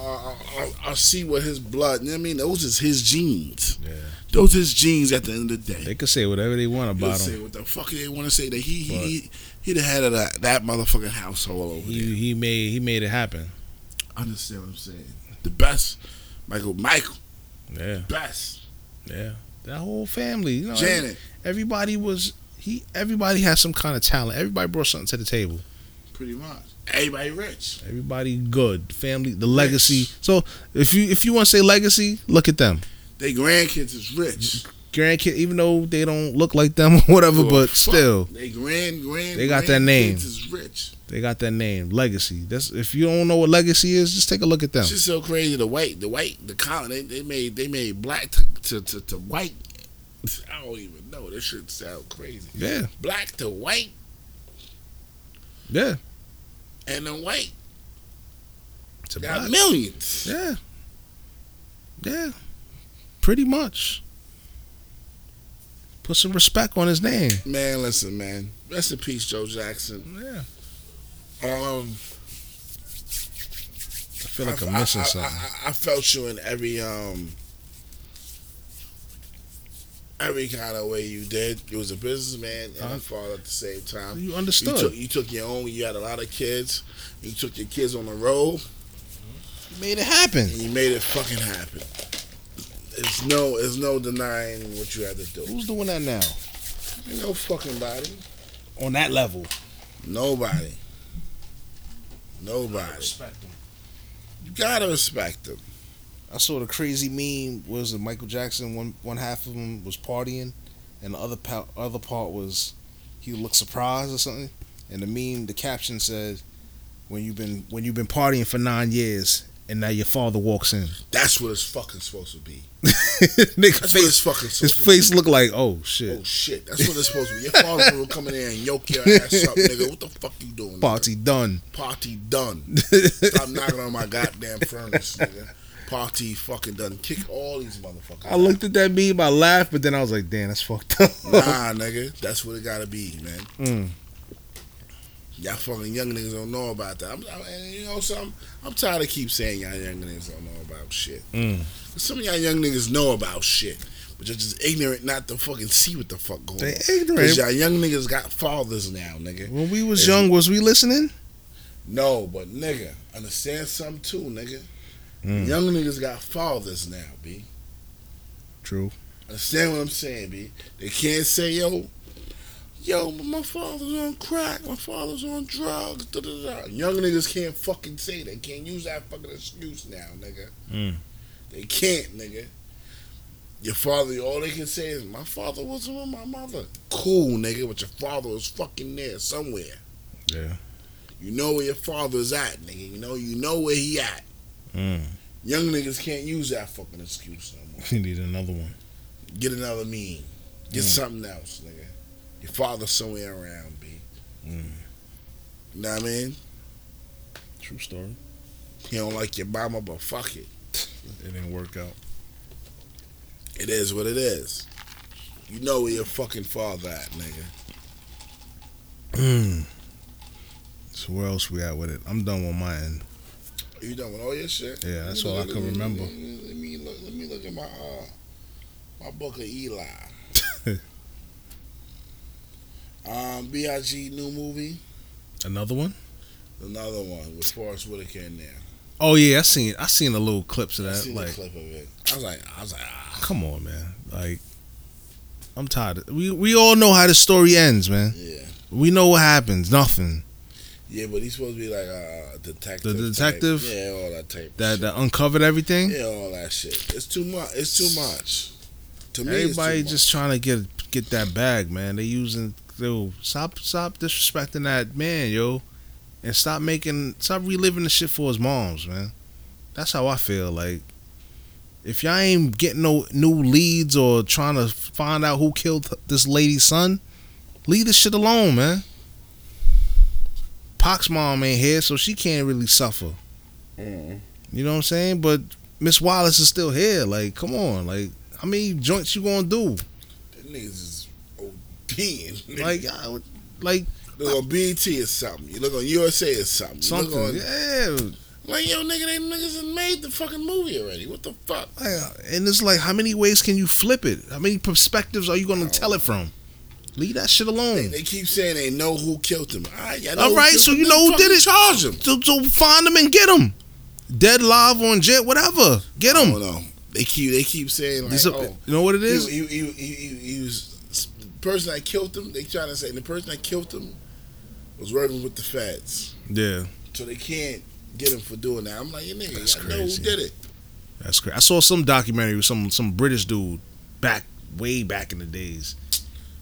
Speaker 3: I, I see what his blood. You know what I mean? Those is his genes.
Speaker 2: Yeah.
Speaker 3: Those is genes. At the end of the day,
Speaker 2: They could say whatever they want
Speaker 3: They'll
Speaker 2: about
Speaker 3: say
Speaker 2: him.
Speaker 3: what the fuck they want to say. That he he, he he the head of that that motherfucking household over there.
Speaker 2: He he made he made it happen.
Speaker 3: Understand what I'm saying? The best, Michael. Michael,
Speaker 2: Yeah,
Speaker 3: best.
Speaker 2: yeah. That whole family, you know,
Speaker 3: Janet,
Speaker 2: everybody was he. Everybody had some kind of talent. Everybody brought something to the table.
Speaker 3: pretty much. Everybody rich.
Speaker 2: Everybody good. Family, the legacy. So if you if you want to say legacy, look at them.
Speaker 3: They grandkids is rich.
Speaker 2: Grandkid, even though they don't look like them or whatever, but
Speaker 3: Fuck.
Speaker 2: still
Speaker 3: they grand grand.
Speaker 2: They got that name.
Speaker 3: grandkids Is rich.
Speaker 2: they got that name, legacy. That's if you don't know what legacy is, just take a look at them.
Speaker 3: It's just so crazy. The white, the white, the color. They, they made they made black to to, to, to white. I don't even know. This shit sound crazy.
Speaker 2: Yeah,
Speaker 3: Black to white
Speaker 2: yeah.
Speaker 3: and then white
Speaker 2: It's a
Speaker 3: got
Speaker 2: black.
Speaker 3: millions.
Speaker 2: Yeah. Yeah. Pretty much. Put some respect on his name.
Speaker 3: Man, listen, man. Rest in peace, Joe Jackson.
Speaker 2: Yeah.
Speaker 3: Um,
Speaker 2: I feel like I'm missing
Speaker 3: I,
Speaker 2: something.
Speaker 3: I, I, I felt you in every um every kind of way you did. You was a businessman and
Speaker 2: Huh?
Speaker 3: a father at the same time.
Speaker 2: you
Speaker 3: You
Speaker 2: understood.
Speaker 3: took, you took your own. You had a lot of kids. You took your kids on the road,
Speaker 2: made it happen.
Speaker 3: and you made it fucking happen. There's no, there's no denying what you had to do.
Speaker 2: Who's doing that now?
Speaker 3: Ain't no fucking body.
Speaker 2: On that level.
Speaker 3: Nobody. Nobody.
Speaker 2: Respect him.
Speaker 3: You gotta respect them.
Speaker 2: I saw the crazy meme what was it Michael Jackson one one half of him was partying and the other pa- other part was he looked surprised or something. And the meme the caption said when you've been when you've been partying for nine years and now your father walks in.
Speaker 3: That's what it's fucking supposed to be.
Speaker 2: Nigga
Speaker 3: That's what
Speaker 2: face
Speaker 3: it's fucking
Speaker 2: His
Speaker 3: supposed
Speaker 2: face looked like, oh
Speaker 3: to be. Oh
Speaker 2: shit,
Speaker 3: shit! That's what it's supposed to be. Your father will come in there and yoke your ass up, nigga. What the fuck you doing? nigga?
Speaker 2: party done.
Speaker 3: Party done. Stop knocking on my goddamn furnace, nigga. Party fucking done. Kick all these motherfuckers.
Speaker 2: I looked at that meme, I laughed, but then I was like, damn, that's fucked up.
Speaker 3: Nah, nigga, that's what it gotta be, man.
Speaker 2: Mm.
Speaker 3: Y'all fucking young niggas don't know about that. I'm, I'm- and you know something? I'm tired of keep saying y'all young niggas don't know about shit.
Speaker 2: Mm.
Speaker 3: Some of y'all young niggas know about shit, but you're just ignorant not to fucking see what the fuck going
Speaker 2: They
Speaker 3: on.
Speaker 2: ignorant.
Speaker 3: y'all young niggas got fathers now, nigga.
Speaker 2: When we was young, was we listening?
Speaker 3: No, but nigga, understand something too, nigga.
Speaker 2: Mm.
Speaker 3: Young niggas got fathers now, B.
Speaker 2: True.
Speaker 3: Understand what I'm saying, B? They can't say, yo, yo, my father's on crack, my father's on drugs, da da da. Young niggas can't fucking say that. Can't use that fucking excuse now, nigga.
Speaker 2: Mm.
Speaker 3: They can't, nigga. Your father, all they can say is, my father wasn't with my mother. Cool, nigga, but your father was fucking there somewhere.
Speaker 2: Yeah.
Speaker 3: You know where your father's at, nigga. You know, you know where he at.
Speaker 2: Mm.
Speaker 3: Young niggas can't use that fucking excuse no more.
Speaker 2: You need another one. Mm.
Speaker 3: Get another meme. Get something else, nigga. Your father's somewhere around, B.
Speaker 2: Mm.
Speaker 3: You know what I mean?
Speaker 2: True story.
Speaker 3: He don't like your mama, but fuck it.
Speaker 2: It didn't work out.
Speaker 3: It is what it is. You know where your fucking father at, nigga.
Speaker 2: Mm. So where else we at with it? I'm done with my end.
Speaker 3: You done with all your shit?
Speaker 2: Yeah, that's
Speaker 3: Let me
Speaker 2: all I
Speaker 3: look-
Speaker 2: can
Speaker 3: let me-
Speaker 2: remember.
Speaker 3: Let me, let me look. Let me look at my uh, my book of Eli. um, Big new movie,
Speaker 2: Another one?
Speaker 3: another one with Forrest Whitaker in there.
Speaker 2: Oh yeah, I seen I seen the little clips of
Speaker 3: I
Speaker 2: that.
Speaker 3: seen
Speaker 2: Like,
Speaker 3: the clip of it. I was like, I was like, ah,
Speaker 2: come on, man. Like, I'm tired. Of, we we all know how the story ends, man.
Speaker 3: yeah,
Speaker 2: We know what happens. Nothing.
Speaker 3: yeah. But he's supposed to be like uh, a detective.
Speaker 2: The
Speaker 3: type.
Speaker 2: detective?
Speaker 3: Yeah, all that type. of
Speaker 2: That
Speaker 3: shit.
Speaker 2: that uncovered everything.
Speaker 3: yeah, all that shit. It's too much. It's too much. To me, it's too
Speaker 2: Everybody
Speaker 3: much.
Speaker 2: just trying to get get that bag, man. They using yo, stop stop disrespecting that man, yo, and stop making stop reliving the shit for his moms, man. That's how I feel. Like if y'all ain't getting no new leads or trying to find out who killed this lady's son, leave this shit alone, man. Pac's mom ain't here, so she can't really suffer.
Speaker 3: Mm.
Speaker 2: You know what I'm saying? But Miss Wallace is still here. Like, come on, like. How many joints you gonna do?
Speaker 3: That niggas is ODing.
Speaker 2: Like, I, like
Speaker 3: Look on BET or something. You look on USA or something. You
Speaker 2: something.
Speaker 3: Look on,
Speaker 2: yeah.
Speaker 3: Like, yo, nigga, they niggas has made the fucking movie already. What the fuck?
Speaker 2: Like, uh, and it's like, how many ways can you flip it? How many perspectives are you going to tell it from? Leave that shit
Speaker 3: They,
Speaker 2: alone.
Speaker 3: they keep saying they know who killed him. All right, y'all know
Speaker 2: All
Speaker 3: who
Speaker 2: right,
Speaker 3: killed
Speaker 2: so
Speaker 3: him.
Speaker 2: you
Speaker 3: Then
Speaker 2: know who
Speaker 3: fucking
Speaker 2: did it.
Speaker 3: Charge him.
Speaker 2: So, so find them and get them. Dead, live, on jet, whatever. Get
Speaker 3: I
Speaker 2: them.
Speaker 3: don't know. They keep they keep saying like,
Speaker 2: These are-
Speaker 3: oh,
Speaker 2: you know what it
Speaker 3: he,
Speaker 2: is?
Speaker 3: he, he, he, he, he was the person that killed him. They trying to say the person that killed him was working with the feds,
Speaker 2: Yeah,
Speaker 3: so they can't get him for doing that. I'm like, you nigga,
Speaker 2: That's
Speaker 3: y'all know who
Speaker 2: crazy.
Speaker 3: did it.
Speaker 2: that's crazy. I saw some documentary with some some British dude back way back in the days.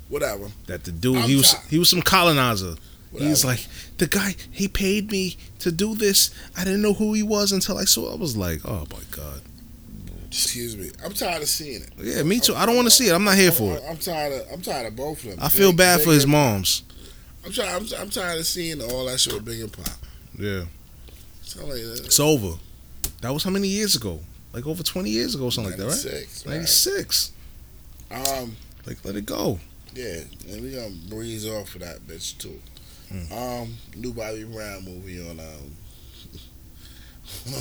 Speaker 3: Whatever.
Speaker 2: That the dude
Speaker 3: I'm
Speaker 2: he was
Speaker 3: tired.
Speaker 2: he was some colonizer.
Speaker 3: Whatever.
Speaker 2: He's like the guy he paid me to do this. I didn't know who he was until I saw. I was like, oh my god.
Speaker 3: Excuse me. I'm tired of seeing it.
Speaker 2: Yeah, me too. I don't want to see it. I'm not here for it.
Speaker 3: I'm tired of I'm tired of both of them.
Speaker 2: I feel
Speaker 3: Big-
Speaker 2: bad for
Speaker 3: Big
Speaker 2: his
Speaker 3: and-
Speaker 2: moms.
Speaker 3: I'm tired. I'm, I'm tired of seeing all that shit with Big and Pop.
Speaker 2: Yeah,
Speaker 3: Something like that.
Speaker 2: it's over. That was how many years ago? Like over 20 years ago, something like that, right?
Speaker 3: 96,
Speaker 2: 96.
Speaker 3: right? Um,
Speaker 2: Like, let it go.
Speaker 3: yeah, and we gonna breeze off of that bitch too.
Speaker 2: Hmm.
Speaker 3: Um, new Bobby Brown movie on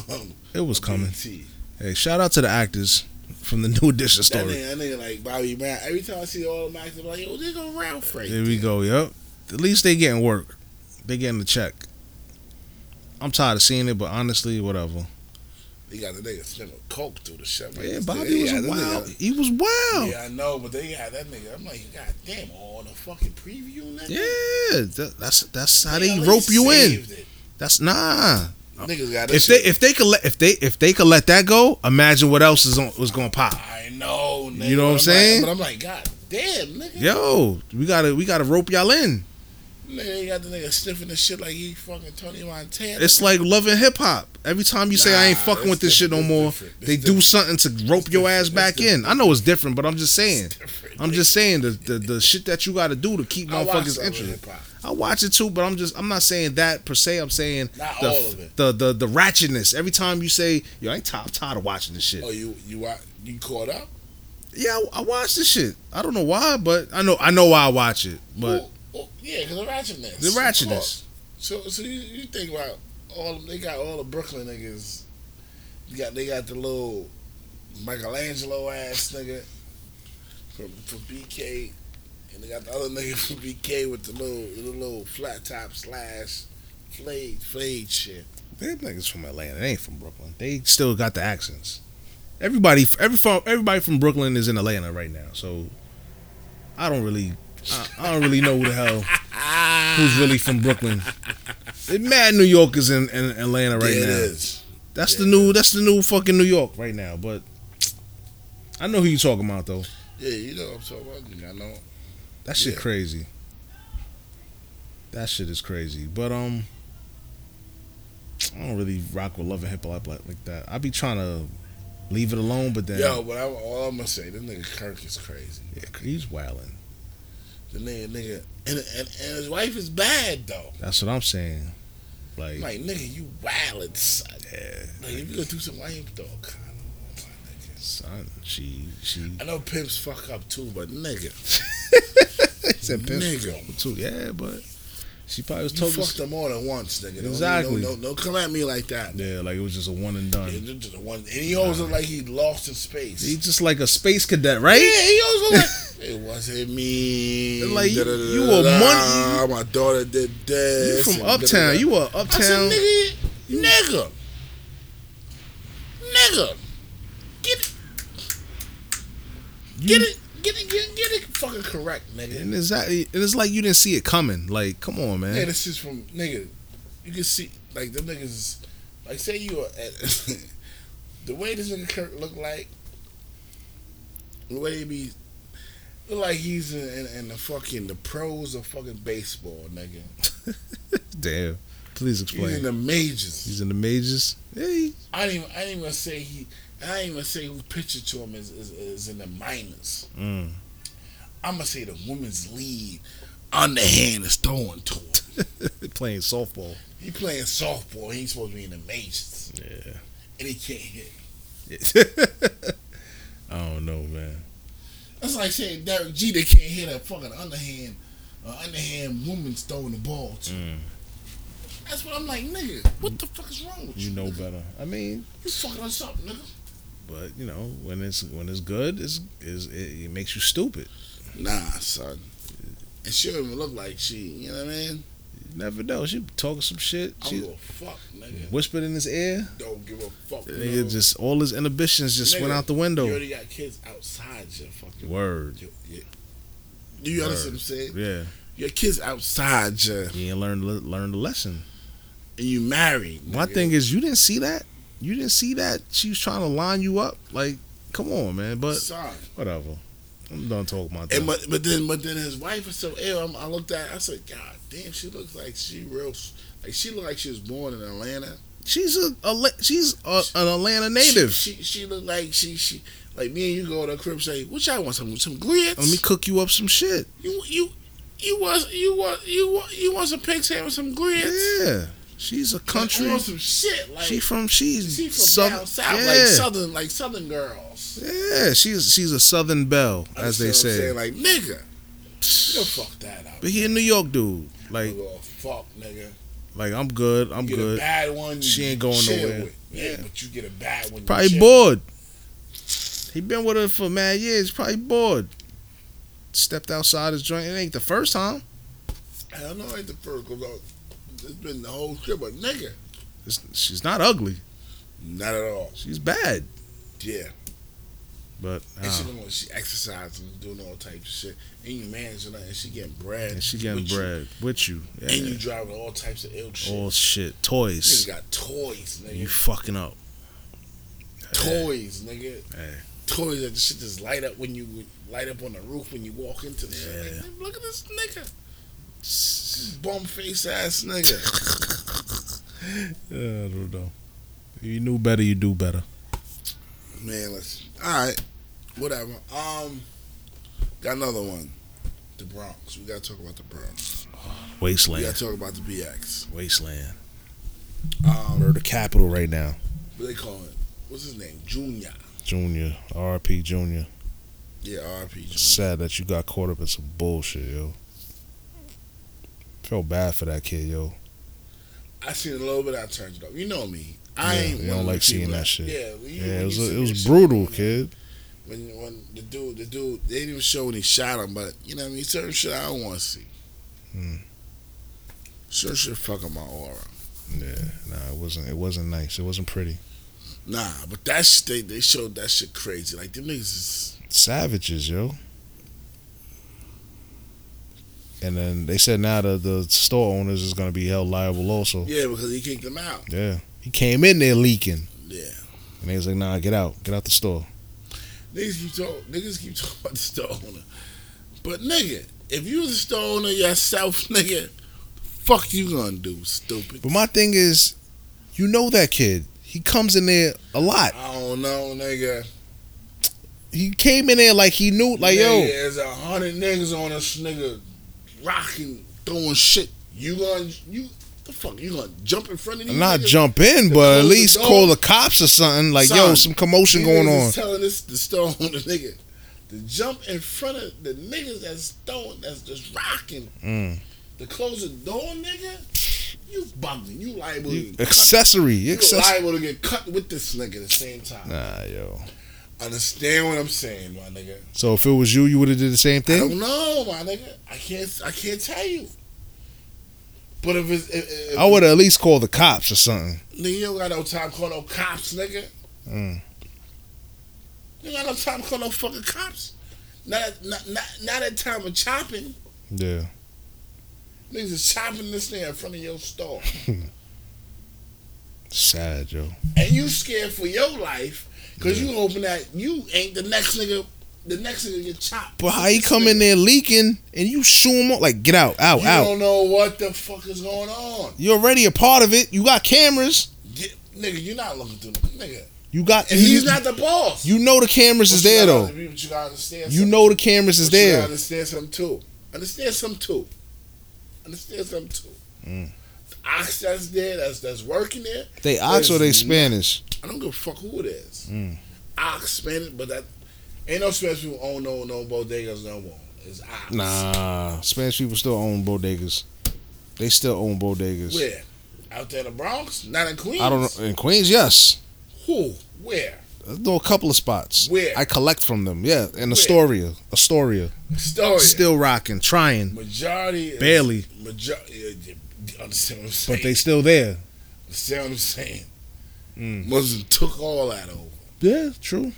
Speaker 3: um.
Speaker 2: It was coming.
Speaker 3: BT.
Speaker 2: Hey, shout out to the actors from the New Edition
Speaker 3: That
Speaker 2: story.
Speaker 3: nigga, that nigga like Bobby Brown. Every time I see all them actors, I'm like, yo, they go Ralph right
Speaker 2: There we
Speaker 3: there.
Speaker 2: go. Yep. At least they getting work. They getting the check. I'm tired of seeing it, but honestly, whatever.
Speaker 3: They got the nigga sniffing coke through the shit. Like,
Speaker 2: Yeah,
Speaker 3: this
Speaker 2: Bobby
Speaker 3: nigga-
Speaker 2: was
Speaker 3: yeah, this
Speaker 2: wild.
Speaker 3: nigga-
Speaker 2: He was wild.
Speaker 3: Yeah, I know, but they got that nigga. I'm like, god damn, all the fucking preview. Nigga?
Speaker 2: Yeah, that- that's that's how they
Speaker 3: Nigga,
Speaker 2: rope you in.
Speaker 3: saved it.
Speaker 2: That's nah.
Speaker 3: Niggas got that
Speaker 2: If they
Speaker 3: shit.
Speaker 2: if they could let if they if they could let that go, imagine what else is on was gonna pop.
Speaker 3: I know, nigga.
Speaker 2: You know what I'm
Speaker 3: But
Speaker 2: saying?
Speaker 3: Like, but I'm like, God damn, nigga.
Speaker 2: Yo, we gotta we gotta rope y'all in.
Speaker 3: Nigga, you got the nigga sniffing the shit like he fucking Tony Montana.
Speaker 2: It's like loving hip hop. Every time you say I ain't
Speaker 3: Nah,
Speaker 2: fucking with
Speaker 3: it's
Speaker 2: this shit no
Speaker 3: different,
Speaker 2: more,
Speaker 3: it's different, it's
Speaker 2: they do
Speaker 3: different.
Speaker 2: something to rope your ass
Speaker 3: different,
Speaker 2: back
Speaker 3: it's
Speaker 2: in. I know it's different, but I'm just saying.
Speaker 3: different,
Speaker 2: I'm just saying the, the the shit that you gotta do to keep
Speaker 3: I watch
Speaker 2: motherfuckers
Speaker 3: some of
Speaker 2: interested.
Speaker 3: hip-hop.
Speaker 2: I watch it too, but I'm just I'm not saying that per se. I'm saying
Speaker 3: Not
Speaker 2: the,
Speaker 3: all of it.
Speaker 2: the the the ratchetness. Every time you say yo, I ain't tired, I'm tired of watching this shit.
Speaker 3: Oh, you you wa- you caught up?
Speaker 2: Yeah, I, I watch this shit. I don't know why, but I know I know why I watch it. But
Speaker 3: Ooh, ooh, Oh, yeah, because of ratchetness.
Speaker 2: The
Speaker 3: Of
Speaker 2: ratchetness.
Speaker 3: course. So so you, you think about all them, they got all the Brooklyn niggas. You got they got the little Michelangelo ass nigga from from BK, and they got the other nigga from BK with the little the little flat top slash flayed flayed shit.
Speaker 2: Them niggas from Atlanta. They ain't from Brooklyn. They still got the accents. Everybody, every from everybody from Brooklyn is in Atlanta right now. So I don't really, I, I don't really know who the hell who's really from Brooklyn. It mad New Yorkers in, in Atlanta right
Speaker 3: Yeah,
Speaker 2: now.
Speaker 3: it is.
Speaker 2: That's the new. That's the new fucking New York right now. But I know who you talking about though.
Speaker 3: Yeah, you know what I'm talking about. I know.
Speaker 2: That shit
Speaker 3: Yeah.
Speaker 2: crazy. That shit is crazy. But um, I don't really rock with love and hip hop like like that. I be trying to leave it alone, but then
Speaker 3: Yo, but I'm, all I'm gonna say, this nigga Kirk is crazy.
Speaker 2: yeah, he's wilding.
Speaker 3: The nigga, nigga, and, and, and his wife is bad though.
Speaker 2: That's what I'm saying. Like,
Speaker 3: I'm like nigga, you wildin' son.
Speaker 2: yeah,
Speaker 3: Like if you go through some wife though, kind of, my nigga.
Speaker 2: son, she she.
Speaker 3: I know pimps fuck up too, but nigga,
Speaker 2: It's a piss
Speaker 3: Nigga.
Speaker 2: fuck too. Yeah, but she probably was
Speaker 3: you
Speaker 2: told.
Speaker 3: fucked them more than once, nigga. Don't-
Speaker 2: Exactly.
Speaker 3: Don't, don't, don't come at me like that.
Speaker 2: Yeah, like it was just a one and
Speaker 3: Yeah,
Speaker 2: done.
Speaker 3: just- just the one- And he always looked like he lost his space.
Speaker 2: He's just like a space cadet, right?
Speaker 3: yeah, he always looked like it wasn't me.
Speaker 2: Like, you-
Speaker 3: Da-da-da-da-da.
Speaker 2: you a money-
Speaker 3: My daughter did
Speaker 2: You
Speaker 3: this.
Speaker 2: from
Speaker 3: and da-da-da.
Speaker 2: uptown? You a
Speaker 3: I said,
Speaker 2: uptown?
Speaker 3: nigga, nigga, nigga, get it, get it, get it, get it, get it fucking correct, nigga.
Speaker 2: And it's, that, and it's like you didn't see it coming. Like, come on, man.
Speaker 3: Yeah, this is from nigga. You can see like them niggas. Like say you are at the way this nigga Kirk look like. The way he be look like he's in, in, in the fucking the pros of fucking baseball, nigga.
Speaker 2: Damn. Please
Speaker 3: He's in
Speaker 2: explain.
Speaker 3: the majors.
Speaker 2: He's in the majors. Yeah, he-
Speaker 3: I didn't even I didn't even say he. I didn't even say who pictured to him is, is, is in the minors.
Speaker 2: mm.
Speaker 3: I'm gonna say the women's lead underhand is throwing to him.
Speaker 2: playing softball.
Speaker 3: He playing softball. He ain't supposed to be in the majors,
Speaker 2: Yeah.
Speaker 3: and he can't hit.
Speaker 2: I don't know, man.
Speaker 3: That's like saying Derek Jeter can't hit a fucking underhand, uh, underhand woman's throwing the ball to.
Speaker 2: Mm.
Speaker 3: That's what I'm like, nigga. What the fuck is wrong with you?
Speaker 2: You know better. I mean,
Speaker 3: You fucking us up, nigga.
Speaker 2: but you know, when it's when it's good, it's is it, it makes you stupid.
Speaker 3: Nah, son. And she don't even look like she. You know what I mean?
Speaker 2: You never know. She talking some shit.
Speaker 3: I don't
Speaker 2: She
Speaker 3: give a fuck, nigga.
Speaker 2: whispered in his ear.
Speaker 3: Don't give a fuck.
Speaker 2: Nigga,
Speaker 3: nigga.
Speaker 2: just all his inhibitions just went
Speaker 3: Nigga,
Speaker 2: out the
Speaker 3: You
Speaker 2: window.
Speaker 3: already got kids outside your fucking.
Speaker 2: Word.
Speaker 3: Your, your, do you understand what I'm saying?
Speaker 2: Yeah.
Speaker 3: Your kids outside you, and
Speaker 2: He ain't learned learned the lesson.
Speaker 3: you married.
Speaker 2: My
Speaker 3: nigga.
Speaker 2: thing is, you didn't see that. You didn't see that she was trying to line you up. Like, come on, man. But
Speaker 3: Sorry.
Speaker 2: whatever. I'm done talking about
Speaker 3: And
Speaker 2: that.
Speaker 3: but, but then but then his wife is so ill. I'm, I looked at. I said, God damn, she looks like she real. Like she looked like she was born in Atlanta.
Speaker 2: She's a, a she's a, an Atlanta native.
Speaker 3: She she, she looked like she she like me and you go to the crib say, what y'all want some some grits?
Speaker 2: Let me cook you up some shit.
Speaker 3: you you you was you was you want you want some pig's head with some grits?
Speaker 2: Yeah, she's a country.
Speaker 3: I want some shit like
Speaker 2: She
Speaker 3: she,
Speaker 2: from she's
Speaker 3: from
Speaker 2: southern.
Speaker 3: down south
Speaker 2: yeah.
Speaker 3: like southern like southern girls.
Speaker 2: yeah, she's she's a southern belle, as they
Speaker 3: Understand
Speaker 2: say.
Speaker 3: what I'm saying? like nigga, you don't fuck that up.
Speaker 2: But he a New York dude. Like
Speaker 3: You a fuck nigga.
Speaker 2: like I'm good. I'm
Speaker 3: You get a
Speaker 2: good.
Speaker 3: bad one. you
Speaker 2: She ain't going
Speaker 3: chill
Speaker 2: nowhere.
Speaker 3: with. Yeah,
Speaker 2: Yeah.
Speaker 3: but you get a bad one. you
Speaker 2: Probably
Speaker 3: chill
Speaker 2: bored. He been with her for mad years. Probably bored. Stepped outside his joint. It ain't the first time.
Speaker 3: with. Hell no, ain't the first. 'cause, uh, It's been the whole shit, but nigga,
Speaker 2: It's, she's not ugly.
Speaker 3: not at all.
Speaker 2: She's bad.
Speaker 3: Yeah,
Speaker 2: But
Speaker 3: and she
Speaker 2: uh,
Speaker 3: going she exercising, doing all types of shit, and you managing her, and she getting bread,
Speaker 2: and she getting
Speaker 3: with you,
Speaker 2: bread with you. Yeah.
Speaker 3: and you driving all types of ill shit.
Speaker 2: All shit.
Speaker 3: Niggas
Speaker 2: Toys.
Speaker 3: got toys, nigga.
Speaker 2: You fucking up.
Speaker 3: toys, nigga.
Speaker 2: Hey.
Speaker 3: Toys that the shit just light up when you light up on the roof when you walk into the shit. Like, look at this nigga, bum face ass nigga.
Speaker 2: Yeah, I don't know. You knew better, you do better.
Speaker 3: Man, listen. All right, whatever. Um, got another one. The Bronx. We gotta talk about the Bronx. We
Speaker 2: Wasteland.
Speaker 3: gotta talk about the BX.
Speaker 2: Wasteland.
Speaker 3: Um,
Speaker 2: Murder capital right now.
Speaker 3: what they call it? What's his name? Junior.
Speaker 2: Junior. RP Junior.
Speaker 3: Yeah, R.P. Junior.
Speaker 2: Sad that you got caught up in some bullshit, yo. Feel bad for that kid, yo.
Speaker 3: I seen a little bit. I turned it off. You know me. I
Speaker 2: Yeah,
Speaker 3: ain't.
Speaker 2: you
Speaker 3: one
Speaker 2: don't
Speaker 3: of the
Speaker 2: like seeing
Speaker 3: people
Speaker 2: that shit.
Speaker 3: Yeah, when you-
Speaker 2: Yeah,
Speaker 3: when
Speaker 2: it was
Speaker 3: you see
Speaker 2: it
Speaker 3: that
Speaker 2: was
Speaker 3: shit,
Speaker 2: brutal,
Speaker 3: when-
Speaker 2: kid.
Speaker 3: When when the dude the dude they didn't even show when he shot him, but you know what I mean. Certain shit I don't want to see.
Speaker 2: Hmm.
Speaker 3: Certain shit fuck up my aura.
Speaker 2: Yeah, nah, it wasn't it wasn't nice. It wasn't pretty.
Speaker 3: Nah, but that shit they, they showed that shit crazy. Like them niggas is.
Speaker 2: Savages, yo. And then they said now the the store owners is gonna be held liable also.
Speaker 3: Yeah, because he kicked him out.
Speaker 2: Yeah. He came in there leaking.
Speaker 3: Yeah.
Speaker 2: And they was like, nah, get out. Get out the store.
Speaker 3: Niggas keep talking. Niggas keep talking about the store owner. But nigga, if you was a store owner yourself, nigga, fuck you gonna do, stupid.
Speaker 2: But my thing is, you know that kid. He comes in there a lot.
Speaker 3: I don't know, nigga.
Speaker 2: he came in there like he knew, like yo,
Speaker 3: there's a hundred niggas on this nigga, rocking, throwing shit. You gonna you the fuck? You gonna jump in front of these?
Speaker 2: not
Speaker 3: niggas?
Speaker 2: jump in,
Speaker 3: to
Speaker 2: but at
Speaker 3: close the
Speaker 2: least
Speaker 3: door.
Speaker 2: call the cops or something. Like yo,
Speaker 3: Son,
Speaker 2: some commotion
Speaker 3: These
Speaker 2: going
Speaker 3: niggas
Speaker 2: on.
Speaker 3: Is telling this the stone the nigga to jump in front of the niggas that's throwing that's just rocking.
Speaker 2: Mm.
Speaker 3: To close the door, nigga. You bugging. You liable.
Speaker 2: You-
Speaker 3: You,
Speaker 2: accessory, you accessory.
Speaker 3: liable to get cut with this nigga at the same time.
Speaker 2: Nah, yo.
Speaker 3: Understand what I'm saying, my nigga?
Speaker 2: So if it was you, you would have did the same
Speaker 3: I
Speaker 2: thing.
Speaker 3: don't know, my nigga. I can't. I can't tell you. But if it's, if, if,
Speaker 2: I would have at least called the cops or something.
Speaker 3: nigga, you don't got no time to call no cops, nigga.
Speaker 2: Mm.
Speaker 3: You don't got no time to call no fucking cops. Not at, not, not, not at time of chopping.
Speaker 2: Yeah,
Speaker 3: Niggas is chopping this thing in front of your store.
Speaker 2: sad, yo.
Speaker 3: And you scared for your life because you hoping that you ain't the next nigga, the next nigga get chopped.
Speaker 2: But how he come in there leaking and you shoo him up? Like get out, out,
Speaker 3: You
Speaker 2: out.
Speaker 3: don't know what the fuck is going on.
Speaker 2: You're already a part of it. You got cameras.
Speaker 3: Get, nigga, you're not looking through the nigga.
Speaker 2: You got.
Speaker 3: And
Speaker 2: you,
Speaker 3: he's not the boss.
Speaker 2: You know the cameras is
Speaker 3: But you
Speaker 2: there
Speaker 3: gotta
Speaker 2: though.
Speaker 3: be- But you gotta understand
Speaker 2: You
Speaker 3: something.
Speaker 2: know the cameras is
Speaker 3: But you gotta
Speaker 2: there.
Speaker 3: understand something too. Understand something too. Understand something too.
Speaker 2: Mm.
Speaker 3: The ox that's there, that's that's working there.
Speaker 2: They ox or they
Speaker 3: There's
Speaker 2: Spanish.
Speaker 3: I don't give a fuck who it is.
Speaker 2: Mm.
Speaker 3: Ox Spanish, but that ain't no Spanish people own no no bodegas no more. It's ox.
Speaker 2: Nah, Spanish people still own bodegas. They still own bodegas.
Speaker 3: Where? Out there in the Bronx? Not in Queens.
Speaker 2: I don't know in Queens. Yes,
Speaker 3: Who? Where?
Speaker 2: I know a couple of spots.
Speaker 3: Where?
Speaker 2: I collect from them. Yeah, in
Speaker 3: Where? Oh,
Speaker 2: Astoria. Astoria.
Speaker 3: Story.
Speaker 2: Still rocking, trying,
Speaker 3: majority. Is,
Speaker 2: barely,
Speaker 3: Majority. Understand what I'm saying?
Speaker 2: but they still there.
Speaker 3: understand what I'm saying?
Speaker 2: Mm.
Speaker 3: Muslim took all that over,
Speaker 2: Yeah, true.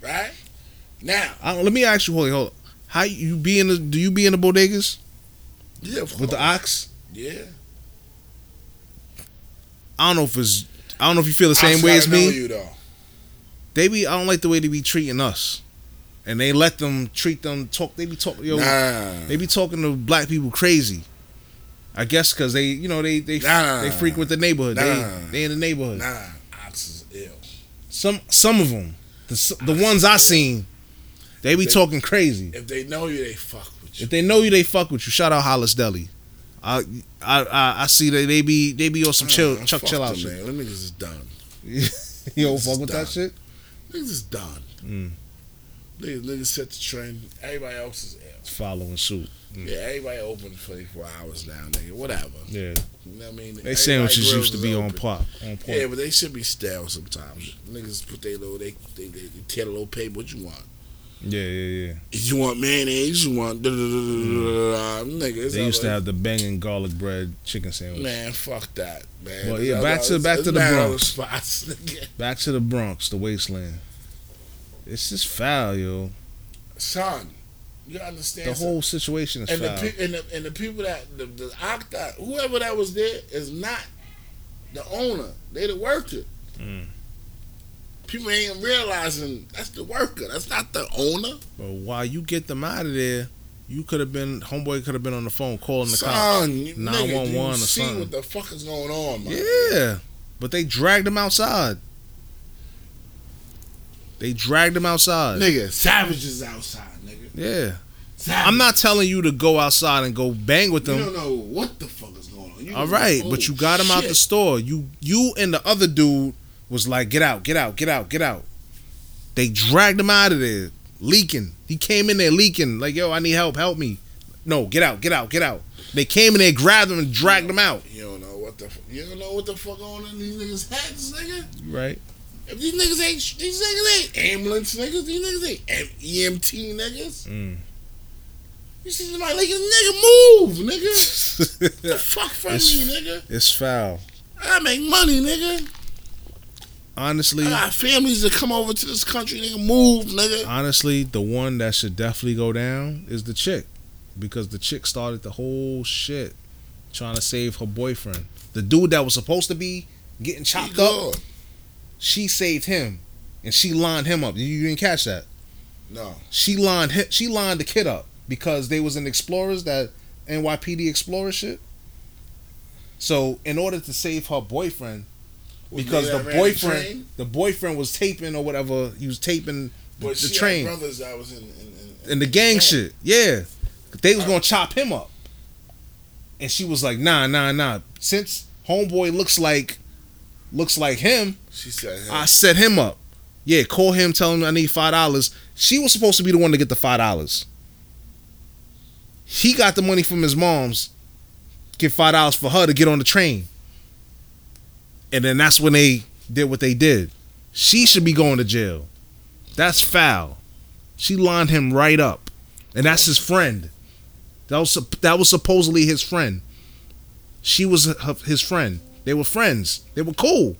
Speaker 3: right? Now,
Speaker 2: I, let me ask you. Hold, hold. How you be in? The, do you be in the bodegas
Speaker 3: yeah, of
Speaker 2: with the
Speaker 3: course.
Speaker 2: ox?
Speaker 3: yeah.
Speaker 2: I don't know if it's. I don't know if you feel the same
Speaker 3: Ox
Speaker 2: way
Speaker 3: gotta
Speaker 2: as me.
Speaker 3: know You though.
Speaker 2: they be I don't like the way they be treating us. And they let them treat them talk they be talking yo
Speaker 3: nah,
Speaker 2: they be talking to black people crazy. I guess cause they you know they they
Speaker 3: Nah.
Speaker 2: they frequent the neighborhood.
Speaker 3: Nah.
Speaker 2: They they in the neighborhood.
Speaker 3: nah. Ox is ill.
Speaker 2: Some some of them the s- the ones I seen they be
Speaker 3: They-
Speaker 2: talking crazy.
Speaker 3: If they know you, they fuck with you.
Speaker 2: If they know you they fuck with you. Shout out Hollis Deli. I I I, I see that they be they be on some chill
Speaker 3: Nah,
Speaker 2: Chuck
Speaker 3: fuck
Speaker 2: chill out
Speaker 3: them,
Speaker 2: shit.
Speaker 3: Man, them niggas is done.
Speaker 2: you don't fuck with that shit?
Speaker 3: Niggas is done.
Speaker 2: Mm.
Speaker 3: Niggas, niggas set the trend. Everybody else is ill.
Speaker 2: Following suit.
Speaker 3: Yeah, everybody open 24 hours now, nigga. Whatever.
Speaker 2: Yeah.
Speaker 3: You know what I mean?
Speaker 2: They
Speaker 3: Everybody
Speaker 2: sandwiches
Speaker 3: grills
Speaker 2: used to
Speaker 3: is
Speaker 2: be on
Speaker 3: open.
Speaker 2: pop on point.
Speaker 3: Yeah, but they should be stale sometimes. Niggas put their little, they, they, they, they tear the little paper. What you want?
Speaker 2: Yeah, yeah, yeah.
Speaker 3: You want mayonnaise? You want da da da da da da da? Nigga, it's
Speaker 2: Mm. They used to
Speaker 3: all-
Speaker 2: have the banging garlic bread chicken sandwich.
Speaker 3: Man, fuck that, man.
Speaker 2: Well, yeah,
Speaker 3: It's
Speaker 2: back
Speaker 3: all-
Speaker 2: to-
Speaker 3: it's-
Speaker 2: back to
Speaker 3: it's
Speaker 2: the
Speaker 3: mad
Speaker 2: Bronx.
Speaker 3: other spots, nigga.
Speaker 2: Back to the Bronx, the wasteland. It's just foul, yo.
Speaker 3: Son, you understand?
Speaker 2: The whole situation is
Speaker 3: and the,
Speaker 2: foul.
Speaker 3: pe- and the and the people that the, the octa whoever that was there is not the owner. They the worker.
Speaker 2: Mm.
Speaker 3: People ain't realizing that's the worker. That's not the owner.
Speaker 2: but while you get them out of there, you could have been homeboy could have been on the phone calling the cops.
Speaker 3: Son, you, nigga,
Speaker 2: 911
Speaker 3: do you
Speaker 2: or
Speaker 3: see
Speaker 2: something.
Speaker 3: what the fuck is going on, man?
Speaker 2: Yeah, but they dragged him outside. They dragged him outside.
Speaker 3: Nigga, savages outside, nigga.
Speaker 2: Yeah,
Speaker 3: Savages.
Speaker 2: I'm not telling you to go outside and go bang with
Speaker 3: You
Speaker 2: them.
Speaker 3: don't know what the fuck is going on. You
Speaker 2: All
Speaker 3: don't
Speaker 2: right,
Speaker 3: know.
Speaker 2: but
Speaker 3: Oh,
Speaker 2: you got him out the
Speaker 3: shit.
Speaker 2: store. You you and the other dude was like, get out, get out, get out, get out. They dragged him out of there, leaking. He came in there leaking, like, yo, I need help, help me. No, get out, get out, get out. They came in there, grabbed him, and dragged him out.
Speaker 3: You don't know what the fu- you don't know what the fuck on in these niggas' heads, nigga.
Speaker 2: Right.
Speaker 3: If these niggas ain't these niggas ain't ambulance niggas, these niggas ain't am- EMT niggas.
Speaker 2: Mm.
Speaker 3: You see somebody like nigga move, nigga. the
Speaker 2: it's
Speaker 3: fuck from
Speaker 2: It's-
Speaker 3: me, nigga.
Speaker 2: foul.
Speaker 3: I make money, nigga.
Speaker 2: Honestly,
Speaker 3: I got families that come over to this country, nigga. Move,
Speaker 2: Uh,
Speaker 3: nigga.
Speaker 2: honestly, the one that should definitely go down is the chick, because the chick started the whole shit, trying to save her boyfriend, the dude that was supposed to be getting
Speaker 3: He
Speaker 2: chopped up.
Speaker 3: gone.
Speaker 2: she saved him and she lined him up. You, you didn't catch that.
Speaker 3: No.
Speaker 2: She lined hi- she lined the kid up because they was in explorers that NYPD explorer shit. So in order to save her boyfriend,
Speaker 3: Was
Speaker 2: because
Speaker 3: nigga
Speaker 2: the
Speaker 3: that ran
Speaker 2: boyfriend
Speaker 3: train?
Speaker 2: the boyfriend was taping or whatever, he was taping
Speaker 3: But
Speaker 2: the
Speaker 3: she had
Speaker 2: train.
Speaker 3: brothers that was in, in, in,
Speaker 2: and the gang
Speaker 3: Yeah.
Speaker 2: shit. Yeah, they was gonna chop him up, and she was like, "Nah, nah, nah." Since homeboy looks like looks like him,
Speaker 3: she said, hey,
Speaker 2: I set him up. Yeah, call him, tell him I need five dollars. She was supposed to be the one to get the five dollars. He got the money from his mom's, get five dollars for her to get on the train. And then that's when they did what they did. She should be going to jail. That's foul. She lined him right up, and that's his friend. That was sup- that was supposedly his friend. She was her- his friend. They were friends. They were cool.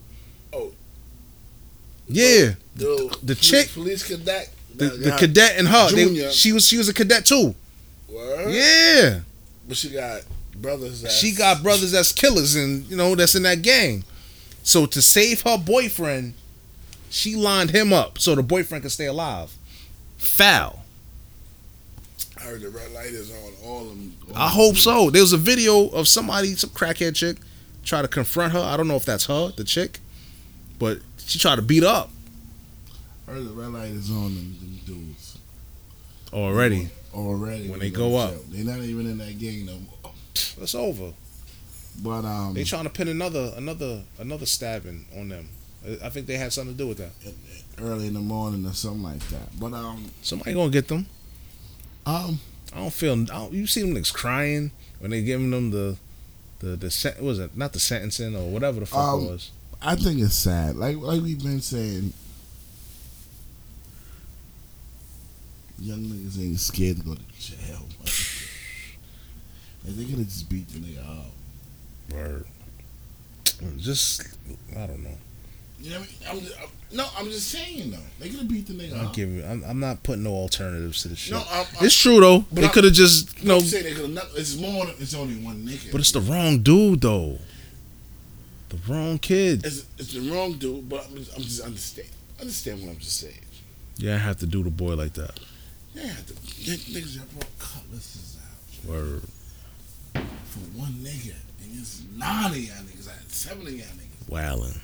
Speaker 3: Oh.
Speaker 2: Yeah
Speaker 3: dude,
Speaker 2: the
Speaker 3: police-
Speaker 2: chick-
Speaker 3: police cadet,
Speaker 2: the, the cadet and her. they-
Speaker 3: Junior.
Speaker 2: she was she was a cadet too.
Speaker 3: Word?
Speaker 2: Yeah,
Speaker 3: but she got brothers. That,
Speaker 2: she got brothers that's killers and you know that's in that gang. So to save her boyfriend, she lined him up so the boyfriend could stay alive. Foul.
Speaker 3: I heard the red light is on all of them.
Speaker 2: I hope so. There was a video of somebody, some crackhead chick, try to confront her. I don't know if that's her, the chick, but she tried to beat up
Speaker 3: I heard the red light is on them, them dudes
Speaker 2: already.
Speaker 3: already.
Speaker 2: When they
Speaker 3: they
Speaker 2: go up.
Speaker 3: they're not even in that gang no more.
Speaker 2: It's over.
Speaker 3: But um,
Speaker 2: They trying to pin another, another, another stabbing on them. I- I think they had something to do with that.
Speaker 3: early in the morning or something like that. But um,
Speaker 2: Somebody gonna get them.
Speaker 3: um,
Speaker 2: I don't feel. I don't, you see them niggas crying when they giving them the the the sen- what was it not the sentencing or whatever the fuck
Speaker 3: Um,
Speaker 2: it was.
Speaker 3: I think it's sad. Like like we've been saying, young niggas ain't scared to go to jail. man. Like, they could have just beat the nigga up.
Speaker 2: Word. Just I don't know.
Speaker 3: You know what I mean? I'm just, I'm, no, I'm just saying though. They could have beat the nigga
Speaker 2: I'm
Speaker 3: up.
Speaker 2: giving. I'm, I'm not putting no alternatives to this shit.
Speaker 3: No, I'm, I'm,
Speaker 2: it's true though.
Speaker 3: but
Speaker 2: They
Speaker 3: I-
Speaker 2: could have just you know,
Speaker 3: I'm saying they could have. It's more. than- It's only one nigga.
Speaker 2: but it's the wrong dude though. The wrong kid.
Speaker 3: it's, it's the wrong dude. But I'm, just- I'm just understand. Understand what I'm just saying.
Speaker 2: Yeah, I have to do the boy like that.
Speaker 3: Yeah, the, the niggas that brought cutlasses out
Speaker 2: Word.
Speaker 3: for one nigga, and it's nine of y'all niggas. I had seven of y'all niggas.
Speaker 2: Wildin'.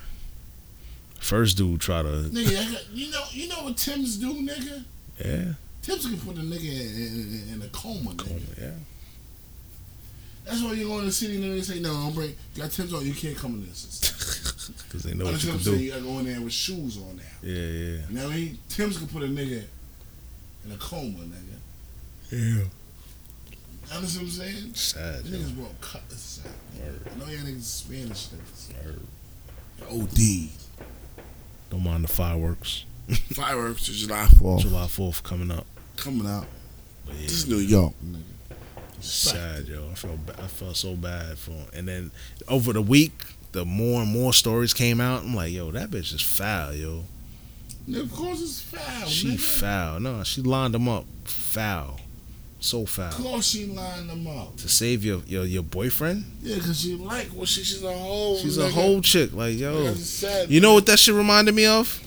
Speaker 2: First dude try to
Speaker 3: Nigga, I got, you know, you know what Tim's do, nigga.
Speaker 2: yeah
Speaker 3: Tim's can put a nigga in, in, in a coma, nigga.
Speaker 2: yeah.
Speaker 3: That's why you go in the city and they say, no, I'm bring got Tim's on. You can't come in this.
Speaker 2: Cause they know
Speaker 3: I'm
Speaker 2: what
Speaker 3: just
Speaker 2: you
Speaker 3: gonna
Speaker 2: can
Speaker 3: say
Speaker 2: do.
Speaker 3: you gotta go in there with shoes on now.
Speaker 2: Yeah yeah
Speaker 3: You know what I mean? Tim's can put a nigga in a coma, nigga.
Speaker 2: yeah.
Speaker 3: Understand what I'm saying?
Speaker 2: Sad. yo.
Speaker 3: Niggas brought cutlasses out.
Speaker 2: Word.
Speaker 3: I know y'all niggas Spanish niggas.
Speaker 2: Word.
Speaker 3: OD.
Speaker 2: Don't mind the fireworks.
Speaker 3: Fireworks is July 4th.
Speaker 2: July 4th coming up.
Speaker 3: coming out.
Speaker 2: But yeah,
Speaker 3: This is New York, nigga.
Speaker 2: sad, yo. I felt ba- I felt so bad for him. And then over the week, the more and more stories came out. I'm like, yo, that bitch is foul, yo.
Speaker 3: Nigga, Of course it's foul,
Speaker 2: She
Speaker 3: nigga.
Speaker 2: foul. No, she lined them up. Foul. So
Speaker 3: Of
Speaker 2: foul.
Speaker 3: course she lined them up.
Speaker 2: To save your your, your boyfriend?
Speaker 3: Yeah, because she like what she, she's a whole
Speaker 2: She's
Speaker 3: nigga.
Speaker 2: a whole chick. Like,
Speaker 3: Nigga,
Speaker 2: yo.
Speaker 3: it's sad.
Speaker 2: You know what that shit reminded me of?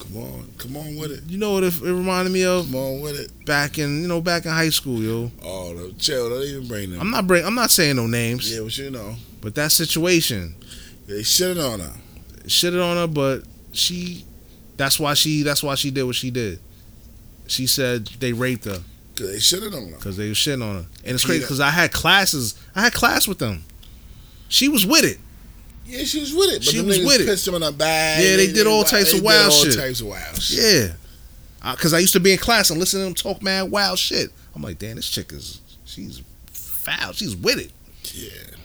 Speaker 3: Come on. Come on with it.
Speaker 2: You know what it, it reminded me of?
Speaker 3: Come on with it.
Speaker 2: Back in you know, back in high school, yo.
Speaker 3: Oh, no, chill. Don't even bring them.
Speaker 2: I'm not bring I'm not saying no names,
Speaker 3: yeah, but you know.
Speaker 2: but that situation.
Speaker 3: They shitting on her.
Speaker 2: shitted on her, but she that's why she that's why she did what she did. She said they raped her
Speaker 3: Because they shitting on her.
Speaker 2: because they was shitting on her, and it's
Speaker 3: Yeah.
Speaker 2: crazy because I had classes. I had class with them. She was with it.
Speaker 3: Yeah, she was with it. But
Speaker 2: She
Speaker 3: them
Speaker 2: was
Speaker 3: niggas
Speaker 2: with it.
Speaker 3: pissed them in her bag.
Speaker 2: Yeah, they did all
Speaker 3: wi-
Speaker 2: types
Speaker 3: they
Speaker 2: of wild
Speaker 3: did all
Speaker 2: shit.
Speaker 3: types of wild shit.
Speaker 2: Yeah, because I used to be in class and listen to them talk mad wild shit. I'm like, damn, this chick is she's foul. She's with it.
Speaker 3: Yeah.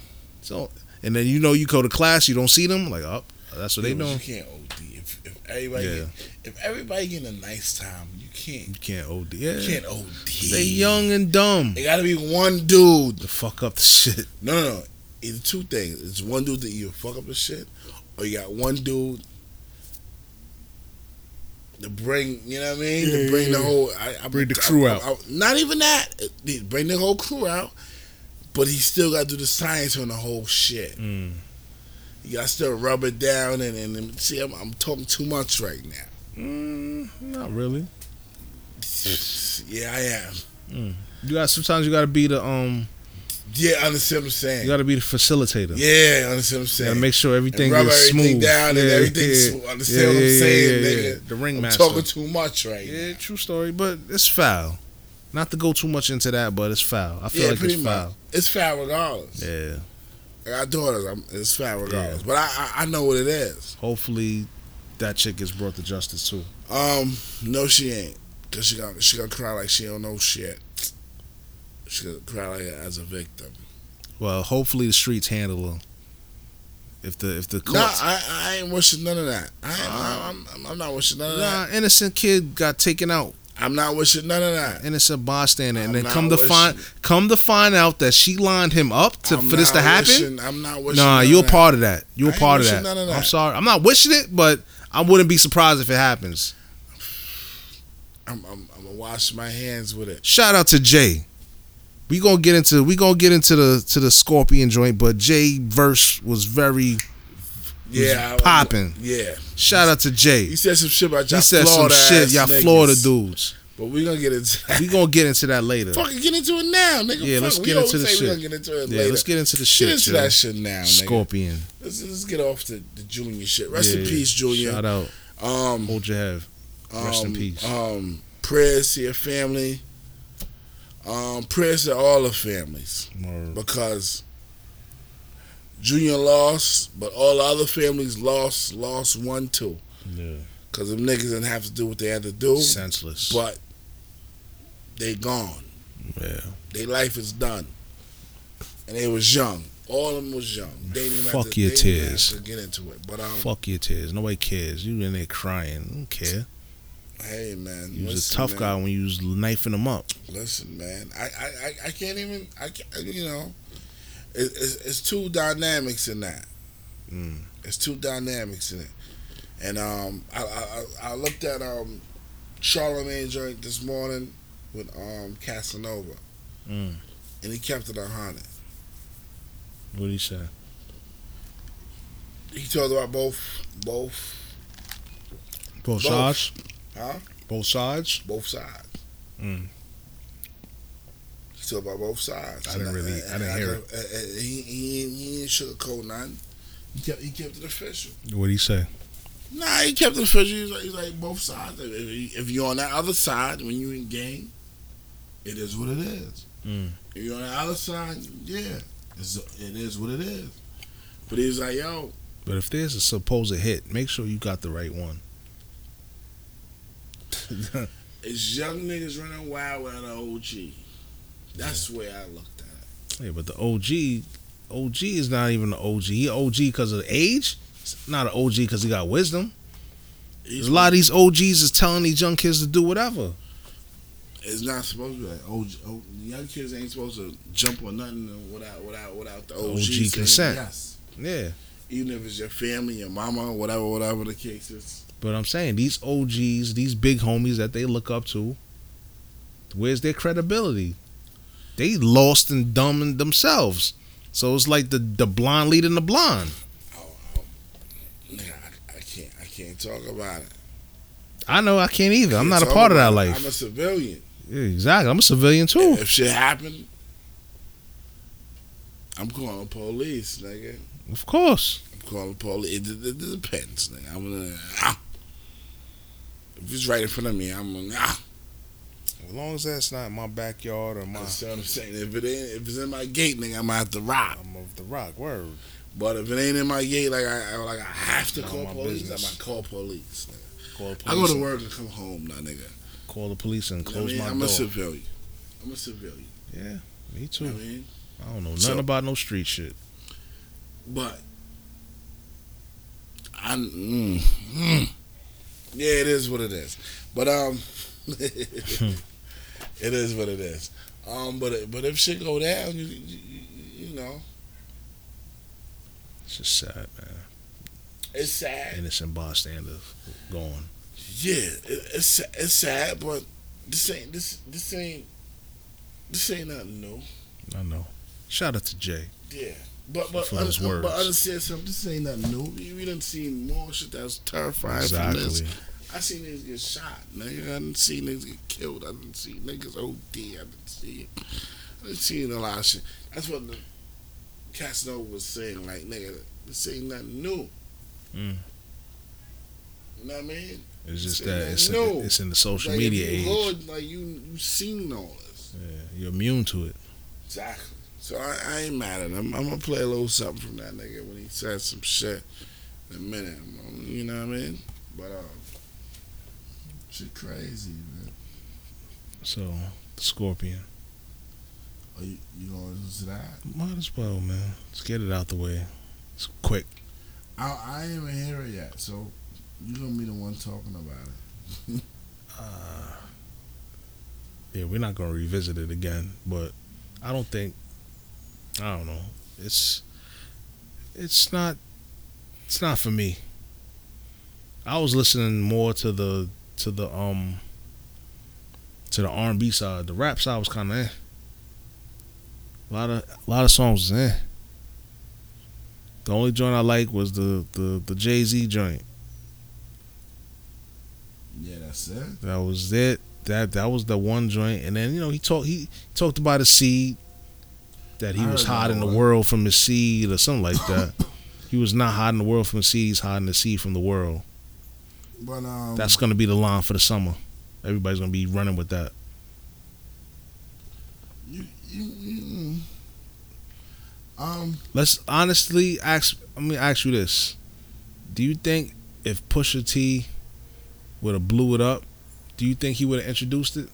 Speaker 2: So, and then you know you go to class, you don't see them. Like, oh, that's what
Speaker 3: Yeah,
Speaker 2: they
Speaker 3: but
Speaker 2: doing.
Speaker 3: You can't OD. If, if everybody,
Speaker 2: Yeah.
Speaker 3: get, if everybody getting a nice time, you can't.
Speaker 2: You can't OD. Yeah,
Speaker 3: You can't OD.
Speaker 2: they young and dumb.
Speaker 3: It gotta be one dude.
Speaker 2: The fuck up the shit.
Speaker 3: No, no, no. It's two things. It's one dude that you fuck up the shit, or you got one dude to bring. You know what I mean? to
Speaker 2: Yeah,
Speaker 3: bring
Speaker 2: yeah,
Speaker 3: the
Speaker 2: yeah.
Speaker 3: whole. I, I,
Speaker 2: Bring the
Speaker 3: I-
Speaker 2: crew
Speaker 3: I-
Speaker 2: out.
Speaker 3: I- not even that. They Bring the whole crew out, but he still got to do the science on the whole shit.
Speaker 2: Mm.
Speaker 3: You got to still rub it down and and, and see. I'm, I'm talking too much right now.
Speaker 2: Mm, not really.
Speaker 3: yeah, I am.
Speaker 2: You got sometimes you gotta be the um
Speaker 3: Yeah, I understand what I'm saying.
Speaker 2: You got to be the facilitator.
Speaker 3: yeah, I understand what I'm saying.
Speaker 2: Gotta make sure everything
Speaker 3: and rub
Speaker 2: is
Speaker 3: everything
Speaker 2: smooth.
Speaker 3: down and everything's smooth. Understand what I'm saying,
Speaker 2: yeah, yeah.
Speaker 3: nigga?
Speaker 2: The ring
Speaker 3: I'm
Speaker 2: master.
Speaker 3: talking too much right now.
Speaker 2: yeah, true story, but it's foul. Not to go too much into that, but it's foul. I feel
Speaker 3: Yeah,
Speaker 2: like
Speaker 3: pretty
Speaker 2: it's
Speaker 3: much.
Speaker 2: foul.
Speaker 3: It's foul regardless.
Speaker 2: Yeah.
Speaker 3: I got daughters. I'm, it's foul regardless.
Speaker 2: Yeah.
Speaker 3: But I, I I know what it is.
Speaker 2: Hopefully, that chick gets brought to justice too.
Speaker 3: Um, no, she ain't. Cause she gonna she gonna cry like she don't know shit. She gonna cry like as a victim.
Speaker 2: Well, hopefully the streets handle her. If the if the court,
Speaker 3: No, I, I ain't wishing none of that. I ain't, I'm, I'm, I'm not wishing none of that.
Speaker 2: nah, innocent kid got taken out,
Speaker 3: I'm not wishing none of that.
Speaker 2: innocent bystander, and
Speaker 3: I'm
Speaker 2: then
Speaker 3: not
Speaker 2: come to
Speaker 3: wishing-
Speaker 2: find come to find out that she lined him up to
Speaker 3: I'm
Speaker 2: for this
Speaker 3: not
Speaker 2: to happen.
Speaker 3: wishing- I'm not wishing.
Speaker 2: Nah,
Speaker 3: none
Speaker 2: you're
Speaker 3: of
Speaker 2: a
Speaker 3: that.
Speaker 2: part of that. You're
Speaker 3: I
Speaker 2: a
Speaker 3: ain't
Speaker 2: part of that.
Speaker 3: wishing none of
Speaker 2: I'm
Speaker 3: that.
Speaker 2: sorry, I'm not wishing it, but I wouldn't be surprised if it happens.
Speaker 3: I'm, I'm, I'm gonna wash my hands with it.
Speaker 2: Shout out to Jay. We gonna get into we gonna get into the to the Scorpion joint, but Jay verse was very.
Speaker 3: Yeah, I-
Speaker 2: popping.
Speaker 3: Yeah,
Speaker 2: Shout out to Jay.
Speaker 3: he said some shit about y'all
Speaker 2: he said
Speaker 3: Florida
Speaker 2: some shit,
Speaker 3: ass
Speaker 2: y'all
Speaker 3: niggas.
Speaker 2: Florida dudes.
Speaker 3: But we gonna get into that.
Speaker 2: We gonna get into that later.
Speaker 3: Fucking get into it now, nigga.
Speaker 2: Yeah,
Speaker 3: Fuck,
Speaker 2: let's
Speaker 3: we
Speaker 2: get
Speaker 3: always
Speaker 2: into the
Speaker 3: say We
Speaker 2: shit.
Speaker 3: gonna get into it
Speaker 2: yeah,
Speaker 3: later.
Speaker 2: let's get into the
Speaker 3: Get
Speaker 2: shit.
Speaker 3: into
Speaker 2: yo.
Speaker 3: that shit now, nigga.
Speaker 2: Scorpion.
Speaker 3: Let's, let's get off the, the Julian shit. Rest in
Speaker 2: Yeah.
Speaker 3: peace, Julian.
Speaker 2: Shout out.
Speaker 3: Um,
Speaker 2: Hold your head. Rest in
Speaker 3: um,
Speaker 2: peace.
Speaker 3: Um, prayers to your family. Um, prayers to all the families
Speaker 2: Word.
Speaker 3: because Junior lost, but all the other families lost. Lost one too,
Speaker 2: Yeah.
Speaker 3: because them niggas didn't have to do what they had to do,
Speaker 2: Senseless.
Speaker 3: but they gone.
Speaker 2: yeah.
Speaker 3: Their life is done. And they was young. All of them was young. They didn't have
Speaker 2: Fuck
Speaker 3: to,
Speaker 2: your
Speaker 3: they didn't have
Speaker 2: tears.
Speaker 3: to get into it. But um,
Speaker 2: Fuck your tears. Nobody cares. You in there crying. I don't care.
Speaker 3: hey man,
Speaker 2: You was
Speaker 3: listen,
Speaker 2: a tough
Speaker 3: man.
Speaker 2: guy when you was knifing them up.
Speaker 3: Listen, man, I I, I, I can't even. I can't, you know, it, it's, it's two dynamics in that.
Speaker 2: Mm.
Speaker 3: It's two dynamics in it. And um, I I, I I looked at um, Charlemagne joint this morning with um Casanova,
Speaker 2: Mm.
Speaker 3: and he kept it on hundred.
Speaker 2: What did he say?
Speaker 3: He talked about both both
Speaker 2: Both
Speaker 3: Both.
Speaker 2: sides.
Speaker 3: Huh?
Speaker 2: Both sides.
Speaker 3: both sides.
Speaker 2: Mm.
Speaker 3: He talked about both sides.
Speaker 2: I didn't really- I didn't hear
Speaker 3: it. he, he, he ain't sugarcoat nothing. He kept, he kept it official.
Speaker 2: What did he say?
Speaker 3: Nah, he kept it official. He's like, he's like both sides. If, if- if you're on that other side when you in game, it is what it is.
Speaker 2: Mm.
Speaker 3: If you're on the other side, yeah, it's, it is what it is. But he's like, yo,
Speaker 2: But if there's a supposed hit, make sure you got the right one.
Speaker 3: it's young niggas running wild without an OG. That's the way I looked at it.
Speaker 2: yeah, but the OG, OG is not even an OG. He OG because of age. He's not an OG because he got wisdom.
Speaker 3: He's-
Speaker 2: A lot of these OGs is telling these young kids to do whatever.
Speaker 3: It's not supposed to be like OG. Oh, young kids ain't supposed to jump on nothing without without without the OG,
Speaker 2: OG
Speaker 3: saying
Speaker 2: consent.
Speaker 3: Yes,
Speaker 2: Yeah.
Speaker 3: even if it's your family, your mama, whatever, whatever the case is.
Speaker 2: But I'm saying these OGs, these big homies that they look up to, where's their credibility? They lost and dumb in themselves. So it's like the the blonde leading the blonde.
Speaker 3: Oh, oh, nigga, I, I can't I can't talk about it.
Speaker 2: I know I can't either. I'm not
Speaker 3: Can't
Speaker 2: a
Speaker 3: talk
Speaker 2: part of
Speaker 3: about
Speaker 2: that
Speaker 3: it.
Speaker 2: life.
Speaker 3: I'm a civilian.
Speaker 2: Yeah, exactly. I'm a civilian too.
Speaker 3: If shit happened, I'm calling the police, nigga.
Speaker 2: Of course.
Speaker 3: I'm calling the police. It, it, it depends, nigga. I'm gonna. ah. If it's right in front of me, I'm gonna. ah.
Speaker 2: As long as that's not my backyard or my
Speaker 3: Understand what I'm saying? If it ain't, if it's in my gate, nigga, I'm gonna have to rob.
Speaker 2: I'm of the rock word.
Speaker 3: But if it ain't in my gate, like I, I like I have to
Speaker 2: Not
Speaker 3: call
Speaker 2: my
Speaker 3: police.
Speaker 2: business.
Speaker 3: I'm gonna call police. nigga.
Speaker 2: Call the
Speaker 3: I go
Speaker 2: police.
Speaker 3: to
Speaker 2: and-
Speaker 3: work and come home now, nigga.
Speaker 2: Call the police and
Speaker 3: You know
Speaker 2: close
Speaker 3: what I mean?
Speaker 2: my
Speaker 3: I'm
Speaker 2: door.
Speaker 3: a civilian. I'm a civilian.
Speaker 2: yeah, me
Speaker 3: You
Speaker 2: too.
Speaker 3: know what I mean?
Speaker 2: I don't know nothing
Speaker 3: So-
Speaker 2: about no street shit.
Speaker 3: But I, mm, mm. yeah, it is what it is. But um, it is what it is. Um, but it- but if shit go down, you you, you know,
Speaker 2: It's just sad, man.
Speaker 3: it's sad.
Speaker 2: Innocent bystanders gone.
Speaker 3: Yeah, it, it's it's sad, but this ain't this this ain't this ain't nothing new.
Speaker 2: I know. Shout out to Jay.
Speaker 3: Yeah, but but
Speaker 2: For his
Speaker 3: un- un- but
Speaker 2: words.
Speaker 3: understand something. This ain't nothing new. We, we done seen more shit that was terrifying from this. I seen niggas get shot, nigga. I done seen niggas get killed. I done seen niggas OD. I done seen I've seen a lot of shit. That's what the Casanova was saying. Like, nigga, this ain't nothing new.
Speaker 2: Mm.
Speaker 3: You know what I mean?
Speaker 2: It's just
Speaker 3: See,
Speaker 2: that
Speaker 3: man,
Speaker 2: it's,
Speaker 3: no.
Speaker 2: it's in the social
Speaker 3: Like, if
Speaker 2: media
Speaker 3: you
Speaker 2: age.
Speaker 3: Lord, like you, you seen all this.
Speaker 2: Yeah, you're immune to it.
Speaker 3: Exactly. So I, I ain't mad at him. I'm gonna play a little something from that nigga when he says some shit in a minute. um, You know what I mean? But um, shit crazy, man.
Speaker 2: So, Scorpion.
Speaker 3: Are you, you gonna listen to that?
Speaker 2: Might as well, man. Let's get it out the way. It's quick.
Speaker 3: I, I ain't even hear it yet, so you gonna be the one talking about it.
Speaker 2: Uh, yeah, we're not gonna revisit it again, but I don't think. I don't know. It's it's not it's not for me. I was listening more to the to the um to the R and B side. The rap side was kind of eh. a lot of a lot of songs was eh. The only joint I liked was the the the Jay Z joint.
Speaker 3: Yeah, that's it.
Speaker 2: That was it. That that was the one joint. And then you know he talked he talked about a seed that he
Speaker 3: I
Speaker 2: was
Speaker 3: heard that
Speaker 2: hiding the
Speaker 3: one.
Speaker 2: world from his seed or something like that. he was not hiding the world from his seed. He's hiding the seed from the world.
Speaker 3: But um,
Speaker 2: That's gonna be the line for the summer. Everybody's gonna be running with that.
Speaker 3: you, you, you, um,
Speaker 2: Let's honestly ask. Let me ask you this: Do you think if Pusha T would have blew it up, do you think he would have introduced it?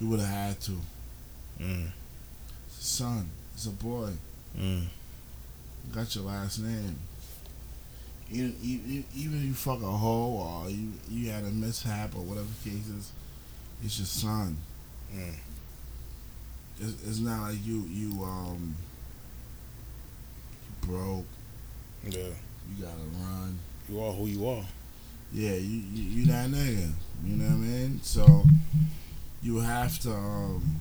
Speaker 3: you would have had to.
Speaker 2: Mm,
Speaker 3: Son, it's a boy.
Speaker 2: mm,
Speaker 3: Got your last name. Even, even, even if you fuck a hoe or you you had a mishap or whatever cases, it's your son.
Speaker 2: Mm.
Speaker 3: It's, it's not like you you um you broke.
Speaker 2: yeah,
Speaker 3: You gotta run.
Speaker 2: you are who you are.
Speaker 3: Yeah, you, you you that nigga. You know what I mean? So you have to um,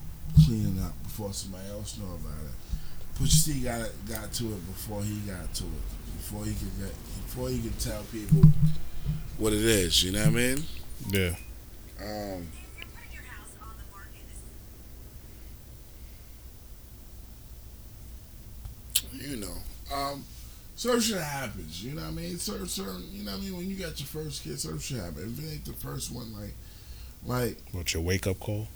Speaker 3: clean it up before somebody else know about it. Pusha T got got to it before he got to it. Before he could get, before he could tell people what it is. You know what I mean?
Speaker 2: Yeah,
Speaker 3: Um, you know. Um, certain shit happens, you know what I mean? Certain, certain, you know what I mean? When you got your first kid, certain shit happens. If it ain't the first one, like, like,
Speaker 2: what's your wake up call?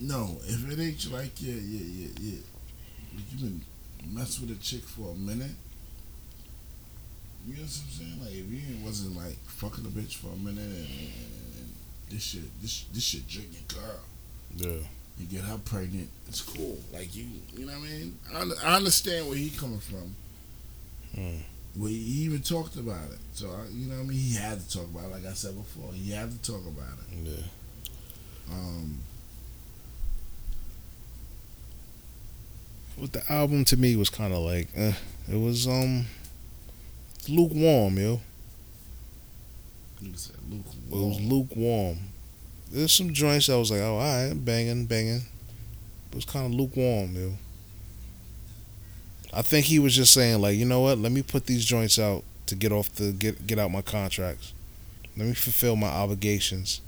Speaker 3: no, if it ain't like, yeah, yeah, yeah, yeah. Like you been mess with a chick for a minute. You know what I'm saying? Like, if you ain't wasn't like fucking a bitch for a minute and, and, and, and this shit, this, this shit drink your girl.
Speaker 2: Yeah.
Speaker 3: you get her pregnant, it's cool. Like you, you know what I mean. I, un- I understand where he coming from. Hmm.
Speaker 2: Mm.
Speaker 3: Well, he even talked about it. So I, you know what I mean. He had to talk about it. Like I said before, he had to talk about it.
Speaker 2: Yeah.
Speaker 3: Um,
Speaker 2: What the album to me was kind of like, eh, it was um lukewarm, yo.
Speaker 3: you said Luke.
Speaker 2: It was lukewarm. There's some joints I was like, oh, all right, banging, banging. It was kind of lukewarm, yo. I think he was just saying like, you know what? Let me put these joints out to get off the get get out my contracts. Let me fulfill my obligations.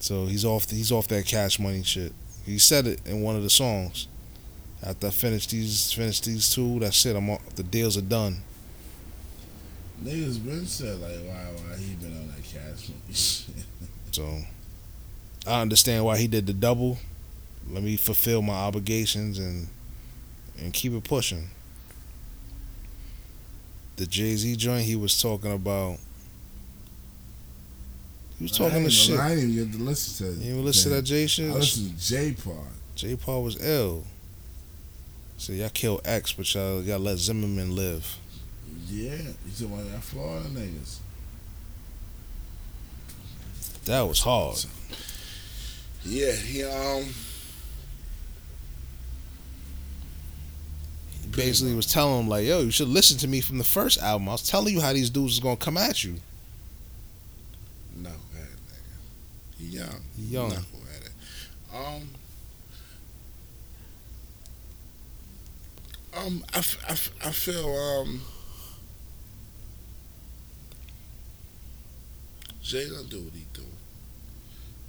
Speaker 2: So he's off he's off that cash money shit. He said it in one of the songs. After I finish these finish these two, that's it. I'm off, the deals are done.
Speaker 3: Niggas been said like, why, why he been on that cash money shit?
Speaker 2: So I understand why he did the double. Let me fulfill my obligations and and keep it pushing. The Jay Z joint he was talking about. He was
Speaker 3: I
Speaker 2: talking
Speaker 3: ain't
Speaker 2: the shit.
Speaker 3: gonna lie, I didn't even get to listen to.
Speaker 2: You even listen to that Jay
Speaker 3: I
Speaker 2: shit?
Speaker 3: listened to J part.
Speaker 2: J Paul was ill. So y'all killed X, but y'all y'all let Zimmerman live.
Speaker 3: Yeah, you talking about that Florida niggas?
Speaker 2: That was hard.
Speaker 3: Yeah, he um.
Speaker 2: basically was telling him like, "Yo, you should listen to me from the first album. I was telling you how these dudes is gonna come at you."
Speaker 3: No, that nigga. He um,
Speaker 2: Young.
Speaker 3: young. Knucklehead. Um. Um, I, f- I, f- I feel um. Jay gonna do what he do.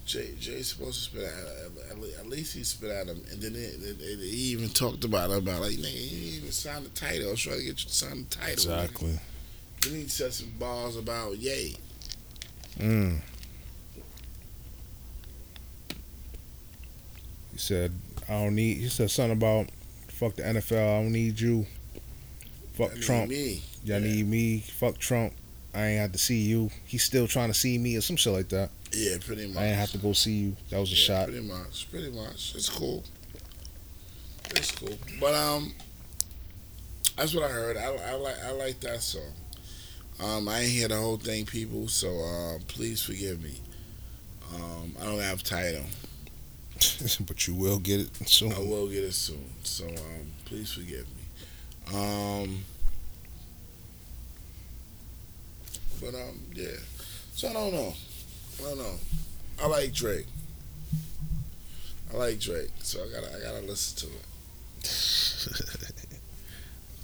Speaker 3: Jay Jay's supposed to spit out at- at, le- at least he spit out him, and then they, they, they, they even talked about it, about like nigga, he didn't even signed the title. I was trying to get you to sign the title. nigga.
Speaker 2: Exactly.
Speaker 3: Then he said some balls about yay.
Speaker 2: Mm. He said, "I don't need." He said something about, "Fuck the NFL. I don't need you. Fuck
Speaker 3: I mean,
Speaker 2: Trump.
Speaker 3: me.
Speaker 2: Y'all
Speaker 3: Yeah.
Speaker 2: need me. Fuck Trump. I ain't have to see you. He's still trying to see me or some shit like that.
Speaker 3: Yeah, pretty much.
Speaker 2: I ain't have to go see you. That was a
Speaker 3: Yeah,
Speaker 2: shot.
Speaker 3: Pretty much, pretty much. It's cool. It's cool. But um, that's what I heard. I, I like I like that song. Um, I ain't hear the whole thing, people. So uh, please forgive me. Um, I don't have title.
Speaker 2: but you will get it soon.
Speaker 3: I will get it soon. So um, please forgive me. Um, but um, yeah. So I don't know. I don't know. I like Drake. I like Drake. So I gotta I gotta listen to it.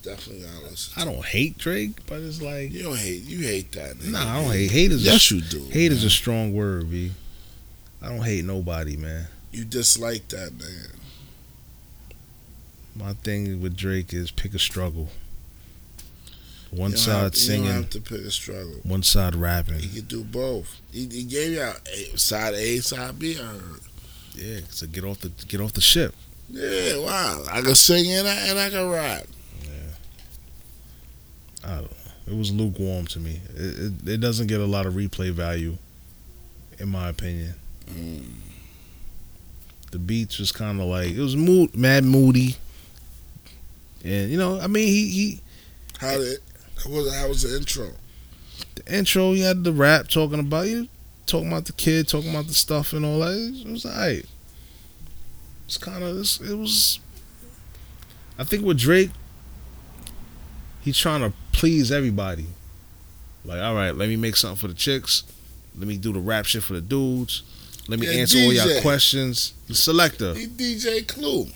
Speaker 3: Definitely gotta listen.
Speaker 2: I don't hate Drake, but it's like,
Speaker 3: You don't hate. You hate that. Nigga.
Speaker 2: nah, I don't hate. Hate is
Speaker 3: Yes,
Speaker 2: a,
Speaker 3: you do.
Speaker 2: hate is
Speaker 3: man.
Speaker 2: a strong word, b. I don't hate nobody, man.
Speaker 3: You dislike that man.
Speaker 2: My thing with Drake is pick a struggle. One
Speaker 3: You don't
Speaker 2: side
Speaker 3: have to-
Speaker 2: singing,
Speaker 3: You don't have to pick a struggle.
Speaker 2: one side rapping.
Speaker 3: He could do both. He, he gave y'all a, side A, side B. I heard.
Speaker 2: Yeah, so get off the get off the ship.
Speaker 3: Yeah, wow. I can sing and I, and I can rap.
Speaker 2: I don't know. It was lukewarm to me. It, it, it doesn't get a lot of replay value, in my opinion.
Speaker 3: Mm.
Speaker 2: The beats was kind of like it was mood, mad moody, and you know, I mean, he he
Speaker 3: How did how was how was the intro?
Speaker 2: the intro, he had the rap talking about you, talking about the kid, talking about the stuff and all that. It was alright. It's kind of it was. I think with Drake, he's trying to please everybody. Like, all right, let me make something for the chicks. Let me do the rap shit for the dudes. Let me
Speaker 3: Yeah,
Speaker 2: answer all y'all
Speaker 3: DJ.
Speaker 2: questions. The selector.
Speaker 3: He DJ Clue.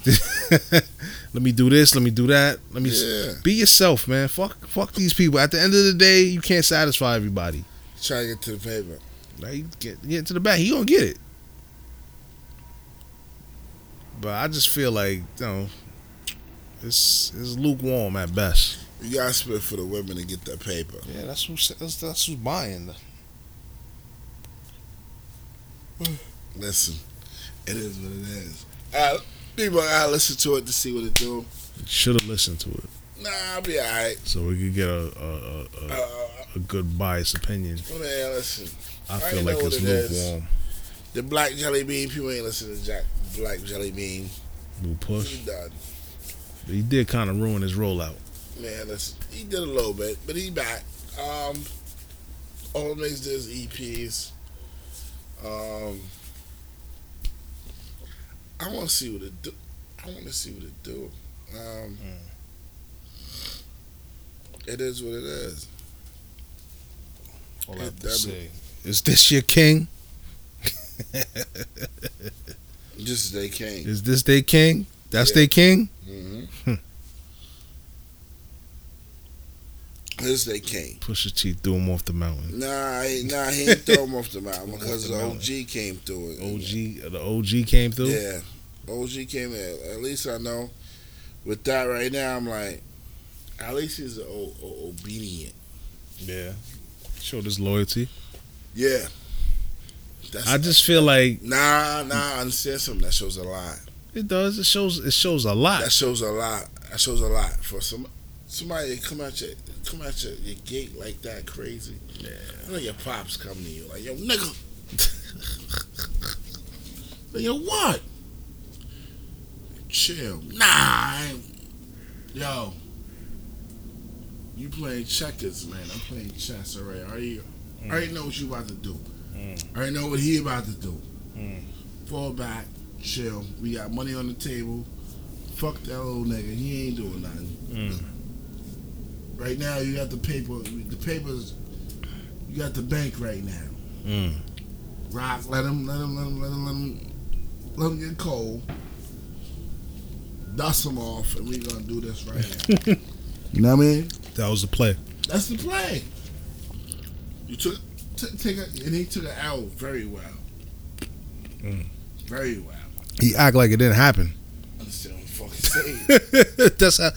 Speaker 2: let me do this. Let me do that. Let me
Speaker 3: Yeah.
Speaker 2: be yourself, man. Fuck, fuck these people. At the end of the day, you can't satisfy everybody.
Speaker 3: Try to get to the pavement.
Speaker 2: Like get get to the back, he gonna get it. But I just feel like you know, it's it's lukewarm at best.
Speaker 3: You gotta spit for the women to get that paper.
Speaker 2: Yeah, that's who that's, that's who's buying.
Speaker 3: Listen, it is what it is. Uh, people, I listen to it to see what it do.
Speaker 2: Should have listened to it
Speaker 3: Nah, I'll be alright.
Speaker 2: so we could get a a, a, a,
Speaker 3: Uh,
Speaker 2: a good biased opinion.
Speaker 3: man, listen.
Speaker 2: I
Speaker 3: I
Speaker 2: feel
Speaker 3: know
Speaker 2: like
Speaker 3: what
Speaker 2: it's
Speaker 3: it is.
Speaker 2: lukewarm.
Speaker 3: The black jelly bean, people ain't listening to Jack Black Jelly Bean.
Speaker 2: We'll push.
Speaker 3: He done.
Speaker 2: But he did kind of ruin his rollout.
Speaker 3: Man, listen, he did a little bit, but he back. Um, all it makes is EPs. Um, I want to see what it do. I want to see what it do. Um, Hmm. it is what it is.
Speaker 2: All
Speaker 3: I have to say
Speaker 2: Is this your king?
Speaker 3: Just as they came.
Speaker 2: Is this their king? That's
Speaker 3: Yeah.
Speaker 2: their king.
Speaker 3: Mm-hmm. Just they came.
Speaker 2: Pusha T threw him off the mountain.
Speaker 3: Nah, he- nah, he ain't throw him off the mountain
Speaker 2: Off
Speaker 3: because
Speaker 2: the
Speaker 3: the
Speaker 2: mountain.
Speaker 3: OG came through it.
Speaker 2: OG, the OG came through.
Speaker 3: Yeah, OG came in. At least I know. With that right now, I'm like, at least he's o- o- obedient.
Speaker 2: Yeah. Showed his loyalty.
Speaker 3: Yeah. That's,
Speaker 2: I just feel like
Speaker 3: nah, nah. I understand something. That shows a lot.
Speaker 2: it does. It shows. It shows a
Speaker 3: That
Speaker 2: lot.
Speaker 3: shows a lot. That shows a lot for some somebody to come at your come at your, your gate like that crazy. Yeah. I know your pops come to you like, yo, nigga. Like, yo, what? Chill. Nah. I ain't- Yo. You playing checkers, man. I'm playing chess already. I already, I already know what you about to do. I already know what he about to do. Fall back, chill. We got money on the table. Fuck that old nigga. He ain't doing nothing.
Speaker 2: Mm.
Speaker 3: Right now, you got the paper. The papers. You got the bank right now.
Speaker 2: Mm.
Speaker 3: Rock, let him, let him, let him, let him, let him, let him get cold. Dust him off, and we gonna do this right now. you know what I mean?
Speaker 2: That was the play.
Speaker 3: That's the play. You took, t- take a, and he took an L very well.
Speaker 2: Mm.
Speaker 3: Very wild.
Speaker 2: He act like it didn't happen.
Speaker 3: I understand what I'm fucking saying.
Speaker 2: That's how.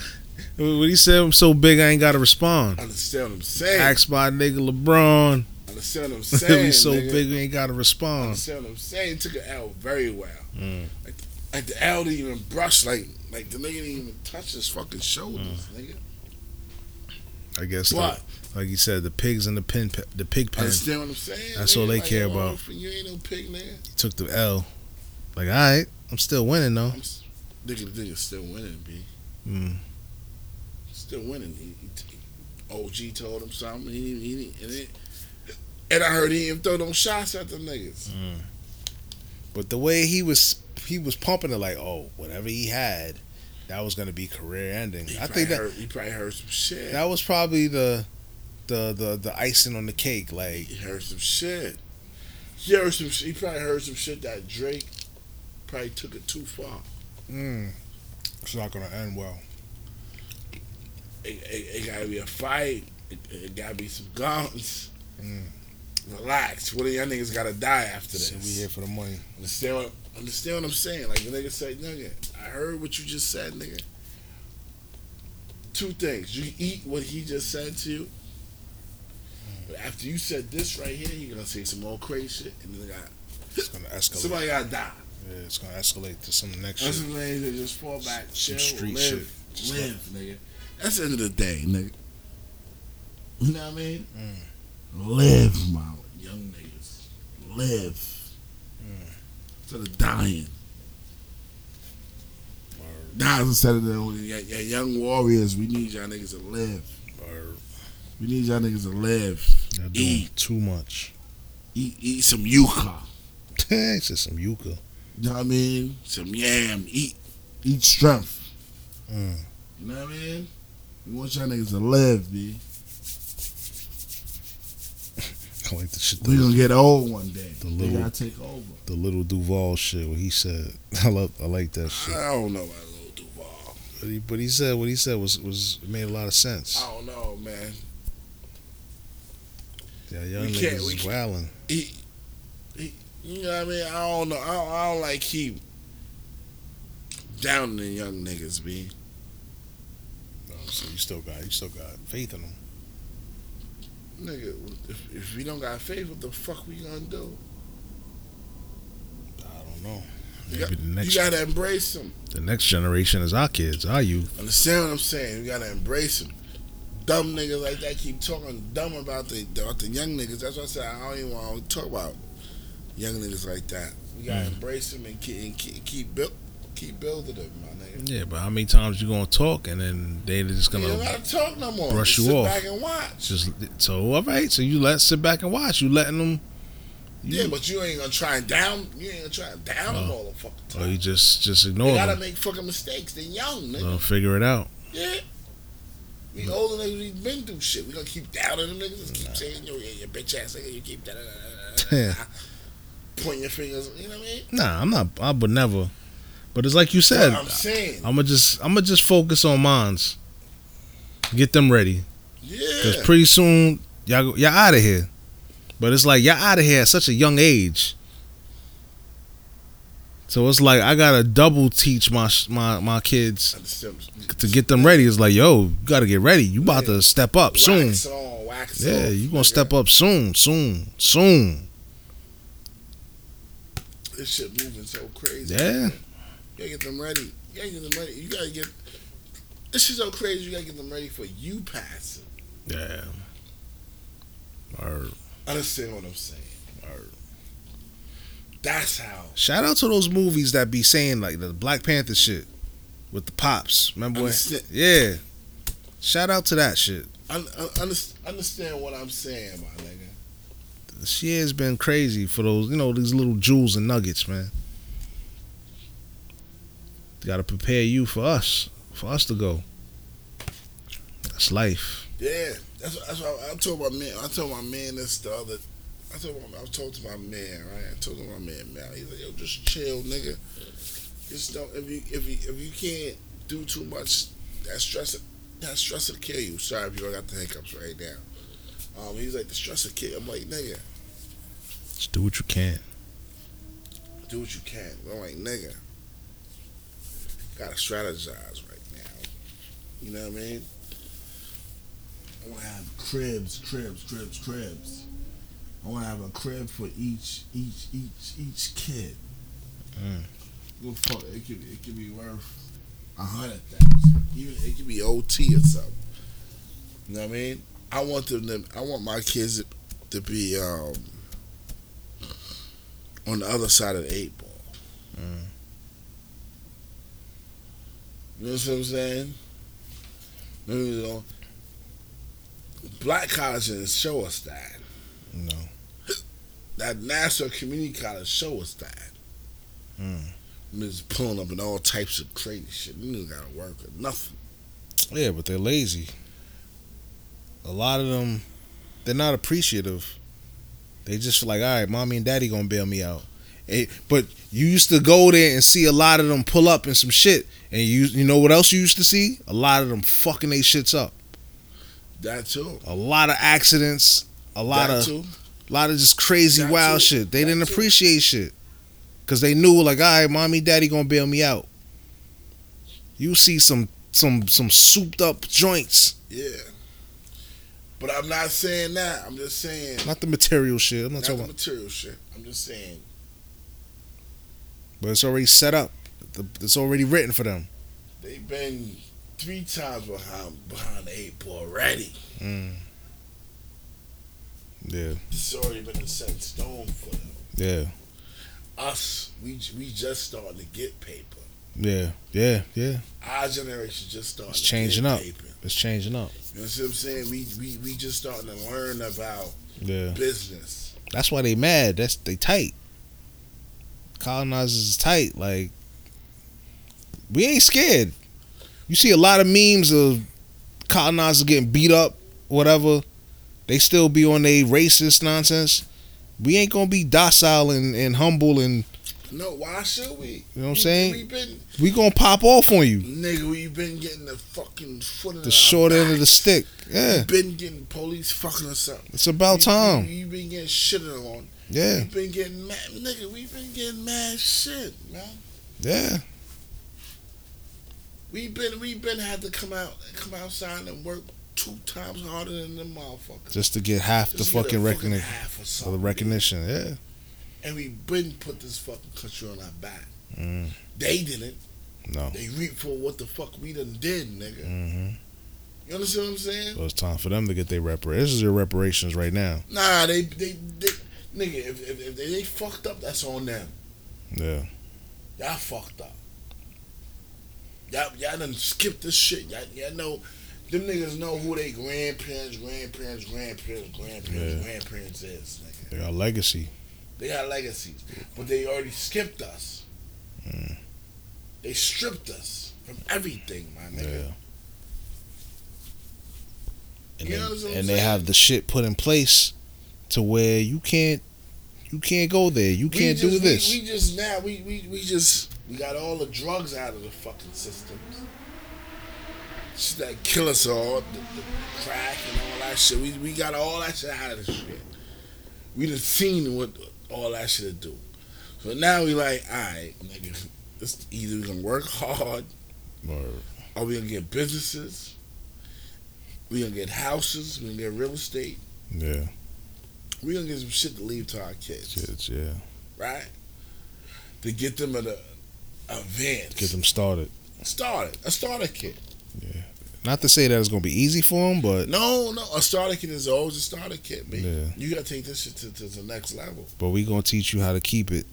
Speaker 2: What he said, I'm so big I ain't got to respond.
Speaker 3: I understand what I'm saying.
Speaker 2: Ask my nigga LeBron.
Speaker 3: I understand what I'm saying.
Speaker 2: We so
Speaker 3: nigga.
Speaker 2: big we ain't got to
Speaker 3: I
Speaker 2: respond.
Speaker 3: understand what I'm saying. Took an L very well.
Speaker 2: Mm.
Speaker 3: Like, like the L didn't even brush. Like like the nigga didn't even touch his fucking shoulders, nigga.
Speaker 2: I guess,
Speaker 3: What?
Speaker 2: Mm. like, like you said, the pigs in the pen, pe- the pig pen
Speaker 3: Understand what I'm saying?
Speaker 2: That's all
Speaker 3: nigga?
Speaker 2: they
Speaker 3: Like,
Speaker 2: care
Speaker 3: yo,
Speaker 2: about.
Speaker 3: Orphan, You ain't no pig, nigga.
Speaker 2: took the L. Like, all right, I'm still winning though.
Speaker 3: I'm s- nigga, the nigga still winning, b.
Speaker 2: Mm.
Speaker 3: Still winning. He, he t- OG told him something. He, didn't- he, didn't- and, it, and I heard he even throw them shots at them
Speaker 2: Mm.
Speaker 3: niggas.
Speaker 2: But the way he was, he was pumping it like, oh, whatever he had, that was gonna be career ending.
Speaker 3: He
Speaker 2: I
Speaker 3: probably
Speaker 2: think that
Speaker 3: heard, he probably heard some shit.
Speaker 2: that was probably the, the the the icing on the cake. Like,
Speaker 3: He heard some shit. He heard some. sh- He probably heard some shit that Drake probably took it too far.
Speaker 2: mm, it's not gonna end well.
Speaker 3: It, it, it gotta be a fight. It, it gotta be some guns.
Speaker 2: Mm.
Speaker 3: Relax. What do y'all niggas gotta die after
Speaker 2: So we
Speaker 3: this?
Speaker 2: here for the money.
Speaker 3: Understand what understand what I'm saying? Like the nigga said, nigga, I heard what you just said, nigga. Two things. You eat what he just said to you. But after you said this right here, you gonna say some more crazy shit and then got
Speaker 2: It's gonna escalate.
Speaker 3: somebody gotta die.
Speaker 2: yeah, it's gonna escalate to some next
Speaker 3: That's
Speaker 2: shit.
Speaker 3: some things that just fall back,
Speaker 2: Some
Speaker 3: chill,
Speaker 2: street
Speaker 3: live,
Speaker 2: shit. Just
Speaker 3: live, nigga. That's the end of the day, nigga. You know what I mean?
Speaker 2: Mm.
Speaker 3: Live, my young niggas. Live.
Speaker 2: Mm.
Speaker 3: To the dying.
Speaker 2: Word.
Speaker 3: Nah, instead of the yeah, yeah, young warriors, we need y'all niggas to live.
Speaker 2: Or E.
Speaker 3: We need y'all niggas to live.
Speaker 2: they're doing
Speaker 3: Eat.
Speaker 2: too much.
Speaker 3: Eat, eat some yuca.
Speaker 2: it's just some yuca.
Speaker 3: You know what I mean? Some yam. Eat, eat strength.
Speaker 2: Mm.
Speaker 3: You know what I mean? We want y'all niggas to live, b.
Speaker 2: I like the shit.
Speaker 3: We gonna get old one day.
Speaker 2: The
Speaker 3: they
Speaker 2: little-
Speaker 3: gotta take over.
Speaker 2: the little Duval shit. What he said, I love, I like that shit.
Speaker 3: I don't know about Lil Duval.
Speaker 2: But he, but he said what he said was was made a lot of sense.
Speaker 3: I don't know, man.
Speaker 2: Yeah, young
Speaker 3: we
Speaker 2: niggas
Speaker 3: can't- we
Speaker 2: is
Speaker 3: can't-
Speaker 2: wilding.
Speaker 3: He, he, you know what I mean? I don't know. I don't, I don't like he down the young niggas, b.
Speaker 2: So you still got you still got faith in them.
Speaker 3: Nigga, if, if we don't got faith, what the fuck we gonna do?
Speaker 2: I don't know.
Speaker 3: You,
Speaker 2: Maybe
Speaker 3: got,
Speaker 2: the next
Speaker 3: you gotta embrace them.
Speaker 2: the next generation is our kids, our youth.
Speaker 3: Understand what I'm saying? You gotta embrace them. Dumb niggas like that keep talking dumb about the about the young niggas. That's why I said I don't even want to talk about young niggas like that. We gotta
Speaker 2: Mm.
Speaker 3: embrace them and keep and keep, keep build keep building them, my nigga.
Speaker 2: Yeah, but how many times you gonna talk and then they just
Speaker 3: You
Speaker 2: gonna
Speaker 3: don't gotta talk no more.
Speaker 2: brush
Speaker 3: Just
Speaker 2: you
Speaker 3: sit
Speaker 2: off.
Speaker 3: back and watch.
Speaker 2: just so all right? So you let sit back and watch. You letting them. You,
Speaker 3: Yeah, but you ain't gonna try and down. You ain't gonna try and down them all the fucking
Speaker 2: or
Speaker 3: time.
Speaker 2: oh, you just just
Speaker 3: They
Speaker 2: ignore
Speaker 3: gotta
Speaker 2: them. Uh.
Speaker 3: make fucking mistakes. They're young, nigga.
Speaker 2: They'll figure it out.
Speaker 3: Yeah. We
Speaker 2: Mm.
Speaker 3: older niggas, we been through shit. We gonna keep doubting them niggas. Just keep saying, yo, yeah, your bitch ass nigga, you keep da da da da da da.
Speaker 2: Yeah.
Speaker 3: Pointing your fingers, you know what I mean?
Speaker 2: Nah, I'm not. I would never. But it's like you said.
Speaker 3: But I'm saying,
Speaker 2: I'm gonna just I'm gonna just focus on mines. Get them ready, cause
Speaker 3: yeah.
Speaker 2: pretty soon y'all go- y'all out of here. But it's like y'all out of here at such a young age. So it's like I gotta double teach my sh- my my kids
Speaker 3: Understand what I'm-
Speaker 2: to get them ready. It's like yo, you gotta get ready. You about to step up soon.
Speaker 3: Wax on, wax
Speaker 2: Yeah,
Speaker 3: off,
Speaker 2: you gonna
Speaker 3: nigga.
Speaker 2: step up soon, soon, soon.
Speaker 3: This shit moving so crazy.
Speaker 2: Yeah,
Speaker 3: You gotta get them ready. You gotta get them ready. You gotta get. This shit so crazy. You gotta get them ready for you passing.
Speaker 2: yeah. Or
Speaker 3: Understand what I'm saying? That's how.
Speaker 2: Shout out to those movies that be saying like the Black Panther shit with the pops. Remember when?
Speaker 3: Understand.
Speaker 2: Yeah. Shout out to that shit.
Speaker 3: Un- un- underst- understand what I'm saying, my nigga.
Speaker 2: This year has been crazy for those, you know, these little jewels and nuggets, man. Got to prepare you for us, for us to go. That's life.
Speaker 3: Yeah, that's that's what I, I told my man. I told my man this the other. I told my, I told to my man right. I told my man man. He's like, yo, just chill, nigga. Just don't if you if you if you can't do too much, that stress that stress will kill you. Sorry if you don't got the hiccups right now. Um, he's like the stress will kill. I'm like, nigga,
Speaker 2: Just do what you can.
Speaker 3: do what you can. But I'm like, nigga, gotta strategize right now. You know what I mean? I wanna have cribs, cribs, cribs, cribs. I wanna have a crib for each, each, each, each kid.
Speaker 2: Mm.
Speaker 3: Go fuck. It could, it could be worth a hundred thousand. Even it could be OT or something. You know what I mean? I want them. To, I want my kids to be um, on the other side of the eight ball.
Speaker 2: Mm.
Speaker 3: You know what I'm saying? You know, black colleges show us that.
Speaker 2: No.
Speaker 3: That Nassau Community College show us that.
Speaker 2: Mm.
Speaker 3: I'm just pulling up in all types of crazy shit. You don't gotta work or nothing.
Speaker 2: Yeah, but they're lazy. A lot of them, they're not appreciative. They just like, all right, mommy and daddy gonna bail me out. Eh, but you used to go there and see a lot of them pull up and some shit, and you you know what else you used to see? A lot of them fucking they shits up.
Speaker 3: That too.
Speaker 2: A lot of accidents. A lot
Speaker 3: that
Speaker 2: of
Speaker 3: too.
Speaker 2: a lot of just crazy
Speaker 3: That
Speaker 2: wild
Speaker 3: too.
Speaker 2: shit. They
Speaker 3: That
Speaker 2: didn't
Speaker 3: too.
Speaker 2: appreciate shit because they knew like, all right, mommy, daddy gonna bail me out. You see some some some souped up joints,
Speaker 3: Yeah. But I'm not saying that. I'm just saying
Speaker 2: not the material shit. I'm not,
Speaker 3: not
Speaker 2: talking
Speaker 3: the
Speaker 2: about,
Speaker 3: material shit. I'm just saying
Speaker 2: but it's already set up. The- It's already written for them.
Speaker 3: they've been three times behind behind the eight ball already.
Speaker 2: Mm. Yeah,
Speaker 3: It's already been set in stone for them.
Speaker 2: yeah,
Speaker 3: Us, we we just starting to get paper.
Speaker 2: yeah, yeah, yeah.
Speaker 3: Our generation just starting
Speaker 2: It's
Speaker 3: to
Speaker 2: changing
Speaker 3: get
Speaker 2: up.
Speaker 3: paper.
Speaker 2: It's changing up.
Speaker 3: You know what I'm saying? We, we we just starting to learn about
Speaker 2: Yeah,
Speaker 3: business.
Speaker 2: that's why they mad. That's they tight. Colonizers is tight. Like we ain't scared. You see a lot of memes of colonizers getting beat up, whatever. They still be on their racist nonsense. We ain't gonna be docile and, and humble, and
Speaker 3: No, why should we?
Speaker 2: You know what I'm
Speaker 3: We-
Speaker 2: saying?
Speaker 3: We been
Speaker 2: we gonna pop off on you.
Speaker 3: nigga, we been getting the fucking foot in
Speaker 2: The short end of the stick. Yeah,
Speaker 3: Been getting police fucking us up.
Speaker 2: it's about time.
Speaker 3: You been getting shitted on.
Speaker 2: Yeah,
Speaker 3: We been getting mad, nigga. We been getting mad shit, man.
Speaker 2: yeah,
Speaker 3: We been we been had to come out, come outside and work two times harder than the motherfuckers.
Speaker 2: just to get half the
Speaker 3: Just to get a
Speaker 2: fucking recognition.
Speaker 3: half or
Speaker 2: For the
Speaker 3: something.
Speaker 2: recognition. Yeah,
Speaker 3: And we been put this fucking country on our back.
Speaker 2: Mm.
Speaker 3: They didn't.
Speaker 2: no.
Speaker 3: They reap for what the fuck we done did, nigga.
Speaker 2: hmm
Speaker 3: You understand what I'm saying?
Speaker 2: So it's time for them to get their reparations. This is your reparations right now.
Speaker 3: Nah, they they, they nigga, if, if, if they, they fucked up, that's on them.
Speaker 2: Yeah.
Speaker 3: Y'all fucked up. Y'all y'all done skipped this shit. Y'all, y'all know them niggas know who they grandparents, grandparents, grandparents, grandparents,
Speaker 2: Yeah.
Speaker 3: grandparents is, nigga.
Speaker 2: They got legacy.
Speaker 3: They got legacies. But they already skipped us.
Speaker 2: Mm.
Speaker 3: They stripped us from everything, my
Speaker 2: Yeah.
Speaker 3: nigga.
Speaker 2: And,
Speaker 3: You
Speaker 2: they,
Speaker 3: know what I'm
Speaker 2: and they
Speaker 3: saying?
Speaker 2: have the shit put in place to where you can't you can't go there. You
Speaker 3: We
Speaker 2: can't
Speaker 3: just-
Speaker 2: do
Speaker 3: we-
Speaker 2: this.
Speaker 3: We, just now we, we we just we got all the drugs out of the fucking systems. Shit that kill us all, the, the crack and all that shit. We we got all that shit out of the shit. We done seen what all that shit do. So now we like, all right, nigga, it's either we gonna work hard
Speaker 2: Or-
Speaker 3: or we gonna get businesses. We gonna get houses. We gonna get real estate.
Speaker 2: yeah.
Speaker 3: We gonna get some shit to leave to our kids
Speaker 2: Shit, yeah.
Speaker 3: right? To get them at a advance.
Speaker 2: Get them started.
Speaker 3: started. A starter kit.
Speaker 2: Not to say that it's gonna be easy for them, but
Speaker 3: No, no, a starter kit is always a starter kit, man.
Speaker 2: Yeah.
Speaker 3: You gotta take this shit to, to the next level.
Speaker 2: but we gonna teach you how to keep it,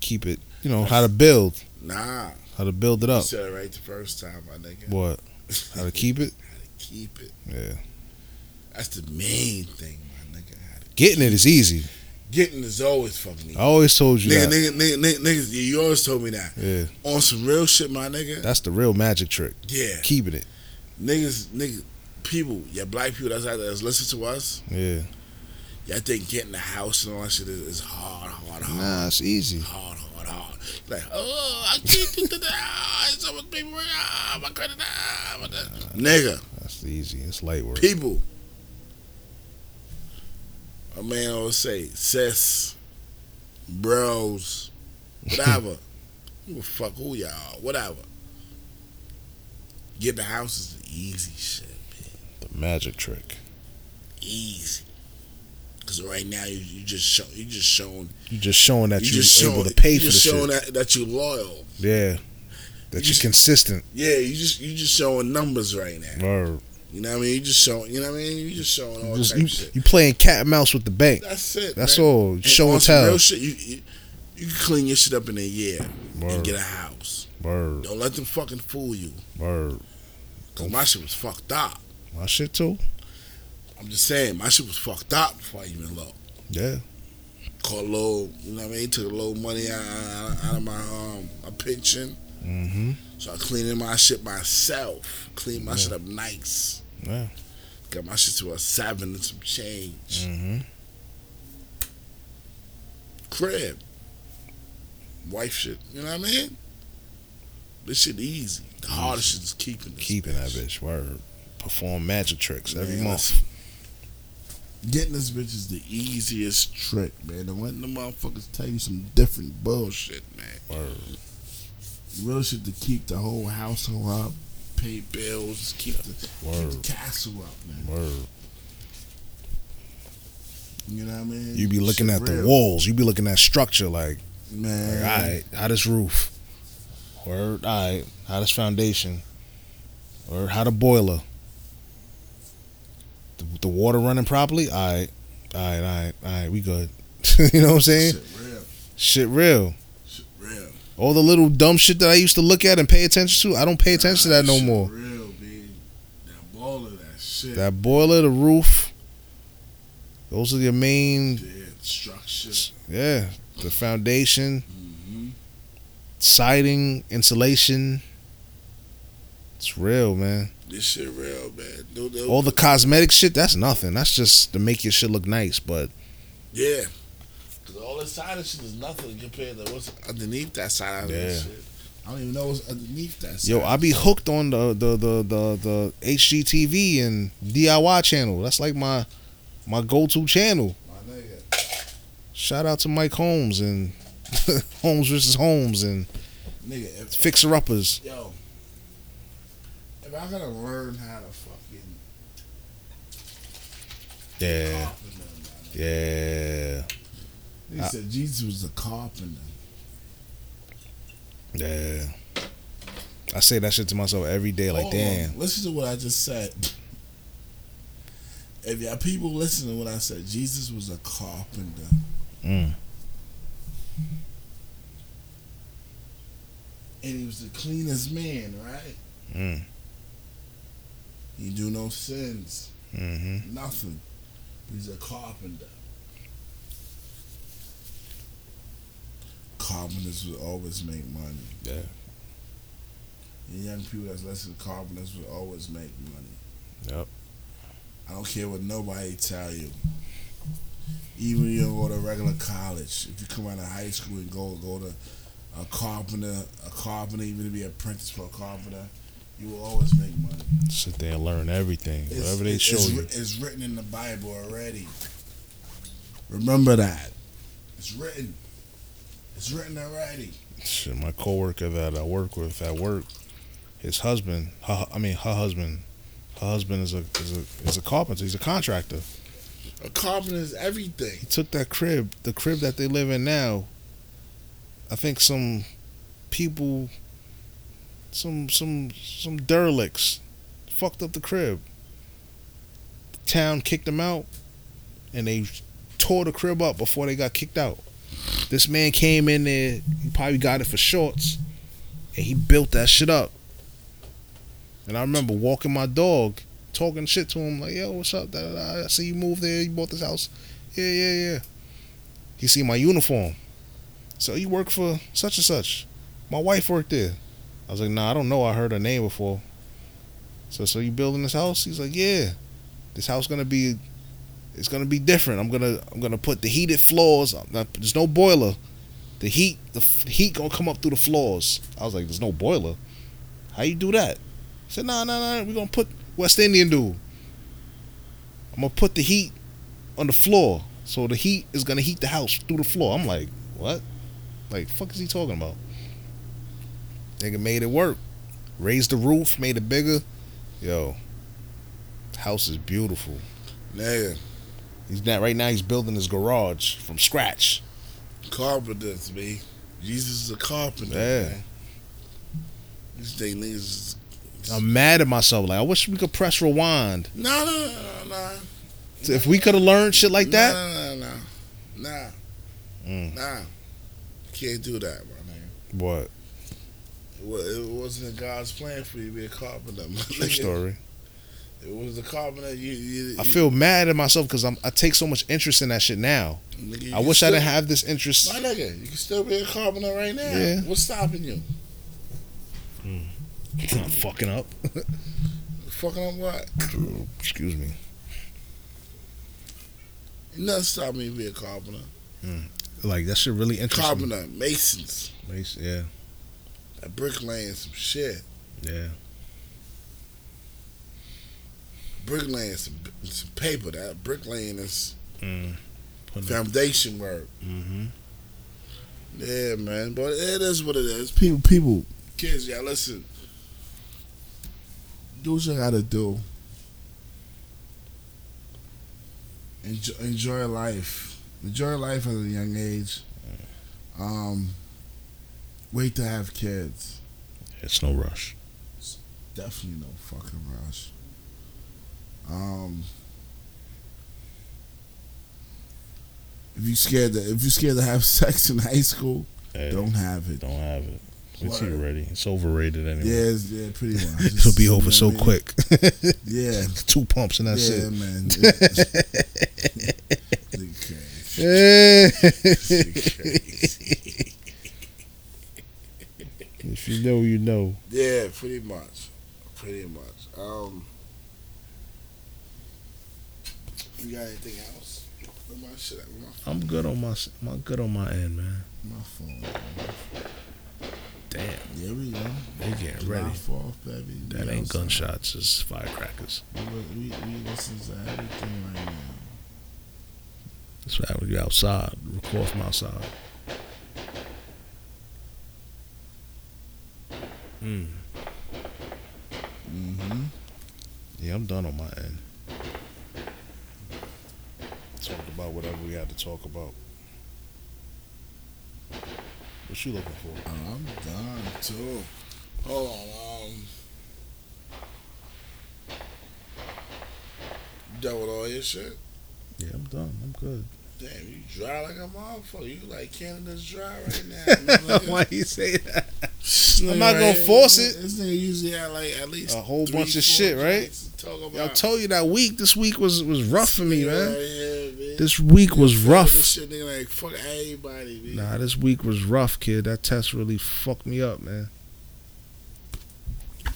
Speaker 2: keep it. You know how to build,
Speaker 3: Nah.
Speaker 2: how to build it
Speaker 3: You
Speaker 2: up.
Speaker 3: said it right the first time, my nigga.
Speaker 2: Oh. What? How to keep it?
Speaker 3: How to keep it.
Speaker 2: Yeah.
Speaker 3: That's the main thing, my nigga. How to
Speaker 2: Getting it is easy.
Speaker 3: getting is always fucking easy.
Speaker 2: I always told you that.
Speaker 3: Nigga, nigga, nigga, nigga, niggas, yeah, you always told me that.
Speaker 2: Yeah.
Speaker 3: On some real shit, my nigga.
Speaker 2: That's the real magic trick.
Speaker 3: Yeah.
Speaker 2: Keeping it.
Speaker 3: Niggas, nigga, people, yeah, black people that's out there that's listen to us,
Speaker 2: Yeah.
Speaker 3: Y'all think getting a house and all that shit is, is hard, hard, hard,
Speaker 2: Nah, it's easy.
Speaker 3: hard, hard, hard. Like, oh, I can't do that. Ah, it's so much paperwork. Ah, my credit. Ah, my that. Nigga,
Speaker 2: That's easy. It's light work.
Speaker 3: people. A man always say, sis, bros, whatever. you fuck who y'all, whatever. Get in the house is the easy shit, man.
Speaker 2: The magic trick.
Speaker 3: Easy. Cause right now you, you just show you just showing
Speaker 2: You just showing that
Speaker 3: you
Speaker 2: you are
Speaker 3: just
Speaker 2: able
Speaker 3: showing
Speaker 2: to pay
Speaker 3: you
Speaker 2: for the
Speaker 3: just showing
Speaker 2: shit.
Speaker 3: that that you loyal.
Speaker 2: yeah. That
Speaker 3: You
Speaker 2: you're
Speaker 3: just-
Speaker 2: consistent.
Speaker 3: Yeah, you just you just showing numbers right now.
Speaker 2: Or
Speaker 3: You know what I mean? You just showing you know what I mean? You just showing all
Speaker 2: just,
Speaker 3: type
Speaker 2: you,
Speaker 3: of shit.
Speaker 2: you playing cat and mouse with the bank.
Speaker 3: That's it.
Speaker 2: That's
Speaker 3: man.
Speaker 2: all. Show
Speaker 3: on
Speaker 2: and
Speaker 3: some
Speaker 2: tell.
Speaker 3: real shit, you, you you can clean your shit up in a year and
Speaker 2: Word.
Speaker 3: get a house.
Speaker 2: Word.
Speaker 3: Don't let them fucking fool you.
Speaker 2: Word.
Speaker 3: Cause my shit was fucked up.
Speaker 2: My shit too.
Speaker 3: I'm just saying, my shit was fucked up before I even low.
Speaker 2: Yeah.
Speaker 3: Caught a little, you know what I mean? Took a little money out, out, out of my um my pension,
Speaker 2: Mm-hmm.
Speaker 3: so I cleaned my shit myself. Cleaned my shit up nice.
Speaker 2: Yeah.
Speaker 3: Got my shit to a seven and some change.
Speaker 2: Mm-hmm.
Speaker 3: Crib, wife shit. You know what I mean? This shit easy. The hardest shit is keeping this.
Speaker 2: Keeping that bitch. Word. Perform magic tricks every
Speaker 3: Man,
Speaker 2: month.
Speaker 3: listen. Getting this bitch is the easiest trick, man. And letting the motherfuckers tell you some different bullshit, man.
Speaker 2: Word.
Speaker 3: Real shit to keep the whole household up, pay bills, keep the, keep the
Speaker 2: Word.
Speaker 3: castle up, man.
Speaker 2: Word.
Speaker 3: You know what I mean?
Speaker 2: You be looking
Speaker 3: Shit
Speaker 2: at the
Speaker 3: real,
Speaker 2: walls. You be looking at structure like,
Speaker 3: man.
Speaker 2: like all right, how this roof? Word. All right, how this foundation? Or how the boiler? The, the water running properly? All right, all right, all right, all right. We good. you know what I'm saying?
Speaker 3: Shit real,
Speaker 2: Shit real.
Speaker 3: shit real.
Speaker 2: All the little dumb shit that I used to look at and pay attention to, I don't pay attention
Speaker 3: Nah,
Speaker 2: to that no
Speaker 3: shit
Speaker 2: more.
Speaker 3: Real, man. That ball of that shit.
Speaker 2: That boiler, the roof, those are your main,
Speaker 3: yeah, structure.
Speaker 2: yeah, the foundation,
Speaker 3: hmm
Speaker 2: siding, insulation. It's real, man.
Speaker 3: This shit real, man. No, no,
Speaker 2: All the cosmetic shit, that's nothing. That's just to make your shit look nice, but
Speaker 3: Yeah. Cause all that side of shit is nothing compared to what's underneath that side of
Speaker 2: Yeah.
Speaker 3: that shit. I don't even know what's underneath that side.
Speaker 2: yo, I be hooked on the the the the, the HGTV and DIY channel. That's like my my go-to channel.
Speaker 3: My nigga.
Speaker 2: Shout out to Mike Holmes and Holmes versus Holmes and
Speaker 3: Nigga, if,
Speaker 2: Fixer Uppers.
Speaker 3: yo. If I gotta learn how to fucking
Speaker 2: Yeah,
Speaker 3: carpenter, man.
Speaker 2: yeah,
Speaker 3: They
Speaker 2: I-
Speaker 3: said Jesus was a carpenter.
Speaker 2: yeah. Oh, I say that shit to myself every day. Like,
Speaker 3: Hold on,
Speaker 2: damn,
Speaker 3: Listen to what I just said. If y'all people listen to what I said, Jesus was a carpenter.
Speaker 2: mm,
Speaker 3: And he was the cleanest man, right?
Speaker 2: mm,
Speaker 3: He do no sins.
Speaker 2: mm-hmm.
Speaker 3: Nothing. He's a carpenter. Carpenters will always make money.
Speaker 2: Yeah.
Speaker 3: The young people that's listening to carpenters will always make money.
Speaker 2: Yep.
Speaker 3: I don't care what nobody tell you. Even if you don't go to regular college, if you come out of high school and go go to a carpenter, a carpenter, even to be an apprentice for a carpenter, you will always make money.
Speaker 2: Sit there and learn everything. Whatever they
Speaker 3: it's,
Speaker 2: show
Speaker 3: it's,
Speaker 2: you.
Speaker 3: writ- It's written in the Bible already. Remember that. It's written. It's written already.
Speaker 2: Shit, my coworker that I work with at work, his husband, her, I mean, her husband, her husband is a is a is a carpenter. He's a contractor.
Speaker 3: A carpenter is everything.
Speaker 2: he took that crib, the crib that they live in now. I think some people, some some some derelicts, fucked up the crib. The town kicked them out, and they tore the crib up before they got kicked out. This man came in there. He probably got it for shorts, and he built that shit up. And I remember walking my dog, talking shit to him like, "Yo, what's up? Da, da, da. I see you moved there. You bought this house." Yeah, yeah, yeah. He see my uniform. So you work for such and such. My wife worked there. I was like, nah, I don't know. I heard her name before. So, so you building this house? He's like, yeah. This house gonna be, it's gonna be different. I'm gonna, I'm gonna put the heated floors. I'm not- there's no boiler. The heat, the f- heat gonna come up through the floors. I was like, there's no boiler. How you do that? He said, nah, nah, nah. We're gonna put West Indian dude. I'm gonna put the heat on the floor. So the heat is gonna heat the house through the floor. I'm like, what? Like, fuck is he talking about? Nigga made it work. Raised the roof, made it bigger. Yo, house is beautiful.
Speaker 3: Nigga,
Speaker 2: He's not right now. He's building his garage from scratch.
Speaker 3: carpenters, man. Jesus is a carpenter.
Speaker 2: Yeah.
Speaker 3: Man. This thing niggas. is-
Speaker 2: I'm mad at myself. Like, I wish we could press rewind.
Speaker 3: No, no, no, no, no.
Speaker 2: So if we could have learned shit like that,
Speaker 3: No, no, no, no. Nah.
Speaker 2: Mm.
Speaker 3: Nah. Can't do that, my nigga.
Speaker 2: what?
Speaker 3: It wa- It wasn't God's plan for you to be a carpenter. my
Speaker 2: True
Speaker 3: nigga.
Speaker 2: story.
Speaker 3: It was the carpenter. You, you,
Speaker 2: I
Speaker 3: you-
Speaker 2: feel mad at myself because I'm I take so much interest in that shit now.
Speaker 3: nigga, you
Speaker 2: I
Speaker 3: can
Speaker 2: wish I
Speaker 3: still-
Speaker 2: didn't have this interest.
Speaker 3: My nigga, you can still be a carpenter right now.
Speaker 2: Yeah.
Speaker 3: What's stopping you?
Speaker 2: I'm fucking up.
Speaker 3: Fucking up what?
Speaker 2: Excuse me.
Speaker 3: Nothing stopping me to be a carpenter.
Speaker 2: Like that shit really interests me.
Speaker 3: Carpenter, masons,
Speaker 2: Mace, Yeah,
Speaker 3: a bricklaying some shit,
Speaker 2: yeah.
Speaker 3: bricklaying some some paper. That bricklaying is
Speaker 2: Mm.
Speaker 3: foundation work.
Speaker 2: Mm-hmm.
Speaker 3: Yeah, man. But it is what it is. People, people, kids, y'all listen. Do what you gotta do. Enjoy, enjoy life. Enjoy life at a young age. Um, wait to have kids.
Speaker 2: It's no rush.
Speaker 3: Definitely no fucking rush. Um, if you scared to, if you scared to have sex in high school,
Speaker 2: Hey,
Speaker 3: don't have it.
Speaker 2: don't have it. It's
Speaker 3: Word.
Speaker 2: already. It's overrated anyway.
Speaker 3: Yeah, it's, yeah, pretty much.
Speaker 2: It'll be
Speaker 3: It's-
Speaker 2: over
Speaker 3: you
Speaker 2: so
Speaker 3: know what I mean?
Speaker 2: quick.
Speaker 3: Yeah,
Speaker 2: Two pumps and that's
Speaker 3: yeah,
Speaker 2: it.
Speaker 3: man. It's- okay.
Speaker 2: if you know, you know.
Speaker 3: Yeah, pretty much, pretty much. Um, you got anything else? Where my shit? at? Where my
Speaker 2: I'm good on my. s- My good on my end, man.
Speaker 3: my phone?
Speaker 2: Damn,
Speaker 3: Yeah, we go.
Speaker 2: they getting
Speaker 3: July
Speaker 2: ready.
Speaker 3: Fourth, baby.
Speaker 2: That
Speaker 3: We
Speaker 2: ain't
Speaker 3: outside.
Speaker 2: gunshots. It's firecrackers.
Speaker 3: We, we, we listen to everything right now.
Speaker 2: That's why when you outside, record from outside. Mm.
Speaker 3: Mm-hmm.
Speaker 2: Yeah, I'm done on my end. Talked about whatever we had to talk about. What you looking for?
Speaker 3: Oh, I'm done too. Hold on. Um, you done with all your shit?
Speaker 2: Yeah, I'm done. I'm good.
Speaker 3: Damn, you dry like a motherfucker. You like Canada's dry right now.
Speaker 2: Why you say that?
Speaker 3: Nigga,
Speaker 2: I'm not gonna
Speaker 3: right?
Speaker 2: force it.
Speaker 3: This nigga usually had like at least
Speaker 2: A whole
Speaker 3: three,
Speaker 2: bunch of
Speaker 3: four
Speaker 2: shit, right?
Speaker 3: drinks to Talk
Speaker 2: I
Speaker 3: about.
Speaker 2: told you that week. This week was was rough for me,
Speaker 3: Nigga
Speaker 2: man.
Speaker 3: right here, bitch.
Speaker 2: This week was
Speaker 3: Fuck This
Speaker 2: rough.
Speaker 3: shit, nigga, like fuck everybody, bitch.
Speaker 2: Nah, this week was rough, kid. That test really fucked me up, man.
Speaker 3: God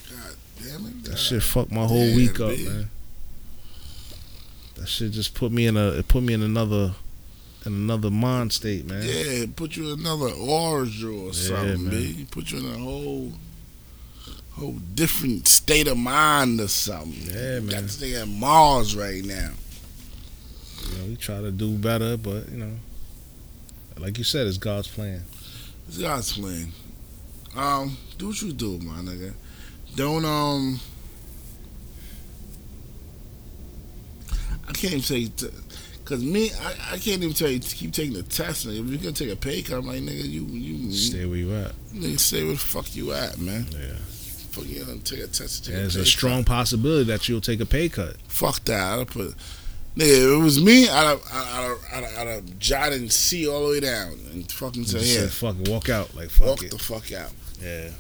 Speaker 3: damn it.
Speaker 2: That
Speaker 3: God.
Speaker 2: shit fucked my whole
Speaker 3: Damn,
Speaker 2: week up,
Speaker 3: B.
Speaker 2: man. That shit just put me in a it put me in another in another mind state, man.
Speaker 3: Yeah, put you in another orange or something,
Speaker 2: man.
Speaker 3: man. Put you in a whole whole different state of mind or something.
Speaker 2: Yeah,
Speaker 3: Got
Speaker 2: man.
Speaker 3: this nigga at Mars right now.
Speaker 2: You know, we try to do better, but you know, like you said, it's God's plan.
Speaker 3: It's God's plan. Um, do what you do, my nigga. Don't um I can't even say t- Cause me, I, I can't even tell you to keep taking the test, nigga. If you're gonna take a pay cut, I'm like, nigga, you you
Speaker 2: Stay where you at.
Speaker 3: nigga, stay where the fuck you at, man.
Speaker 2: Yeah,
Speaker 3: Fuck you, gonna take a test. to Take
Speaker 2: and it's
Speaker 3: pay
Speaker 2: a
Speaker 3: cut.
Speaker 2: strong possibility that you'll take a pay cut.
Speaker 3: Fuck that. I'd have put. Nigga, if it was me, I'd have, I'd have, I'd have, I'd have jotted C all the way down and fucking
Speaker 2: You
Speaker 3: say,
Speaker 2: just
Speaker 3: yeah,
Speaker 2: said, "Fuck it, walk out." Like, fuck
Speaker 3: walk
Speaker 2: it.
Speaker 3: the fuck out.
Speaker 2: yeah,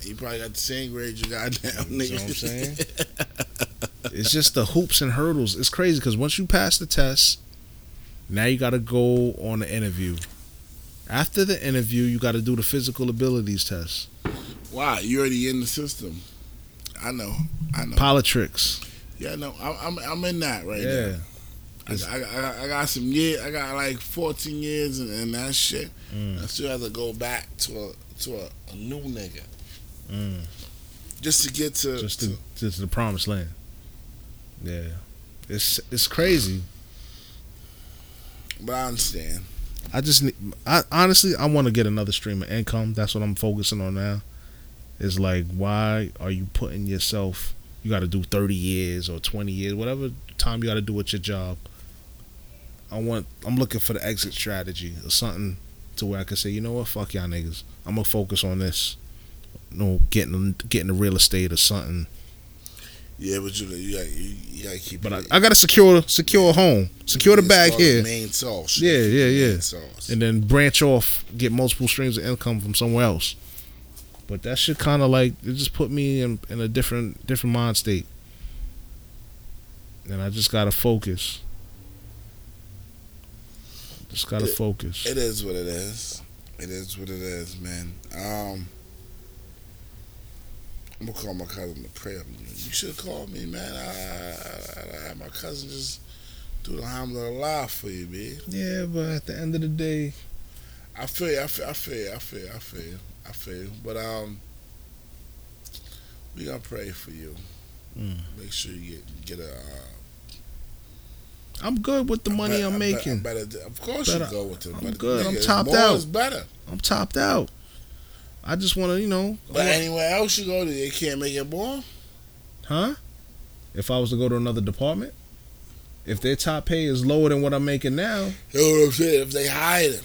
Speaker 3: You probably got the same grade you got now, nigga.
Speaker 2: You know what I'm saying? it's just the hoops and hurdles. It's crazy because once you pass the test, now you got to go on the interview. After the interview, you got to do the physical abilities test.
Speaker 3: Why? You already in the system. I know. I know.
Speaker 2: Politics.
Speaker 3: Yeah, I know. I'm, I'm, I'm in that right
Speaker 2: Yeah.
Speaker 3: now. I, I, I, I got some years. I got like 14 years and, and that shit. I
Speaker 2: Mm,
Speaker 3: still have to go back to a, to a, a new nigga
Speaker 2: mm.
Speaker 3: just to get to.
Speaker 2: Just to, just the promised land. Yeah. It's it's crazy.
Speaker 3: But I understand.
Speaker 2: I just need, I honestly I want to get another stream of income. That's what I'm focusing on now. It's like why are you putting yourself you got to do 30 years or 20 years whatever time you got to do with your job. I want I'm looking for the exit strategy or something to where I can say, "You know what? Fuck y'all niggas. I'm going to focus on this." You know, getting getting the real estate or something.
Speaker 3: Yeah, but you you gotta, you, you gotta keep.
Speaker 2: But I,
Speaker 3: it-
Speaker 2: I gotta secure secure a home, secure the
Speaker 3: it's
Speaker 2: bag
Speaker 3: called the
Speaker 2: here,
Speaker 3: Main sauce.
Speaker 2: Yeah, yeah, yeah.
Speaker 3: Main sauce.
Speaker 2: and then branch off, get multiple streams of income from somewhere else. But that should kind of like it just put me in, in a different different mind state, and I just gotta focus. Just gotta
Speaker 3: It-
Speaker 2: focus.
Speaker 3: It is what it is. It is what it is, man. Um, I'm gonna call my cousin to pray. You should have called me, man. I, I, I, I had my cousin just do the alhamdulillah for you, man.
Speaker 2: yeah, but at the end of the day,
Speaker 3: I feel you. I feel. I feel. you, I feel. you, I feel. you, I feel. you. But um, we gonna pray for you.
Speaker 2: Mm.
Speaker 3: Make sure you get get a. Uh,
Speaker 2: I'm good with the
Speaker 3: I
Speaker 2: money
Speaker 3: bet- I
Speaker 2: I'm
Speaker 3: bet- I
Speaker 2: making.
Speaker 3: better do- of course
Speaker 2: Better-
Speaker 3: you go with it.
Speaker 2: I'm
Speaker 3: but
Speaker 2: good, I'm
Speaker 3: nigga,
Speaker 2: topped
Speaker 3: more
Speaker 2: out.
Speaker 3: Is better.
Speaker 2: I'm topped out. I just want to, you know, I
Speaker 3: But
Speaker 2: want-
Speaker 3: anywhere else you go, they can't make it more.
Speaker 2: Huh? If I was to go to another department, if their top pay is lower than what I'm making now,
Speaker 3: You know what I'm saying? If they hide it,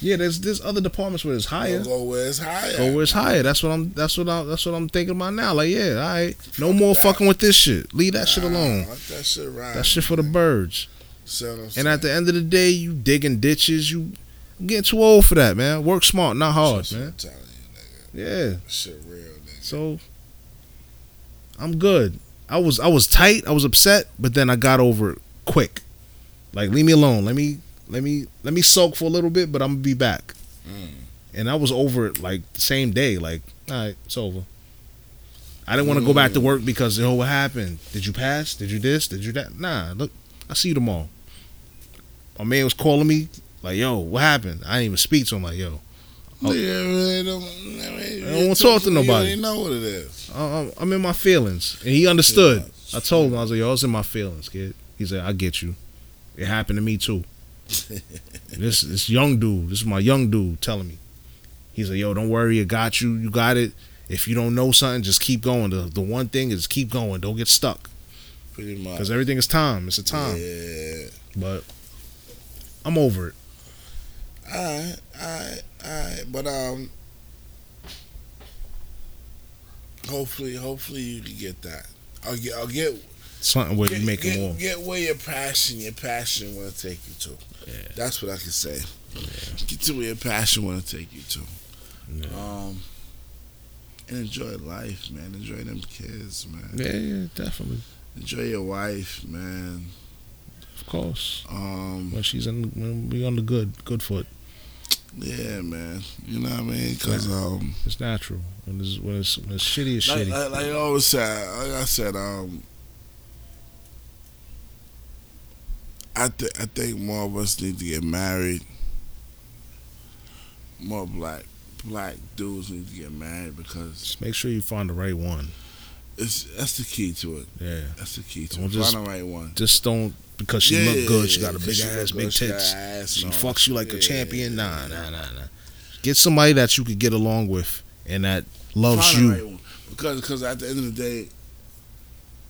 Speaker 2: yeah, there's there's other departments where it's higher.
Speaker 3: they'll go where it's higher.
Speaker 2: Oh, Go where it's higher. That's what I'm. That's what I'm. That's what I'm thinking about now. Like, yeah, all right, no more fucking with this shit. Leave that shit alone.
Speaker 3: Nah, let that shit ride.
Speaker 2: That shit for the birds.
Speaker 3: See what I'm saying?
Speaker 2: And at the end of the day, you digging ditches. You I'm getting too old for that, man. Work smart, not hard,
Speaker 3: That's what I'm
Speaker 2: man.
Speaker 3: telling you, nigga.
Speaker 2: Yeah.
Speaker 3: That Shit real, nigga.
Speaker 2: So I'm good. I was I was tight, I was upset, but then I got over it quick. Like leave me alone. Let me let me let me sulk for a little bit, but I'm gonna be back.
Speaker 3: Mm.
Speaker 2: And I was over it like the same day, like, all right, it's over. I didn't want to go back to work because oh what happened? Did you pass? Did you this? Did you that? Nah, look, I see you tomorrow. My man was calling me, like, yo, what happened? I didn't even speak to him like, yo, Oh.
Speaker 3: Nigga, really don't, I mean,
Speaker 2: I don't wanna talk to nobody.
Speaker 3: You already know what it is.
Speaker 2: I- Um, I'm in my feelings, and he understood. I told him I was like, "Yo, I was in my feelings, kid." He said, "I get you. It happened to me too." this this young dude, this is my young dude telling me. He's like, "Yo, don't worry, it got you. You got it. If you don't know something, just keep going. The the one thing is keep going. Don't get stuck
Speaker 3: Pretty much.
Speaker 2: because everything is time. It's a time.
Speaker 3: Yeah.
Speaker 2: But I'm over it.
Speaker 3: Alright, alright, alright. But um hopefully hopefully you can get that. I'll get I'll get
Speaker 2: Something where
Speaker 3: get,
Speaker 2: you make
Speaker 3: get,
Speaker 2: it more.
Speaker 3: get where your passion your passion wanna take you to.
Speaker 2: Yeah.
Speaker 3: That's what I can say. Get to where your passion wanna take you to.
Speaker 2: Yeah.
Speaker 3: Um and enjoy life, man. Enjoy them kids, man.
Speaker 2: Yeah, yeah, definitely,
Speaker 3: Enjoy your wife, man.
Speaker 2: of course.
Speaker 3: Um
Speaker 2: When she's in, when we on the good good foot,
Speaker 3: yeah, man. You know what I mean? Cause um
Speaker 2: it's natural. When it's when it's, when it's shitty, it's
Speaker 3: like,
Speaker 2: shitty.
Speaker 3: like, like I always said, like I said, um, I th- I think more of us need to get married. More black black dudes need to get married because
Speaker 2: Just make sure you find the right one.
Speaker 3: it's that's the key to it.
Speaker 2: Yeah.
Speaker 3: That's the key to
Speaker 2: Don't
Speaker 3: it.
Speaker 2: just-
Speaker 3: Find the right one.
Speaker 2: Just don't because she
Speaker 3: Yeah,
Speaker 2: look good. She got a
Speaker 3: because
Speaker 2: big
Speaker 3: she look
Speaker 2: ass,
Speaker 3: good,
Speaker 2: big
Speaker 3: she got
Speaker 2: tits.
Speaker 3: ass
Speaker 2: She
Speaker 3: and all
Speaker 2: fucks
Speaker 3: that.
Speaker 2: you like a
Speaker 3: Yeah.
Speaker 2: champion. Nah, nah, nah, nah. Get somebody that you could get along with and that loves
Speaker 3: Find the
Speaker 2: you.
Speaker 3: right one. Because because at the end of the day,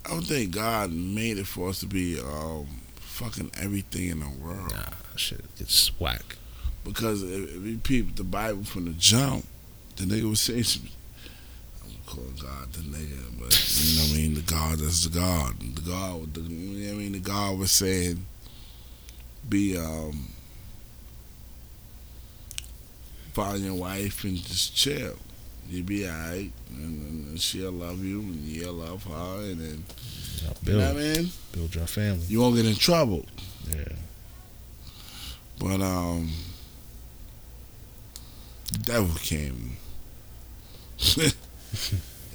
Speaker 3: I don't think God made it for us to be um, fucking everything in the world.
Speaker 2: Nah, shit, it's whack.
Speaker 3: Because if, if you peep the Bible from the jump, the nigga was saying some. I'm gonna call God the nigga, but you know what I mean? The God that's the God. The God, the, you know what I mean? The God was saying, be, um, find your wife and just chill. You'll be alright, and, and, and she'll love you, and you'll love her, and then,
Speaker 2: Now
Speaker 3: you know
Speaker 2: build,
Speaker 3: what I mean?
Speaker 2: build your family.
Speaker 3: You won't get in trouble.
Speaker 2: Yeah,
Speaker 3: But um, the devil came. the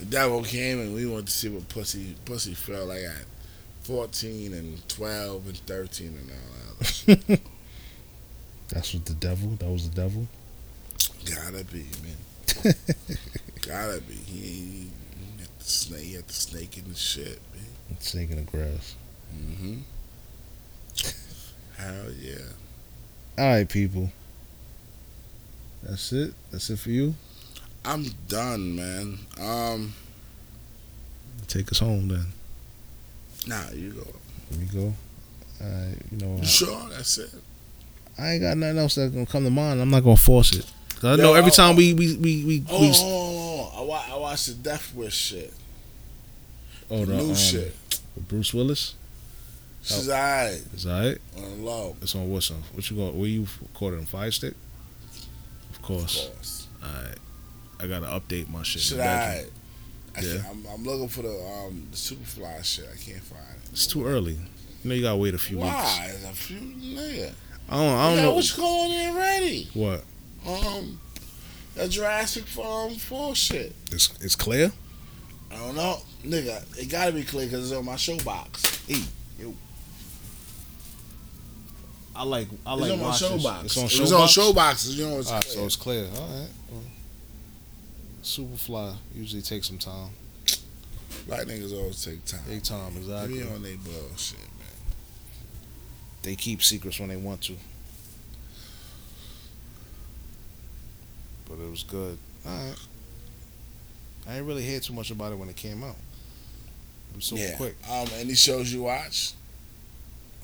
Speaker 3: devil came, and we wanted to see what pussy pussy felt like at fourteen and twelve and thirteen and all that.
Speaker 2: that's what the devil. That was the devil.
Speaker 3: Gotta be man. Gotta be. He, he, had the snake. He had the snake in the shit, man.
Speaker 2: It's taking the grass.
Speaker 3: Mm-hmm. Hell yeah.
Speaker 2: All right, people. That's it. That's it for you.
Speaker 3: I'm done, man. Um,
Speaker 2: Take us home then.
Speaker 3: nah, you go.
Speaker 2: Here we go. Uh, you know,
Speaker 3: You sure? That's it.
Speaker 2: I, I ain't got nothing else that's gonna come to mind. I'm not gonna force it. 'Cause I know
Speaker 3: Yo,
Speaker 2: every
Speaker 3: oh,
Speaker 2: time we we we we,
Speaker 3: Oh,
Speaker 2: we
Speaker 3: oh, oh, I, wa- I watched the Death Wish shit.
Speaker 2: oh,
Speaker 3: new shit.
Speaker 2: with Bruce Willis.
Speaker 3: She's alright
Speaker 2: It's alright.
Speaker 3: on the low,
Speaker 2: It's on what's on what you got? Where you caught it on Fire Stick? Of
Speaker 3: of
Speaker 2: course.
Speaker 3: course.
Speaker 2: Alright. I gotta update my shit.
Speaker 3: Shit alright. I
Speaker 2: Yeah.
Speaker 3: can't- I'm, I'm looking for the um the Superfly shit. I can't find it.
Speaker 2: It's too early. You know you gotta wait a few weeks.
Speaker 3: Why? It's a few nigga.
Speaker 2: I don't. I
Speaker 3: I
Speaker 2: don't know
Speaker 3: what's going on already.
Speaker 2: what.
Speaker 3: Um, that Jurassic Farm four shit.
Speaker 2: It's it's clear.
Speaker 3: I don't know, nigga. It gotta be clear because it's on my showbox. Hey,
Speaker 2: I like. I
Speaker 3: it's on my showbox.
Speaker 2: It's on
Speaker 3: It was on
Speaker 2: showbox.
Speaker 3: showboxes. You know it's
Speaker 2: All right, so
Speaker 3: clear.
Speaker 2: it's clear. All right. Well, Superfly usually takes some time.
Speaker 3: Black niggas always take time.
Speaker 2: Take time,
Speaker 3: They
Speaker 2: exactly.
Speaker 3: be on they bullshit, man.
Speaker 2: They keep secrets when they want to. But it was good. All right. I ain't really hear too much about it when it came out. It was so
Speaker 3: yeah.
Speaker 2: quick.
Speaker 3: Um, any shows you watch?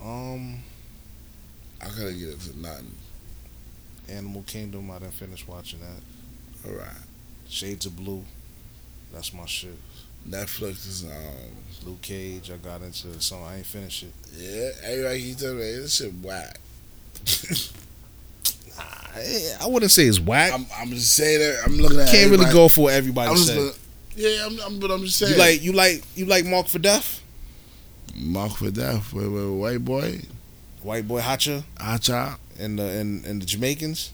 Speaker 2: Um,
Speaker 3: I couldn't get into nothing.
Speaker 2: Animal Kingdom. I didn't finish watching that.
Speaker 3: All right.
Speaker 2: Shades of Blue. That's my shit.
Speaker 3: Netflix is um.
Speaker 2: Luke Cage. I got into some. I ain't finished it.
Speaker 3: Yeah, everybody keeps telling me this shit whack.
Speaker 2: I, I wouldn't say it's whack.
Speaker 3: I'm, I'm just saying that I'm looking at.
Speaker 2: can't really
Speaker 3: everybody-
Speaker 2: go for what everybody
Speaker 3: I'm just
Speaker 2: said.
Speaker 3: look- yeah, I'm, I'm, but I'm just saying.
Speaker 2: You like you like you like Mark for Death?
Speaker 3: Mark for Death, wait, wait, white boy,
Speaker 2: White boy Hotcha
Speaker 3: Acha.
Speaker 2: and the and, and the Jamaicans.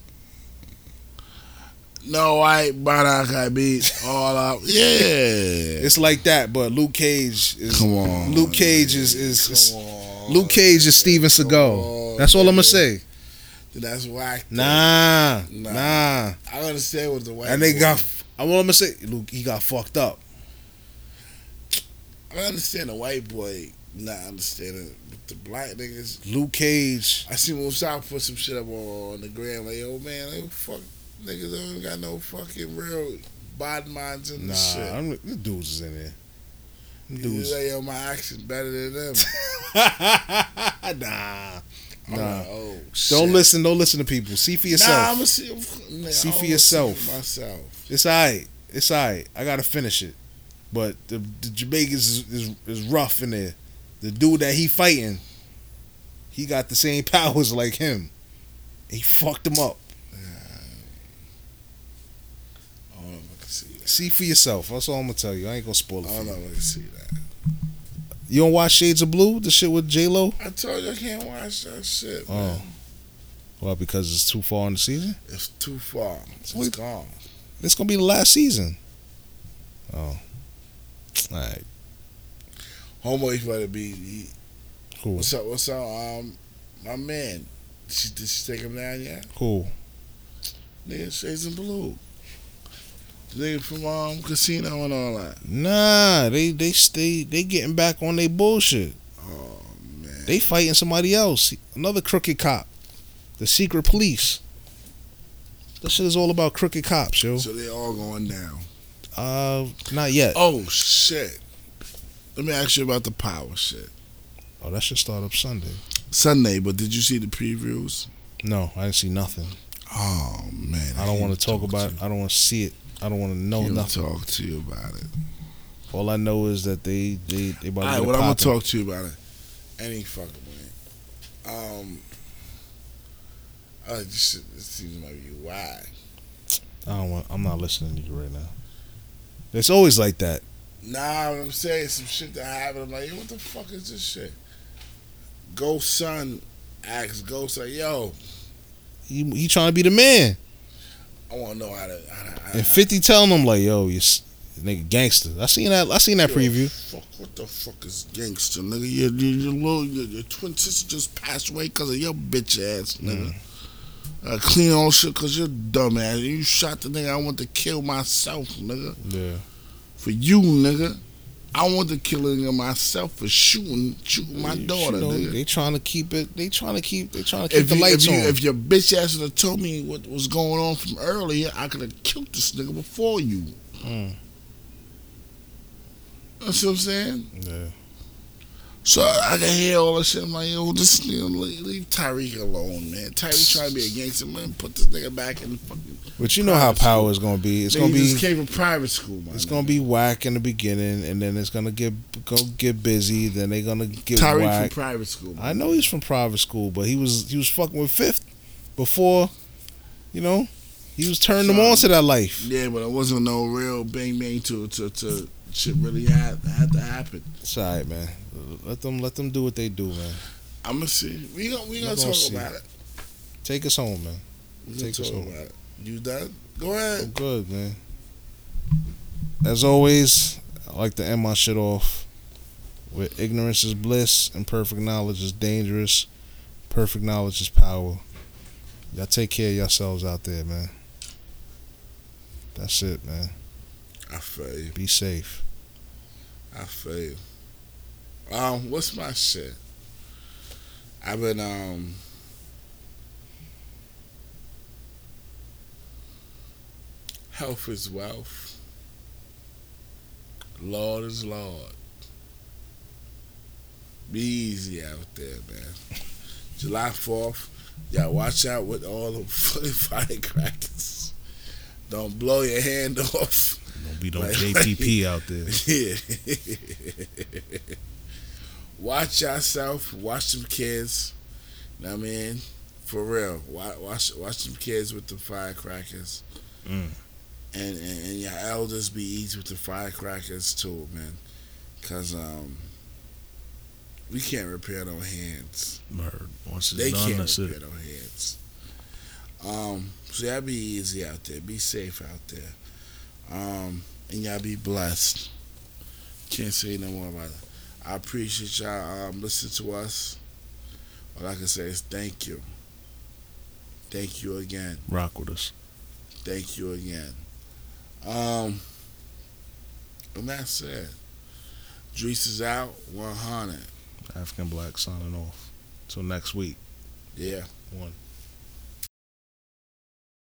Speaker 3: No white, Banaka beat all up. Yeah,
Speaker 2: It's like that, but Luke Cage is
Speaker 3: Come on,
Speaker 2: Luke Cage is is, is-
Speaker 3: Come on.
Speaker 2: Luke Cage is Steven Seagal.
Speaker 3: on,
Speaker 2: That's all I'm gonna
Speaker 3: nigga.
Speaker 2: say.
Speaker 3: That's whack. though.
Speaker 2: Nah, nah.
Speaker 3: Nah. I understand what the white.
Speaker 2: And they
Speaker 3: boy-
Speaker 2: got. I'm all I'm gonna say. Luke, he got fucked up.
Speaker 3: I understand the white boy not understanding, but the black niggas.
Speaker 2: Luke Cage.
Speaker 3: I seen Mosai put some shit up on the gram. Like, oh man, they fuck niggas don't got no fucking real bad minds in
Speaker 2: Nah,
Speaker 3: this shit.
Speaker 2: I'm, the dudes is in there. Them
Speaker 3: Dude,
Speaker 2: Dudes.
Speaker 3: like, yo, my action better than them.
Speaker 2: nah,
Speaker 3: I'm
Speaker 2: Nah.
Speaker 3: like, oh,
Speaker 2: don't
Speaker 3: shit.
Speaker 2: listen. Don't listen to people. See for yourself.
Speaker 3: Nah, I'm gonna see, nigga,
Speaker 2: See
Speaker 3: I'm
Speaker 2: for
Speaker 3: gonna
Speaker 2: yourself.
Speaker 3: see for myself.
Speaker 2: It's alright. It's alright. I gotta finish it. But the, the Jamaicans is, is is rough in there. The dude that he fighting, he got the same powers like him. He fucked him up.
Speaker 3: I don't know if I can see that.
Speaker 2: See for yourself. That's all I'm gonna tell you. I ain't gonna spoil it.
Speaker 3: I
Speaker 2: For
Speaker 3: don't know
Speaker 2: you.
Speaker 3: if I can see that.
Speaker 2: you don't watch Shades of Blue? The shit with J Lo?
Speaker 3: I told you I can't watch that shit.
Speaker 2: Oh.
Speaker 3: Man.
Speaker 2: Well, because it's too far in the season.
Speaker 3: It's too far. It's
Speaker 2: Wait.
Speaker 3: gone.
Speaker 2: It's gonna be the last season. Oh. All right.
Speaker 3: Homeboy better be. He,
Speaker 2: Cool.
Speaker 3: what's up? What's up? Um, my man. She, did she take him down yet?
Speaker 2: Cool.
Speaker 3: Nigga, Shades in Blue. The nigga from um, Casino and all that.
Speaker 2: Nah, they they stay they getting back on their bullshit.
Speaker 3: Oh man.
Speaker 2: They fighting somebody else, another crooked cop, the secret police. That shit is all about crooked cops, yo.
Speaker 3: So they all going down.
Speaker 2: Uh, not yet.
Speaker 3: Oh shit. Let me ask you about the power shit.
Speaker 2: Oh, that should start up Sunday.
Speaker 3: Sunday, but did you see the previews?
Speaker 2: No, I didn't see nothing.
Speaker 3: Oh man.
Speaker 2: I don't want
Speaker 3: want
Speaker 2: to talk about it. I don't want to see it. I don't want to know
Speaker 3: I'll
Speaker 2: nothing.
Speaker 3: talk to you about it.
Speaker 2: All I know is that they they they about
Speaker 3: All
Speaker 2: to
Speaker 3: right,
Speaker 2: get it
Speaker 3: well, I'm gonna
Speaker 2: poppin'.
Speaker 3: talk to you about it. Any fucking way. Um, I like this shit. This season might be why.
Speaker 2: I don't want. I'm not listening to you right now. It's always like that.
Speaker 3: Nah, what I'm saying some shit that happened. I'm like, yo, what the fuck is this shit? Ghost son asks Ghost like, yo,
Speaker 2: He, he trying to be the man,
Speaker 3: I want to know how to. How to, how
Speaker 2: and
Speaker 3: to
Speaker 2: Fifty telling him like, "Yo, you s- nigga gangster." I seen that. I seen that
Speaker 3: Yo,
Speaker 2: preview.
Speaker 3: Fuck, what the fuck is gangster, nigga? Your, your, your, little, your, your twin sister just passed away because of your bitch ass, nigga.
Speaker 2: Mm-hmm.
Speaker 3: Uh, clean all shit because you're dumb ass. You shot the nigga I want to kill myself, nigga.
Speaker 2: Yeah.
Speaker 3: For you, nigga. I want the killing of myself for shooting shooting my
Speaker 2: You
Speaker 3: daughter.
Speaker 2: know,
Speaker 3: nigga.
Speaker 2: they trying to keep it. They trying to keep. They trying to keep
Speaker 3: If,
Speaker 2: the
Speaker 3: you,
Speaker 2: lights
Speaker 3: if, you,
Speaker 2: on.
Speaker 3: if your bitch ass would have told me what was going on from earlier, I could have killed this nigga before you.
Speaker 2: Mm.
Speaker 3: You see what I'm saying?
Speaker 2: yeah.
Speaker 3: So I can hear all this shit. I'm like, yo, this nigga, leave, leave Tyreek alone, man. Tyreek trying to be a gangster, man. Put this nigga back in the fucking.
Speaker 2: But you know how
Speaker 3: Private school.
Speaker 2: power is gonna be. It's
Speaker 3: Nigga,
Speaker 2: gonna
Speaker 3: he
Speaker 2: be.
Speaker 3: just came from private school, man.
Speaker 2: It's gonna be whack in the beginning, and then it's gonna get go get busy. Then they're gonna get
Speaker 3: Tyreek
Speaker 2: whack.
Speaker 3: from private school. Man.
Speaker 2: I know he's from private school, but he was he was fucking with fifth before, you know, he was turning them
Speaker 3: Son.
Speaker 2: on to that life.
Speaker 3: Yeah, but it wasn't no real bang bang to to to shit really had had to happen.
Speaker 2: It's all right, man. Let them let them do what they do, man.
Speaker 3: I'm gonna see. We gonna we gonna
Speaker 2: gonna
Speaker 3: talk
Speaker 2: see.
Speaker 3: about it.
Speaker 2: Take us home, man.
Speaker 3: We gonna
Speaker 2: Take
Speaker 3: talk
Speaker 2: us
Speaker 3: about
Speaker 2: home.
Speaker 3: it. You done? Go
Speaker 2: I'm
Speaker 3: ahead.
Speaker 2: good, man. As always, I like to end my shit off with ignorance is bliss and perfect knowledge is dangerous. Perfect knowledge is power. Y'all take care of yourselves out there, man. That's it, man.
Speaker 3: I feel you.
Speaker 2: Be safe.
Speaker 3: I feel you. Um, what's my shit? I've been um. Health is wealth. Lord is Lord. Be easy out there, man. July 4th, y'all watch out with all the fucking firecrackers. Don't blow your hand off.
Speaker 2: Don't be
Speaker 3: no
Speaker 2: no
Speaker 3: Like-
Speaker 2: JPP out there.
Speaker 3: Yeah. watch yourself. Watch them kids. Know what I mean? For real. Watch watch, watch them kids with the firecrackers.
Speaker 2: Mm.
Speaker 3: And, and and your elders be easy with the firecrackers too, man. Cause um we can't repair no hands.
Speaker 4: Once it's
Speaker 3: They
Speaker 4: done,
Speaker 3: can't
Speaker 4: that's it.
Speaker 3: repair no hands. Um, so y'all be easy out there. Be safe out there. Um, and y'all be blessed. Can't say no more about it. I appreciate y'all um, listening to us. All I can say is thank you. Thank you again.
Speaker 4: Rock with us.
Speaker 3: Thank you again. Um, and that's it. Drees is out. 100.
Speaker 2: African Black signing off. Till next week.
Speaker 3: Yeah.
Speaker 2: One.